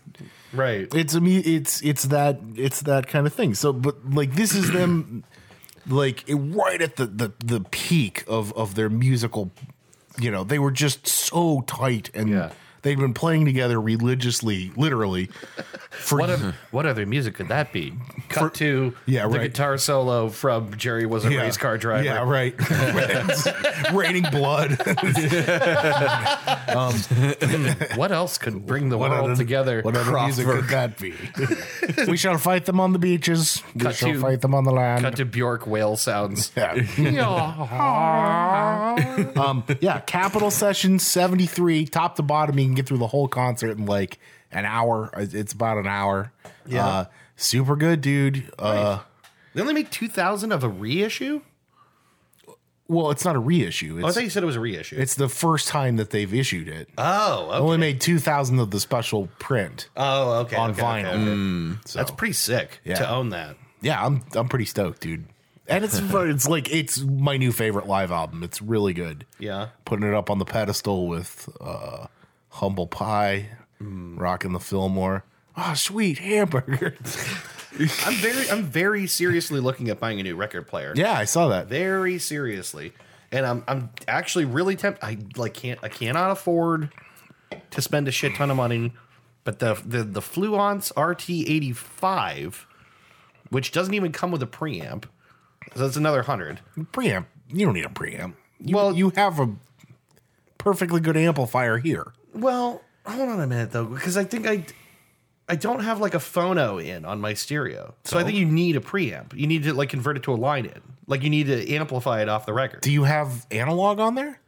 Right. it's a me, it's it's that it's that kind of thing. So, but like this is them, <clears throat> like it- right at the the the peak of of their musical. You know, they were just so tight, and Yeah. they'd been playing together religiously, literally, for <laughs> What other, what other music could that be? Cut to Yeah, the right. guitar solo from Jerry was a Yeah. <laughs> race car driver. Yeah, right. <laughs> It's Raining <laughs> blood. What else could bring the world other- together? What other music could that be? we shall fight them on the beaches. We Cut shall to- fight them on the land. Cut to Bjork <laughs> whale sounds. yeah. um, yeah, Capital Session 73, top to bottom. You can get through the whole concert in like an hour. It's about an hour. Yeah. Uh, super good, dude. Uh, They only made 2,000 of a reissue? well, it's not a reissue. Oh, I It's, thought you said it was a reissue. it's the first time that they've issued it. oh, okay. Only made 2,000 of the special print. oh, okay. on okay, vinyl. okay, Mm. okay. So. That's pretty sick Yeah. to own that. yeah, I'm I'm pretty stoked, dude. And <laughs> it's it's like it's my new favorite live album. It's really good. Yeah. Putting it up on the pedestal with uh Humble Pie, rocking the Fillmore. Oh, sweet hamburger. <laughs> I'm very I'm very seriously looking at buying a new record player. yeah, I saw that. Very seriously. And I'm I'm actually really tempted I like can't I cannot afford to spend a shit ton of money. But the the, the Fluence RT eighty five, which doesn't even come with a preamp. So that's another hundred. Preamp. You don't need a preamp. You, Well- well, you have a perfectly good amplifier here. Well, hold on a minute though, because I think I I don't have like a phono in on my stereo. So I think you need a preamp. You need to like convert it to a line in. Like you need to amplify it off the record. Do you have analog on there?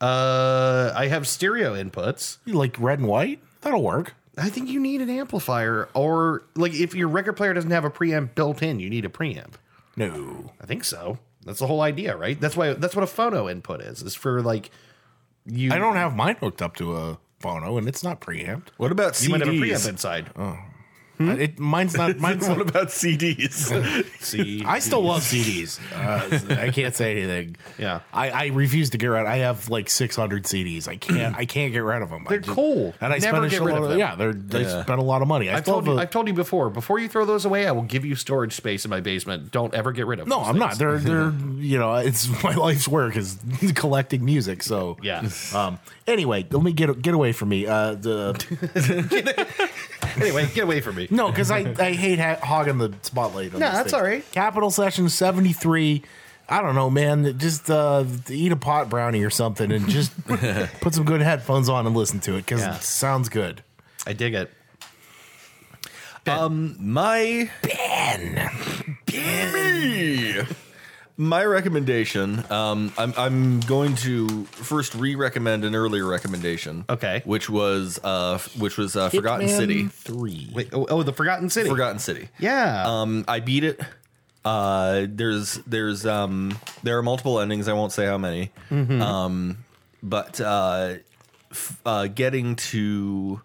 Uh, I have stereo inputs. You like red and white? That'll work. I think you need an amplifier, or like if your record player doesn't have a preamp built in, you need a preamp. No. I think so. That's the whole idea, right? That's why that's what a phono input is. Is for like you. I don't have mine hooked up to a phono and it's not preamped. what about You might have a preamp CDs? inside. Oh, <laughs> It mine's not <laughs> mine's What not, about CDs? See, I still love CDs. Uh, I can't say anything. Yeah. I, I refuse to get rid. I have like 600 CDs. I can't. I can't get rid of them. They're cool. and I Never spend a get shit rid lot of of, them. yeah. They're, they spent a lot of money. I I've still told have you. a- I've told you before. Before you throw those away, I will give you storage space in my basement. Don't ever get rid of. no, those I'm not. things. They're they're <laughs> you know it's my life's work is <laughs> collecting music. So Yeah. Um. Anyway, let me get get away from me. Uh. The Anyway, get away from me. No, because I, I hate ha- hogging the spotlight. On No, these that's things. all right. Capital Session 73. I don't know, man. Just uh, eat a pot brownie or something and just put some good headphones on and listen to it because Yeah. it sounds good. <laughs> I dig it. My Ben. My recommendation. Um, I'm I'm going to first re-recommend an earlier recommendation. Okay. Which was uh, f- which was uh, Forgotten City. Three. Wait. Oh, oh, the Forgotten City. Forgotten City. Yeah. Um, I beat it. Uh, there's there's um there are multiple endings. I won't say how many. Um, but uh, f- uh, getting to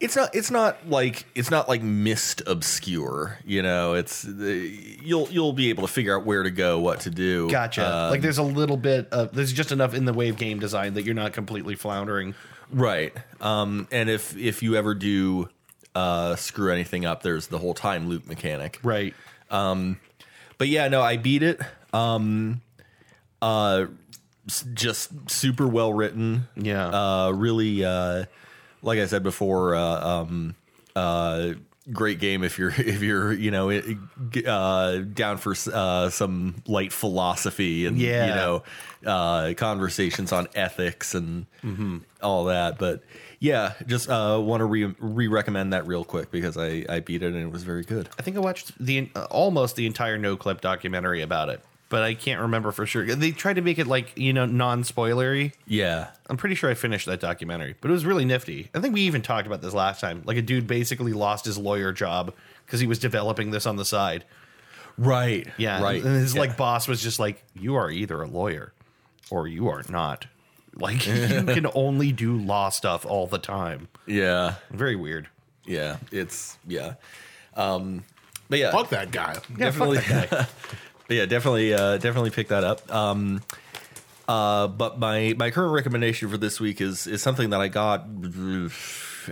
it's not it's not like it's not like mist obscure. You know, it's the- you'll you'll be able to figure out where to go, what to do. Gotcha. Uh, like there's a little bit of there's just enough in the way of game design that you're not completely floundering. Right. Um, and if if you ever do uh, screw anything up, there's the whole time loop mechanic. Right. but yeah, no, I beat it. Um, uh, s- just super well written. Yeah. Uh, really, uh, like I said before, uh, um, uh, great game if you're <laughs> if you're you know it- uh, down for uh, some light philosophy and you Yeah. know uh, conversations on ethics and Mm-hmm. all that. But yeah, just uh, want to re re recommend that real quick because I I beat it and it was very good. I think I watched the uh, almost the entire No Clip documentary about it, but I can't remember for sure. They tried to make it like you know non spoilery. Yeah, I'm pretty sure I finished that documentary, but it was really nifty. I think we even talked about this last time. Like a dude basically lost his lawyer job because he was developing this on the side. right. Yeah, right. And his Yeah. like boss was just like, "You are either a lawyer, or you are not. Like <laughs> you can only do law stuff all the time. yeah, Very weird." yeah. It's yeah, um, but yeah, Fuck that guy. Yeah, fuck Definitely. that guy. <laughs> But yeah, definitely, uh, definitely pick that up. Um, uh, but my my current recommendation for this week is is something that I got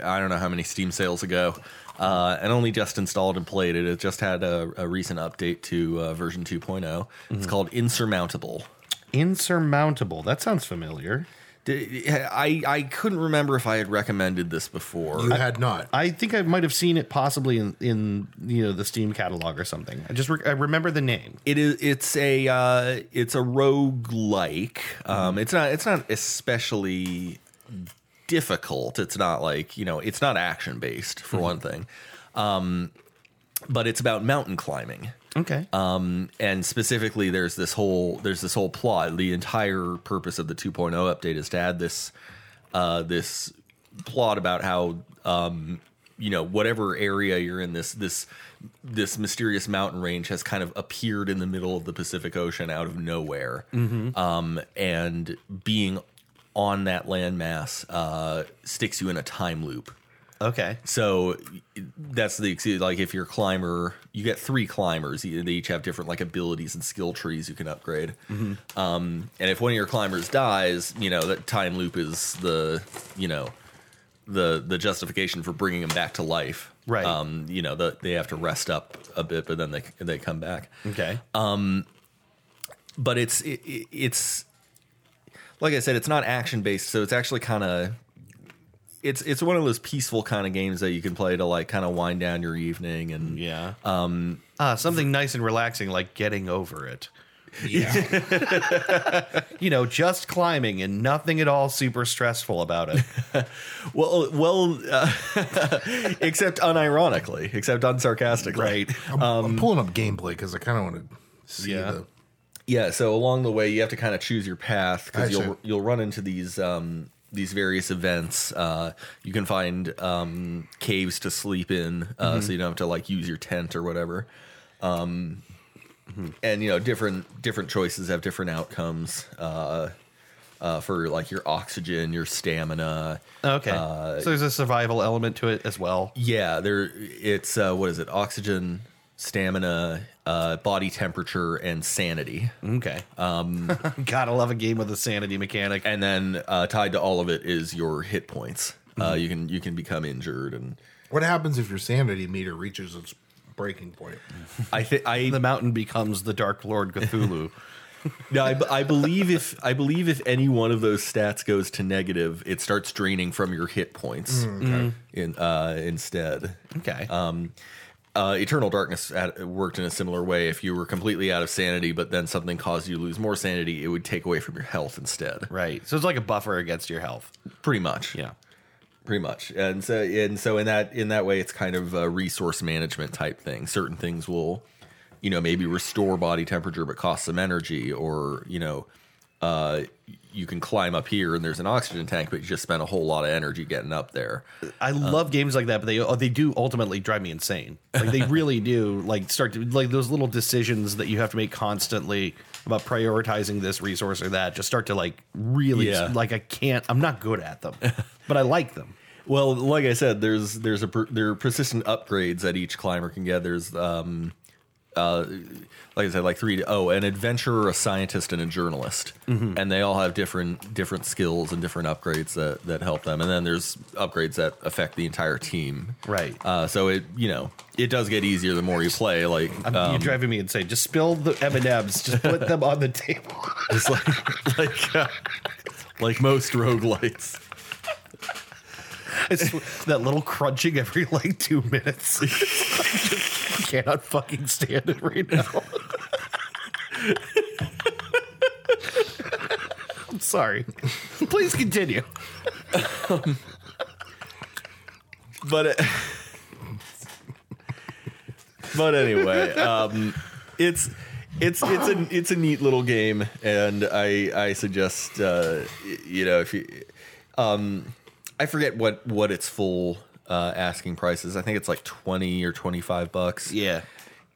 I don't know how many Steam sales ago, uh, and only just installed and played it. It just had a, a recent update to uh, version 2 Mm-hmm. It's called Insurmountable. Insurmountable. That sounds familiar. D- I I couldn't remember if I had recommended this before. You had not. I think I might have seen it possibly in, in you know the Steam catalog or something. I just re- I remember the name. it is it's a uh it's a rogue like um it's not it's not especially difficult it's not like you know it's not action based for one thing um but it's about mountain climbing Okay. um, and specifically there's this whole there's this whole plot the entire purpose of the 2.0 update is to add this uh, this plot about how um, you know whatever area you're in this this this mysterious mountain range has kind of appeared in the middle of the Pacific Ocean out of nowhere um, and being on that landmass uh, sticks you in a time loop okay. so that's the like if you're a climber, you get three climbers. They each have different like abilities and skill trees you can upgrade. Um, and if one of your climbers dies, you know that time loop is the you know the the justification for bringing them back to life. Right. Um, you know the, they have to rest up a bit, but then they they come back Okay. but it's it, it- it's like I said, it's not action based, so it's actually kind of it's it's one of those peaceful kind of games that you can play to like kind of wind down your evening and yeah. Um. something nice and relaxing like getting over it. Yeah. <laughs> You know, just climbing and nothing at all super stressful about it. well well uh, <laughs> except unironically, except unsarcastically. Right. I'm, I'm pulling up gameplay because I kind of want to see Yeah. the. Yeah, so along the way you have to kind of choose your path I because see. you'll you'll run into these um, these various events. Uh, you can find um, caves to sleep in, uh, Mm-hmm. so you don't have to like use your tent or whatever. Mm-hmm. Um, and you know different different choices have different outcomes uh, uh, for like your oxygen, your stamina. Okay. Uh, so there's a survival element to it as well. Yeah, there it's uh, what is it? Oxygen, stamina, uh, body temperature, and sanity. Okay. Um. <laughs> Gotta love a game with a sanity mechanic. and then uh, tied to all of it is your hit points. Uh, Mm-hmm. you can you can become injured, and What happens if your sanity meter reaches its breaking point? I think I the mountain becomes the Dark Lord Cthulhu. no, I, I believe if I believe if any one of those stats goes to negative, it starts draining from your hit points in uh, instead. Mm, okay. Um, uh, Eternal Darkness at, worked in a similar way. If you were completely out of sanity, but then something caused you to lose more sanity, it would take away from your health instead. right. So it's like a buffer against your health. Pretty much. Yeah. pretty much and so and so in that in that way it's kind of a resource management type thing certain things will you know maybe restore body temperature but cost some energy or you know uh you can climb up here and there's an oxygen tank but you just spent a whole lot of energy getting up there I love games like that, but they oh, they do ultimately drive me insane. Like they really do. Like start to like those little decisions that you have to make constantly about prioritizing this resource or that. Just start to like really Yeah. like I can't. I'm not good at them, but I like them. Well, like I said, there's there's a per, there are persistent upgrades that each climber can get. There's um, uh, like I said, like three. To, oh, an adventurer, a scientist, and a journalist, and they all have different different skills and different upgrades that that help them. And then there's upgrades that affect the entire team. Right. Uh, so it you know it does get easier the more you play. Like um, <laughs> You're driving me insane. Just spill the M and M's. Just put them on the table. It's like like uh, like most roguelites. It's <laughs> that little crunching every like two minutes. <laughs> I just cannot fucking stand it right now. <laughs> I'm sorry. Please continue. but uh, it, but anyway, um, it's it's it's a it's a neat little game, and I I suggest uh, y- you know if you um, I forget what what its full uh, asking price is. I think it's like twenty or twenty five bucks Yeah.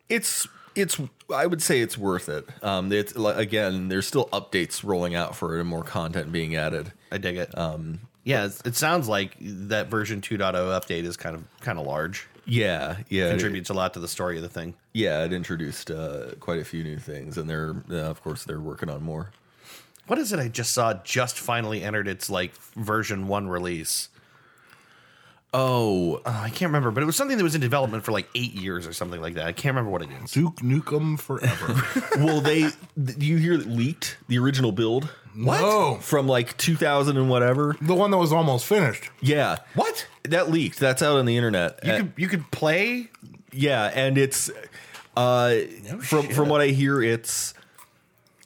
it's it's I would say it's worth it. Um, it's like, again, there's still updates rolling out for it and more content being added. I dig it. Um, yeah, it's, it sounds like that version 2.0 update is kind of kind of large. Yeah, yeah, it- Contributes a lot to the story of the thing. yeah. It introduced uh, quite a few new things, and they're uh, of course they're working on more. What is it I just saw just finally entered its like version 1 release? Oh, Oh, I can't remember, but it was something that was in development for like 8 years or something like that. I can't remember what it is. Duke Nukem Forever. well, they th- you hear it leaked the original build what? No. from like 2000 and whatever. <laughs> The one that was almost finished. Yeah, What? that leaked. That's out on the internet. You Uh, could you could play yeah and it's uh from from what i hear it's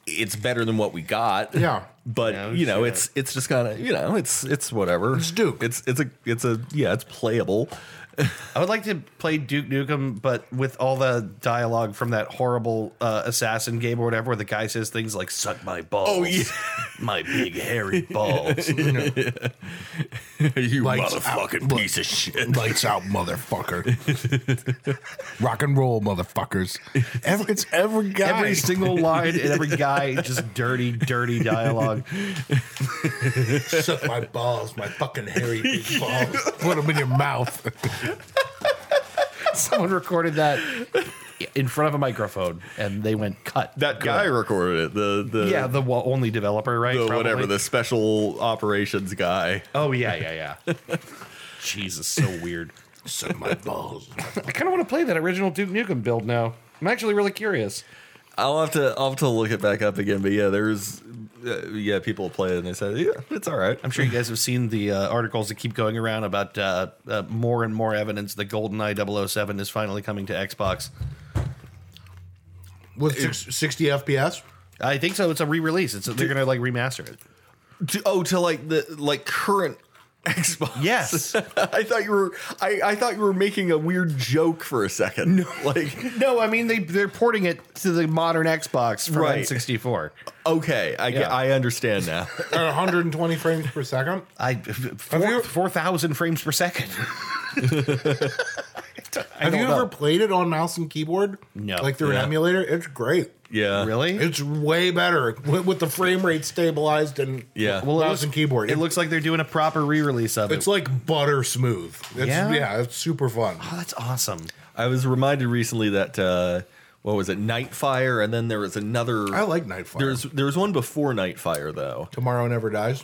it's better than what we got Yeah. but No you know shit. it's it's just kind of you know it's it's whatever it's Duke. it's it's a it's a yeah it's playable I would like to play Duke Nukem, but with all the dialogue from that horrible uh, assassin game or whatever, where the guy says things like "suck my balls," oh yeah. <laughs> my big hairy balls. you Lights out. Look. of shit Lights out, <laughs> motherfucker. Rock and roll, motherfuckers. Every, it's every guy. <laughs> <laughs> every single line and every guy, just dirty, dirty dialogue. Suck my balls, my fucking <laughs> hairy big balls. Put them in your mouth. <laughs> Someone recorded that in front of a microphone, and they went cut. that guy recorded it the the yeah, the wa- only developer, right? the whatever Probably. the special operations guy Oh yeah, yeah, yeah. <laughs> Jesus, so weird. Suck my balls. I kind of want to play that original Duke Nukem build now. I'm actually really curious. I'll have to I'll have to look it back up again but yeah there's uh, yeah people play it and they said yeah it's all right I'm sure you guys have seen the uh, articles that keep going around about uh, uh, more and more evidence that GoldenEye 007 is finally coming to Xbox. With six, 60 FPS? I think so. It's a re-release. It's they're gonna like remaster it. to, oh to like the like current Xbox. <laughs> Yes. I thought you were I, I thought you were making a weird joke for a second. No. <laughs> <laughs> Like No, I mean they they're porting it to the modern Xbox from Right. N64. okay, I get Yeah. I understand <laughs> now. At 120 frames per second? I four four thousand frames per second. Have don't you know. ever played it on mouse and keyboard? No. Like through Yeah. an emulator? It's great. yeah. uh, really? It's way better with, with the frame rate stabilized and Yeah. well, it mouse looks- and keyboard. It looks like they're doing a proper re-release of it's it. like butter smooth. It's, Yeah? yeah? it's super fun. oh, that's awesome. I was reminded recently that uh what was it, Nightfire and then there was another I like Nightfire. there's there was one before Nightfire though. Tomorrow Never Dies.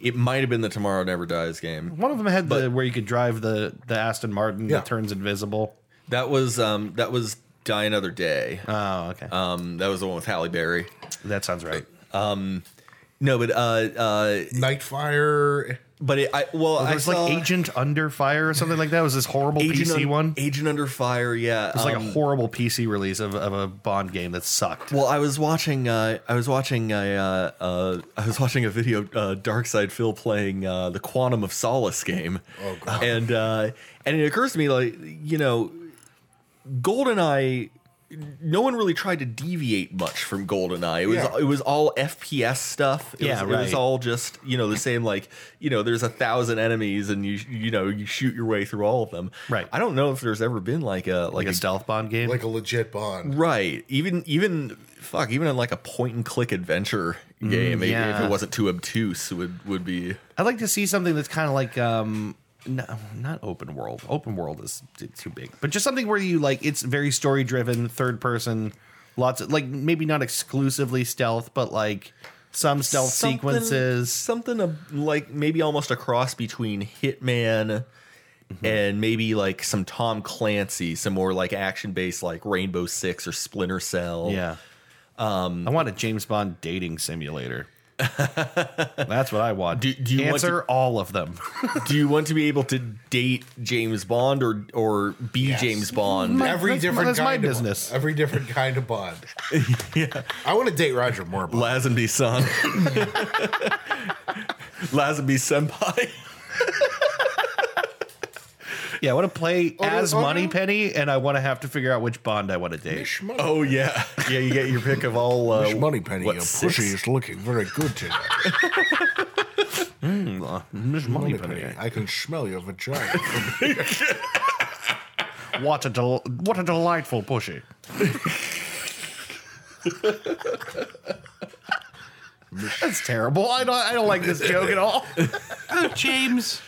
It might have been the Tomorrow Never Dies game. One of them had the where you could drive the the Aston Martin Yeah. that turns invisible. That was um that was Die Another Day. Oh, okay. Um that was the one with Halle Berry. that sounds right. No, but uh uh Nightfire. but it, I well I It was saw like Agent Under Fire or something like that. It was this horrible PC Un- one? It Agent Under Fire, yeah. was like um, a horrible PC release of, of a Bond game that sucked. Well, I was watching. Uh, I was watching. a, Uh, uh, I was watching a video. Uh, Dark Side Phil playing uh, the Quantum of Solace game. Oh god! And uh, and it occurs to me, like you know, GoldenEye. No one really tried to deviate much from GoldenEye. It was Yeah. it was all FPS stuff. It Yeah, was, It was right. all just you know the same like you know there's a thousand enemies and you you know you shoot your way through all of them. Right. I don't know if there's ever been like a like, like a a stealth Bond game. Like a legit Bond. Right. Even even fuck, even in like a point and click adventure game, i- if yeah. it wasn't too obtuse, would would be I'd like to see something that's kind of like um no, not open world. Open world is t- too big. But just something where you like it's very story driven, third person, lots of like maybe not exclusively stealth, but like some stealth Something- sequences. Something of, like maybe almost a cross between Hitman and maybe like some Tom Clancy, some more like action based like Rainbow <laughs> Six or Splinter Cell. <laughs> Yeah. Um I want a James Bond dating simulator. That's what I want. Do- do you want answer all of them? <laughs> Do you want to be able to date James Bond or or be James Bond? Every that's- different that's my kind of Bond. business. Every different kind of <laughs> Bond. I want to date Roger Moore. Bond. Lazenby <laughs> son. Lazenby senpai. Yeah, I want to play as oh, no. Money Penny, and I want to have to figure out which Bond I want to date. Schmoney, Oh yeah, yeah. You get your pick of all. Uh, Penny, what, your six? pussy is looking very good <laughs> today. Hmm, uh, Miss Money Penny. I can smell your vagina. <laughs> What a del- what a delightful pushy. That's terrible. I don't. <laughs> I don't like this joke at all. James.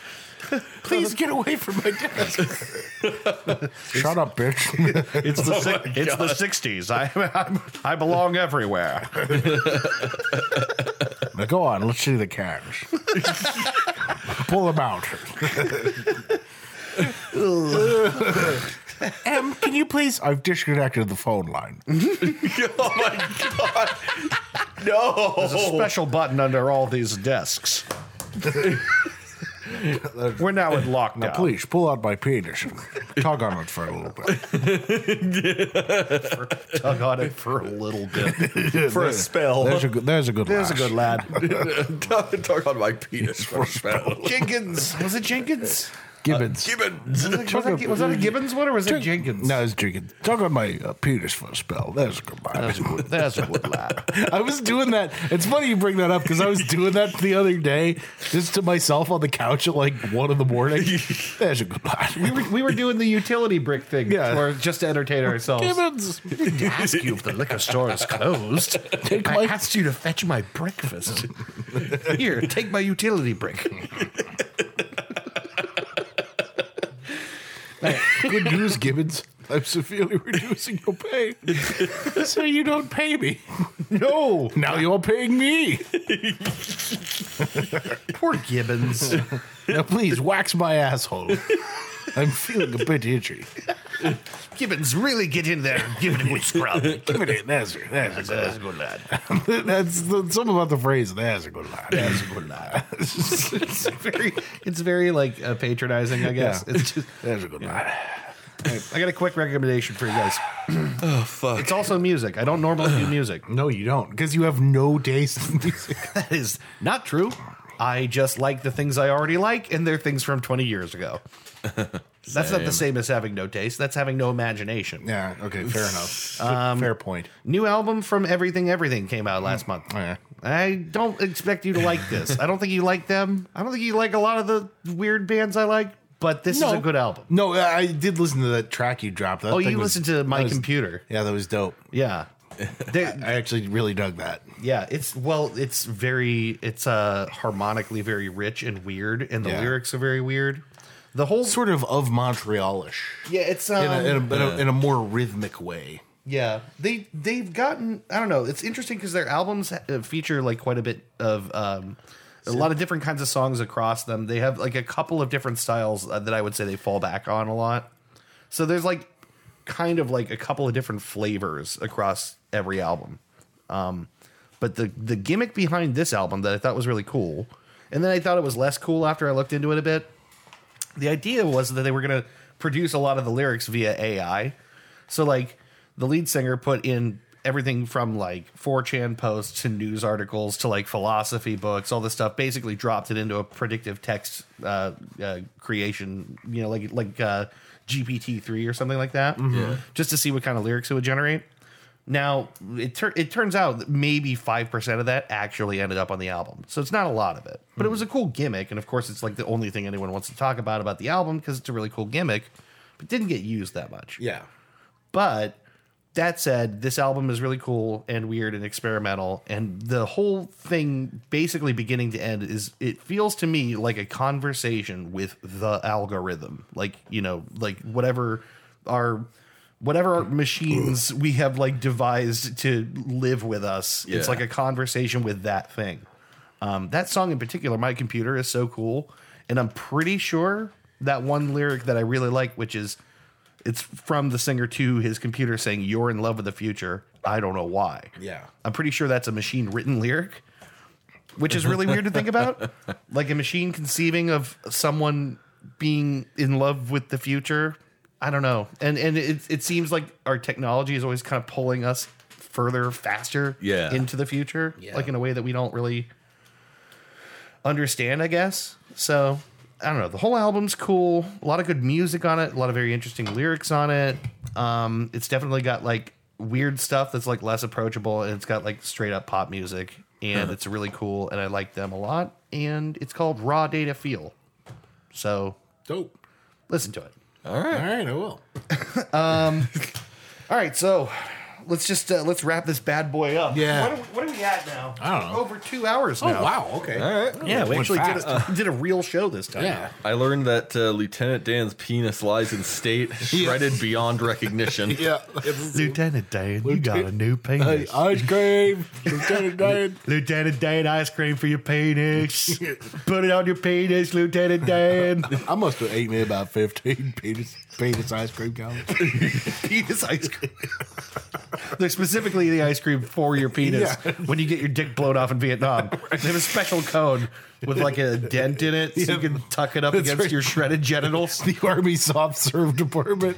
Please get away from my <laughs> desk. Shut up, bitch. It's the si- it's the sixties. I, I I belong everywhere. now go on. Let's see the <laughs> cans. Pull them out. em, can you please? I've disconnected the phone line. Oh my god! No. There's a special button under all these <laughs> desks. We're now in lockdown. Now, please pull out my penis and tug on it for a little bit. <laughs> <laughs> tug on it for a little bit. For a spell. There's a good. There's a good. There's a lass. good lad. Talk, talk on my penis for a spell. Jenkins. Was it Jenkins? Uh, Gibbons. Gibbons. Was that, was that a Gibbons one or was it Jenkins? No, it's drinking. Tug on my uh, penis for a spell. There's a good. lass. That's a good, that's a good lad. <laughs> I was doing that. It's funny you bring that up because I was doing that the other day, just to myself on the couch at like one in the <laughs> morning. There's a good <laughs> We line. were, we were doing the utility brick thing Yeah. or just to entertain ourselves. Gibbons, ask you if the liquor store is closed. Take I my- asked you to fetch my breakfast. Here, take my utility brick. good news, Gibbons. I'm severely reducing your pay, so you don't pay me. No, Now you're paying me. poor Gibbons. Now please wax my asshole. I'm feeling a bit itchy. Gibbons, really get in there and give it a good scrub. Give it in. There's a, there's a, That's a good lad. <laughs> that's the, something about the phrase. There's a good line. There's a good line. <laughs> It's <laughs> very, it's very like uh, patronizing, I guess. Yeah. It's just, There's a good line. I got a quick recommendation for you <clears throat> guys. Oh fuck. It's also music. I don't normally do music. No, you don't, because you have no taste in <laughs> music. That is not true. I just like the things I already like, and they're things from 20 <laughs> years ago. That's not the same as having no taste. That's having no imagination. Yeah. Okay. Fair enough. Um, fair point. New album from Everything Everything came out last month. Yeah. I don't expect you to like this. I don't think you like them. I don't think you like a lot of the weird bands I like, but this is a good album. No, I I did listen to that track you dropped. That Oh, thing you was- listened to My that was- Computer. Yeah, that was dope. <laughs> Yeah. They- I actually really dug that. yeah, it's well, it's very it's uh harmonically very rich and weird and the Yeah. lyrics are very weird. The whole Sort of of Montrealish Yeah, it's in um, a, in, a, in, a, in a more rhythmic way. yeah. They they've gotten I don't know. It's interesting because their albums uh, feature like quite a bit of um, a lot of different kinds of songs across them. They have like a couple of different styles uh, that I would say they fall back on a lot. So there's like kind of like a couple of different flavors across every album. Um, but the the gimmick behind this album that I thought was really cool, and then I thought it was less cool after I looked into it a bit. The idea was that they were going to produce a lot of the lyrics via AI. So like the lead singer put in everything from like 4chan posts to news articles to like philosophy books, all this stuff. Basically, dropped it into a predictive text uh, uh, creation. You know, like like uh, GPT three or something like that. Just to see what kind of lyrics it would generate. Now it tur- it turns out that maybe five percent of that actually ended up on the album, so it's not a lot of it. But it was a cool gimmick, and of course, it's like the only thing anyone wants to talk about about the album because it's a really cool gimmick, but didn't get used that much. Yeah. But that said, this album is really cool and weird and experimental. And the whole thing, basically beginning to end, is it feels to me like a conversation with the algorithm. Like, you know, like whatever our whatever our machines we have like devised to live with us. It's Yeah. like a conversation with that thing. Um, that song in particular, My Computer, is so cool. And I'm pretty sure that one lyric that I really like, which is it's from the singer to his computer saying, You're in love with the future. I don't know why. Yeah. I'm pretty sure that's a machine written lyric. which is really weird to think about. Like a machine conceiving of someone being in love with the future. I don't know. And and it, it seems like our technology is always kind of pulling us further, faster <laughs> Yeah. into the future, Yeah. like in a way that we don't really understand, I guess. So I don't know. The whole album's cool. A lot of good music on it. A lot of very interesting lyrics on it. Um, it's definitely got like weird stuff that's like less approachable, and it's got like straight up pop music, and it's really cool. And I like them a lot. And it's called Raw Data Feel. So Dope. listen to it. All right, I will. All right, so let's just uh, let's wrap this bad boy up. Yeah. What are, we- what are we at now? I don't know. Over two hours Oh now. wow. Okay. All right. Yeah, we Went actually did a, fast. <laughs> did a real show this time. Yeah. <laughs> I learned that uh, Lieutenant Dan's penis lies in <laughs> state, shredded beyond <laughs> recognition. Yeah. Lieutenant Dan, you got a new Hey, <laughs> penis. ice cream. Lieutenant Dan. Lieutenant Dan, ice cream for your <laughs> penis. Put it on your penis, Lieutenant Dan. I must have ate me about 15 penis, penis ice cream cones. penis ice cream. They're <laughs> specifically the ice cream for <laughs> your penis when you get your dick blown off in <laughs> Vietnam. They have a special cone with like a dent in it so you can tuck it up against right. your shredded <laughs> genitals. The Army soft serve department.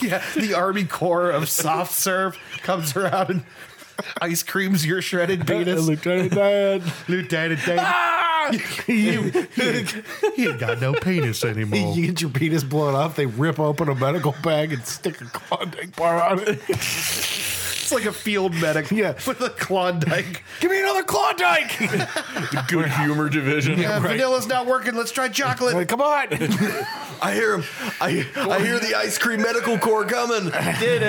yeah, the Army Corps of Soft Serve comes around and ice creams your shredded penis. Lieutenant Dan. Uh, Lieutenant Dan. Ah! you, you, you ain't got no penis anymore. You get your penis blown off, they rip open a medical bag and stick a Klondike bar on it. It's like a field medic Yeah. <laughs> with a Klondike. Give me another Klondike! Good humor division. Yeah, Vanilla's not working. Let's try chocolate. Like, come on! I hear him. I, I hear the ice cream medical corps coming. We're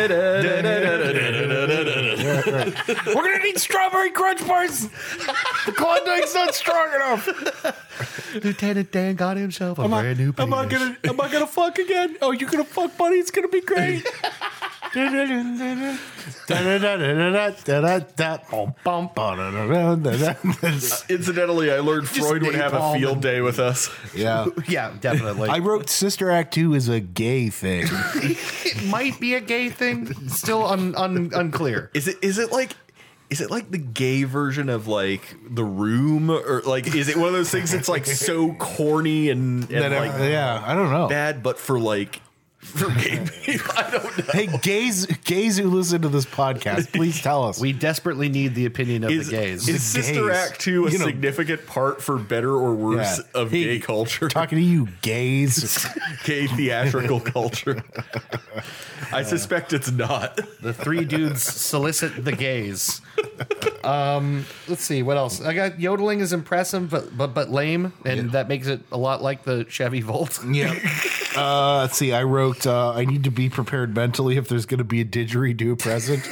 gonna need strawberry crunch bars! The Klondike's not strong enough! Lieutenant Dan got himself a brand new penis. Am I gonna am I gonna fuck again? Oh, you gonna fuck, buddy? It's gonna be <laughs> great. <laughs> Incidentally, I learned Freud would have a napalm field and- day with us. yeah. Yeah, definitely. I wrote Sister Act 2 is a gay thing. it might be a gay thing. Still un, un, unclear. Is it? Is it like? Is it like the gay version of like the room, or like is it one of those things that's like so corny and, and That, like uh, yeah, I don't know. bad, but for like for <laughs> gay people? I don't know. Hey, gays, gays who listen to this podcast, please tell us. We desperately need the opinion of Is, the gays. is Sister gays. Act two a You know- significant part for better or worse Yeah. of Hey, gay <laughs> culture? talking to you, <laughs> gays. gay theatrical culture. I suspect it's not. the three dudes solicit the gays. Um, let's see what else. I got yodeling is impressive, but but but lame, and that makes it a lot like the Chevy <laughs> Volt. Yeah. Uh, let's see. I wrote. Uh, I need to be prepared mentally if there's going to be a didgeridoo <laughs> present.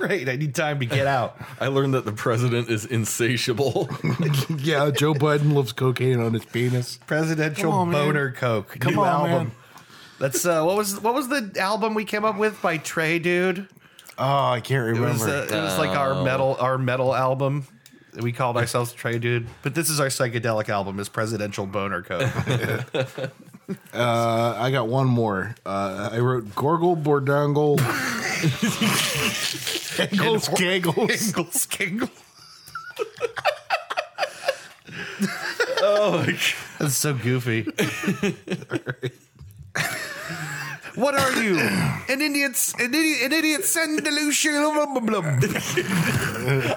right, I need time to get out. I learned that the president is insatiable. <laughs> yeah, Joe Biden loves cocaine on his penis. Presidential Come on, man. boner coke. Come new on, album. man. That's uh, what was what was the album we came up with by Trey Dude. Oh, I can't It was, remember. uh, it was like our metal our metal album. We called ourselves Trey Dude, but this is our psychedelic album. Is Presidential Boner <laughs> Code? Uh, I got one more. Uh, I wrote Gorgle <laughs> Bordangle. Giggles, giggles. Giggles, giggles. <laughs> oh my god. That's so goofy. <laughs> what are you? An idiot? An idiot? An idiot? Send delusion. Blum, blum, blum.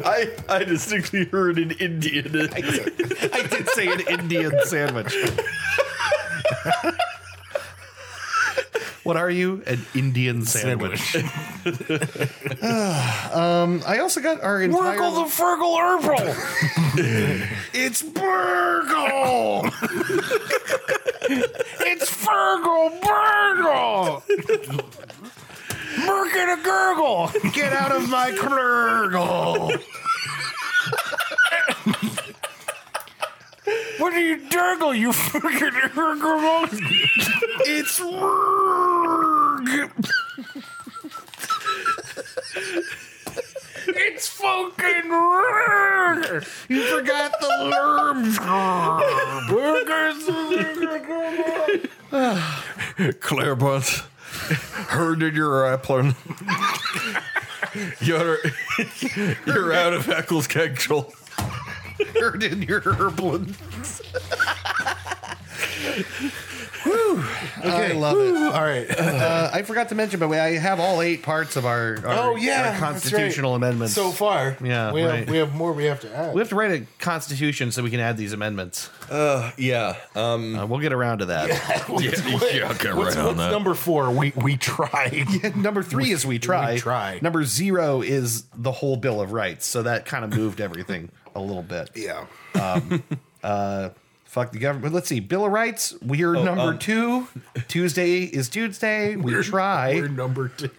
I, I distinctly heard an Indian. I did say an Indian sandwich. <laughs> what are you? An Indian sandwich. <laughs> um, I also got our entire. Wurgle the Fergal Herbal. <laughs> it's Burgle. It's Fergal Burgle. Merkin a gurgle. Get out of my Burgle. What do you durgle, you freaking gurgle? It's Rurg. It's fucking Burgers. You forgot the lerm. Clairvoyant. Heard in your airplane. you're, you're out of Heckles Kegel. Heard in your herblin. I love it. All right. Uh, I forgot to mention, but we, I have all eight parts of our, our oh yeah, our that's constitutional right. amendments. So far, Yeah, we right. have we have more we have to add. we have to write a constitution so we can add these amendments. Uh, yeah. Um, Uh, we'll get around to that. yeah, okay, right what's, what's number four? We we tried. <laughs> Number three is we try. We try. Number zero is the whole Bill of Rights. So that kind of moved everything a little bit. yeah. Fuck the government. Let's see. Bill of Rights. We're number two. Tuesday is Tuesday. We try. Oh, um, We're number two.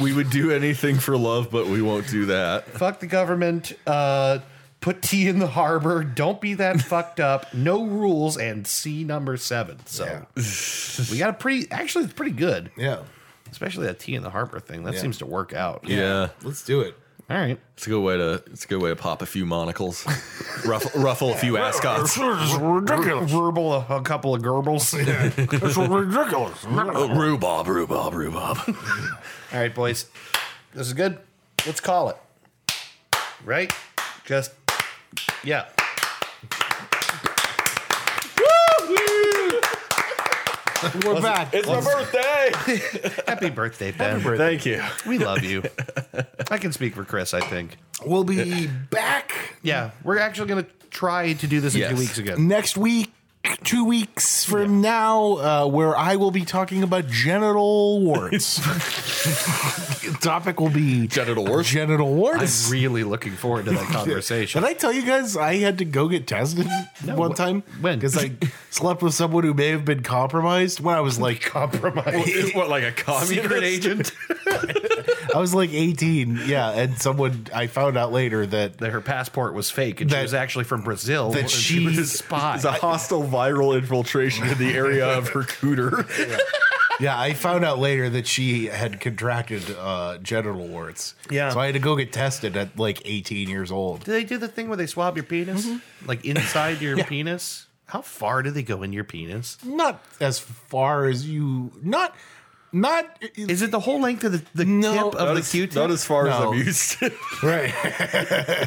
We would do anything for love, but we won't do that. Fuck the government. Uh, put tea in the harbor. Don't be that fucked up. No rules. And see number seven. So we got a pretty. Actually, it's pretty good. yeah. Especially that tea in the harbor thing. That seems to work out. Yeah, Let's do it. All right. it's a good way to it's a good way to pop a few monocles, ruffle, <laughs> ruffle a few ascots. This is ridiculous. Verbal a, a couple of <laughs> gerbils. It's ridiculous. Oh, rhubarb, rhubarb, rhubarb. All right, boys. This is good. Let's call it. Right? Just, yeah. We're back. It's my birthday. Happy birthday, Ben. Thank you. We love you. I can speak for Chris, I think. We'll be back Yeah, we're actually going to try to do this in Yes. two weeks <laughs> again. next week. Two weeks from now, uh, where I will be talking about genital <laughs> warts. <laughs> Topic will be Genital warts? Genital I'm warts. really looking forward to that conversation. Did I tell you guys I had to go get tested one wh- time? when? Because <laughs> I slept with someone who may have been compromised when I was like compromised. <laughs> What, like a communist? <laughs> Secret agent. I was like 18. Yeah. And someone, I found out later that <laughs> that her passport was fake and she That- was actually from <laughs> Brazil. that and she was a is- spy. <laughs> It's a hostile viral infiltration in the area of her cooter. yeah, I found out later that she had contracted uh, genital warts. Yeah. So I had to go get tested at like 18 years old. Do they do the thing where they swab your penis? Like inside <laughs> your penis? How far do they go in your penis? Not as far as you, not, not, Is it the whole length of the, the No, tip of Not the as- Q-tip? Not as far as No. I'm used to. <laughs> right. no,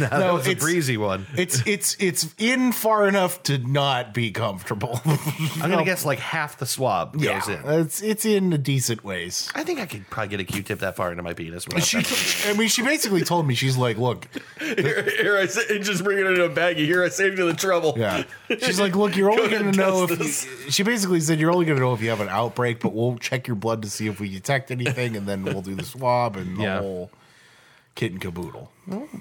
that was a breezy one. It's it's it's in far enough to not be comfortable. I'm gonna guess like half the swab goes in. it's it's in a decent ways. I think I could probably get a Q-tip that far into my <laughs> penis. without She, that. I mean, she basically told me she's like, look, Here, here I sa- just bring it in a baggie. Here I saved you the trouble. yeah, she's like, look, you're only Go ahead gonna and know if test you, she basically said you're only gonna know if you have an outbreak, but we'll check your blood to see if we detect anything, and then we'll do the swab and the Yeah. whole kit and caboodle.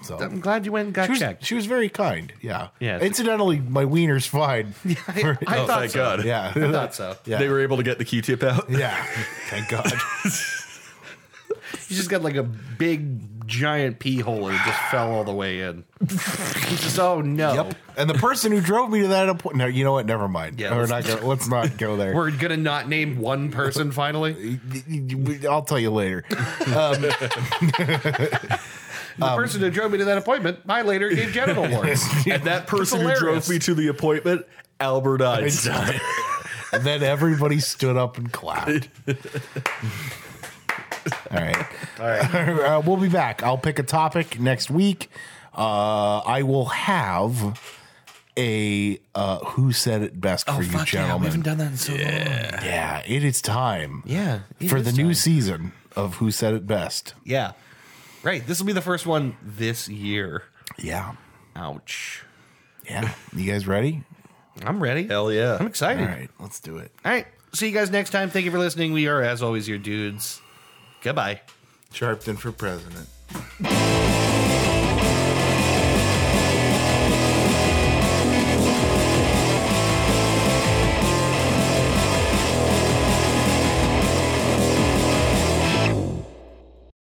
So I'm glad you went and got she was, <laughs> checked. she was very kind. Yeah. Yeah. Incidentally, my wiener's fine. I, I <laughs> Oh, thought thank so. God. Yeah. I thought so. Yeah. <laughs> They were able to get the Q-tip <laughs> out. yeah. Thank God. <laughs> You just got like a big giant pee hole and it <sighs> just fell all the way in. <laughs> just oh no. Yep. And the person who drove me to that appointment. No, you know what? Never mind. Yeah, We're not let's- gonna, let's not go there. We're gonna not name one person finally. I'll tell you later. The Um, person who drove me to that appointment, my later gave <laughs> genital warts. And that person who Hilarious. drove me to the appointment, Albert Einstein. and then everybody stood up and clapped. All right. All right. <laughs> Uh, we'll be back. I'll pick a topic next week. Uh, I will have a uh, who said it best Oh, for you, gentlemen. done that in so long. yeah, it is time Yeah. it for is the time. new season of Who Said It Best. Yeah. Right. This will be the first one this year. Yeah. Ouch. Yeah. You guys ready? I'm ready. <laughs> Hell yeah. I'm excited. All right. Let's do it. All right. See you guys next time. Thank you for listening. We are, as always, your dudes. Goodbye. Sharpton for president.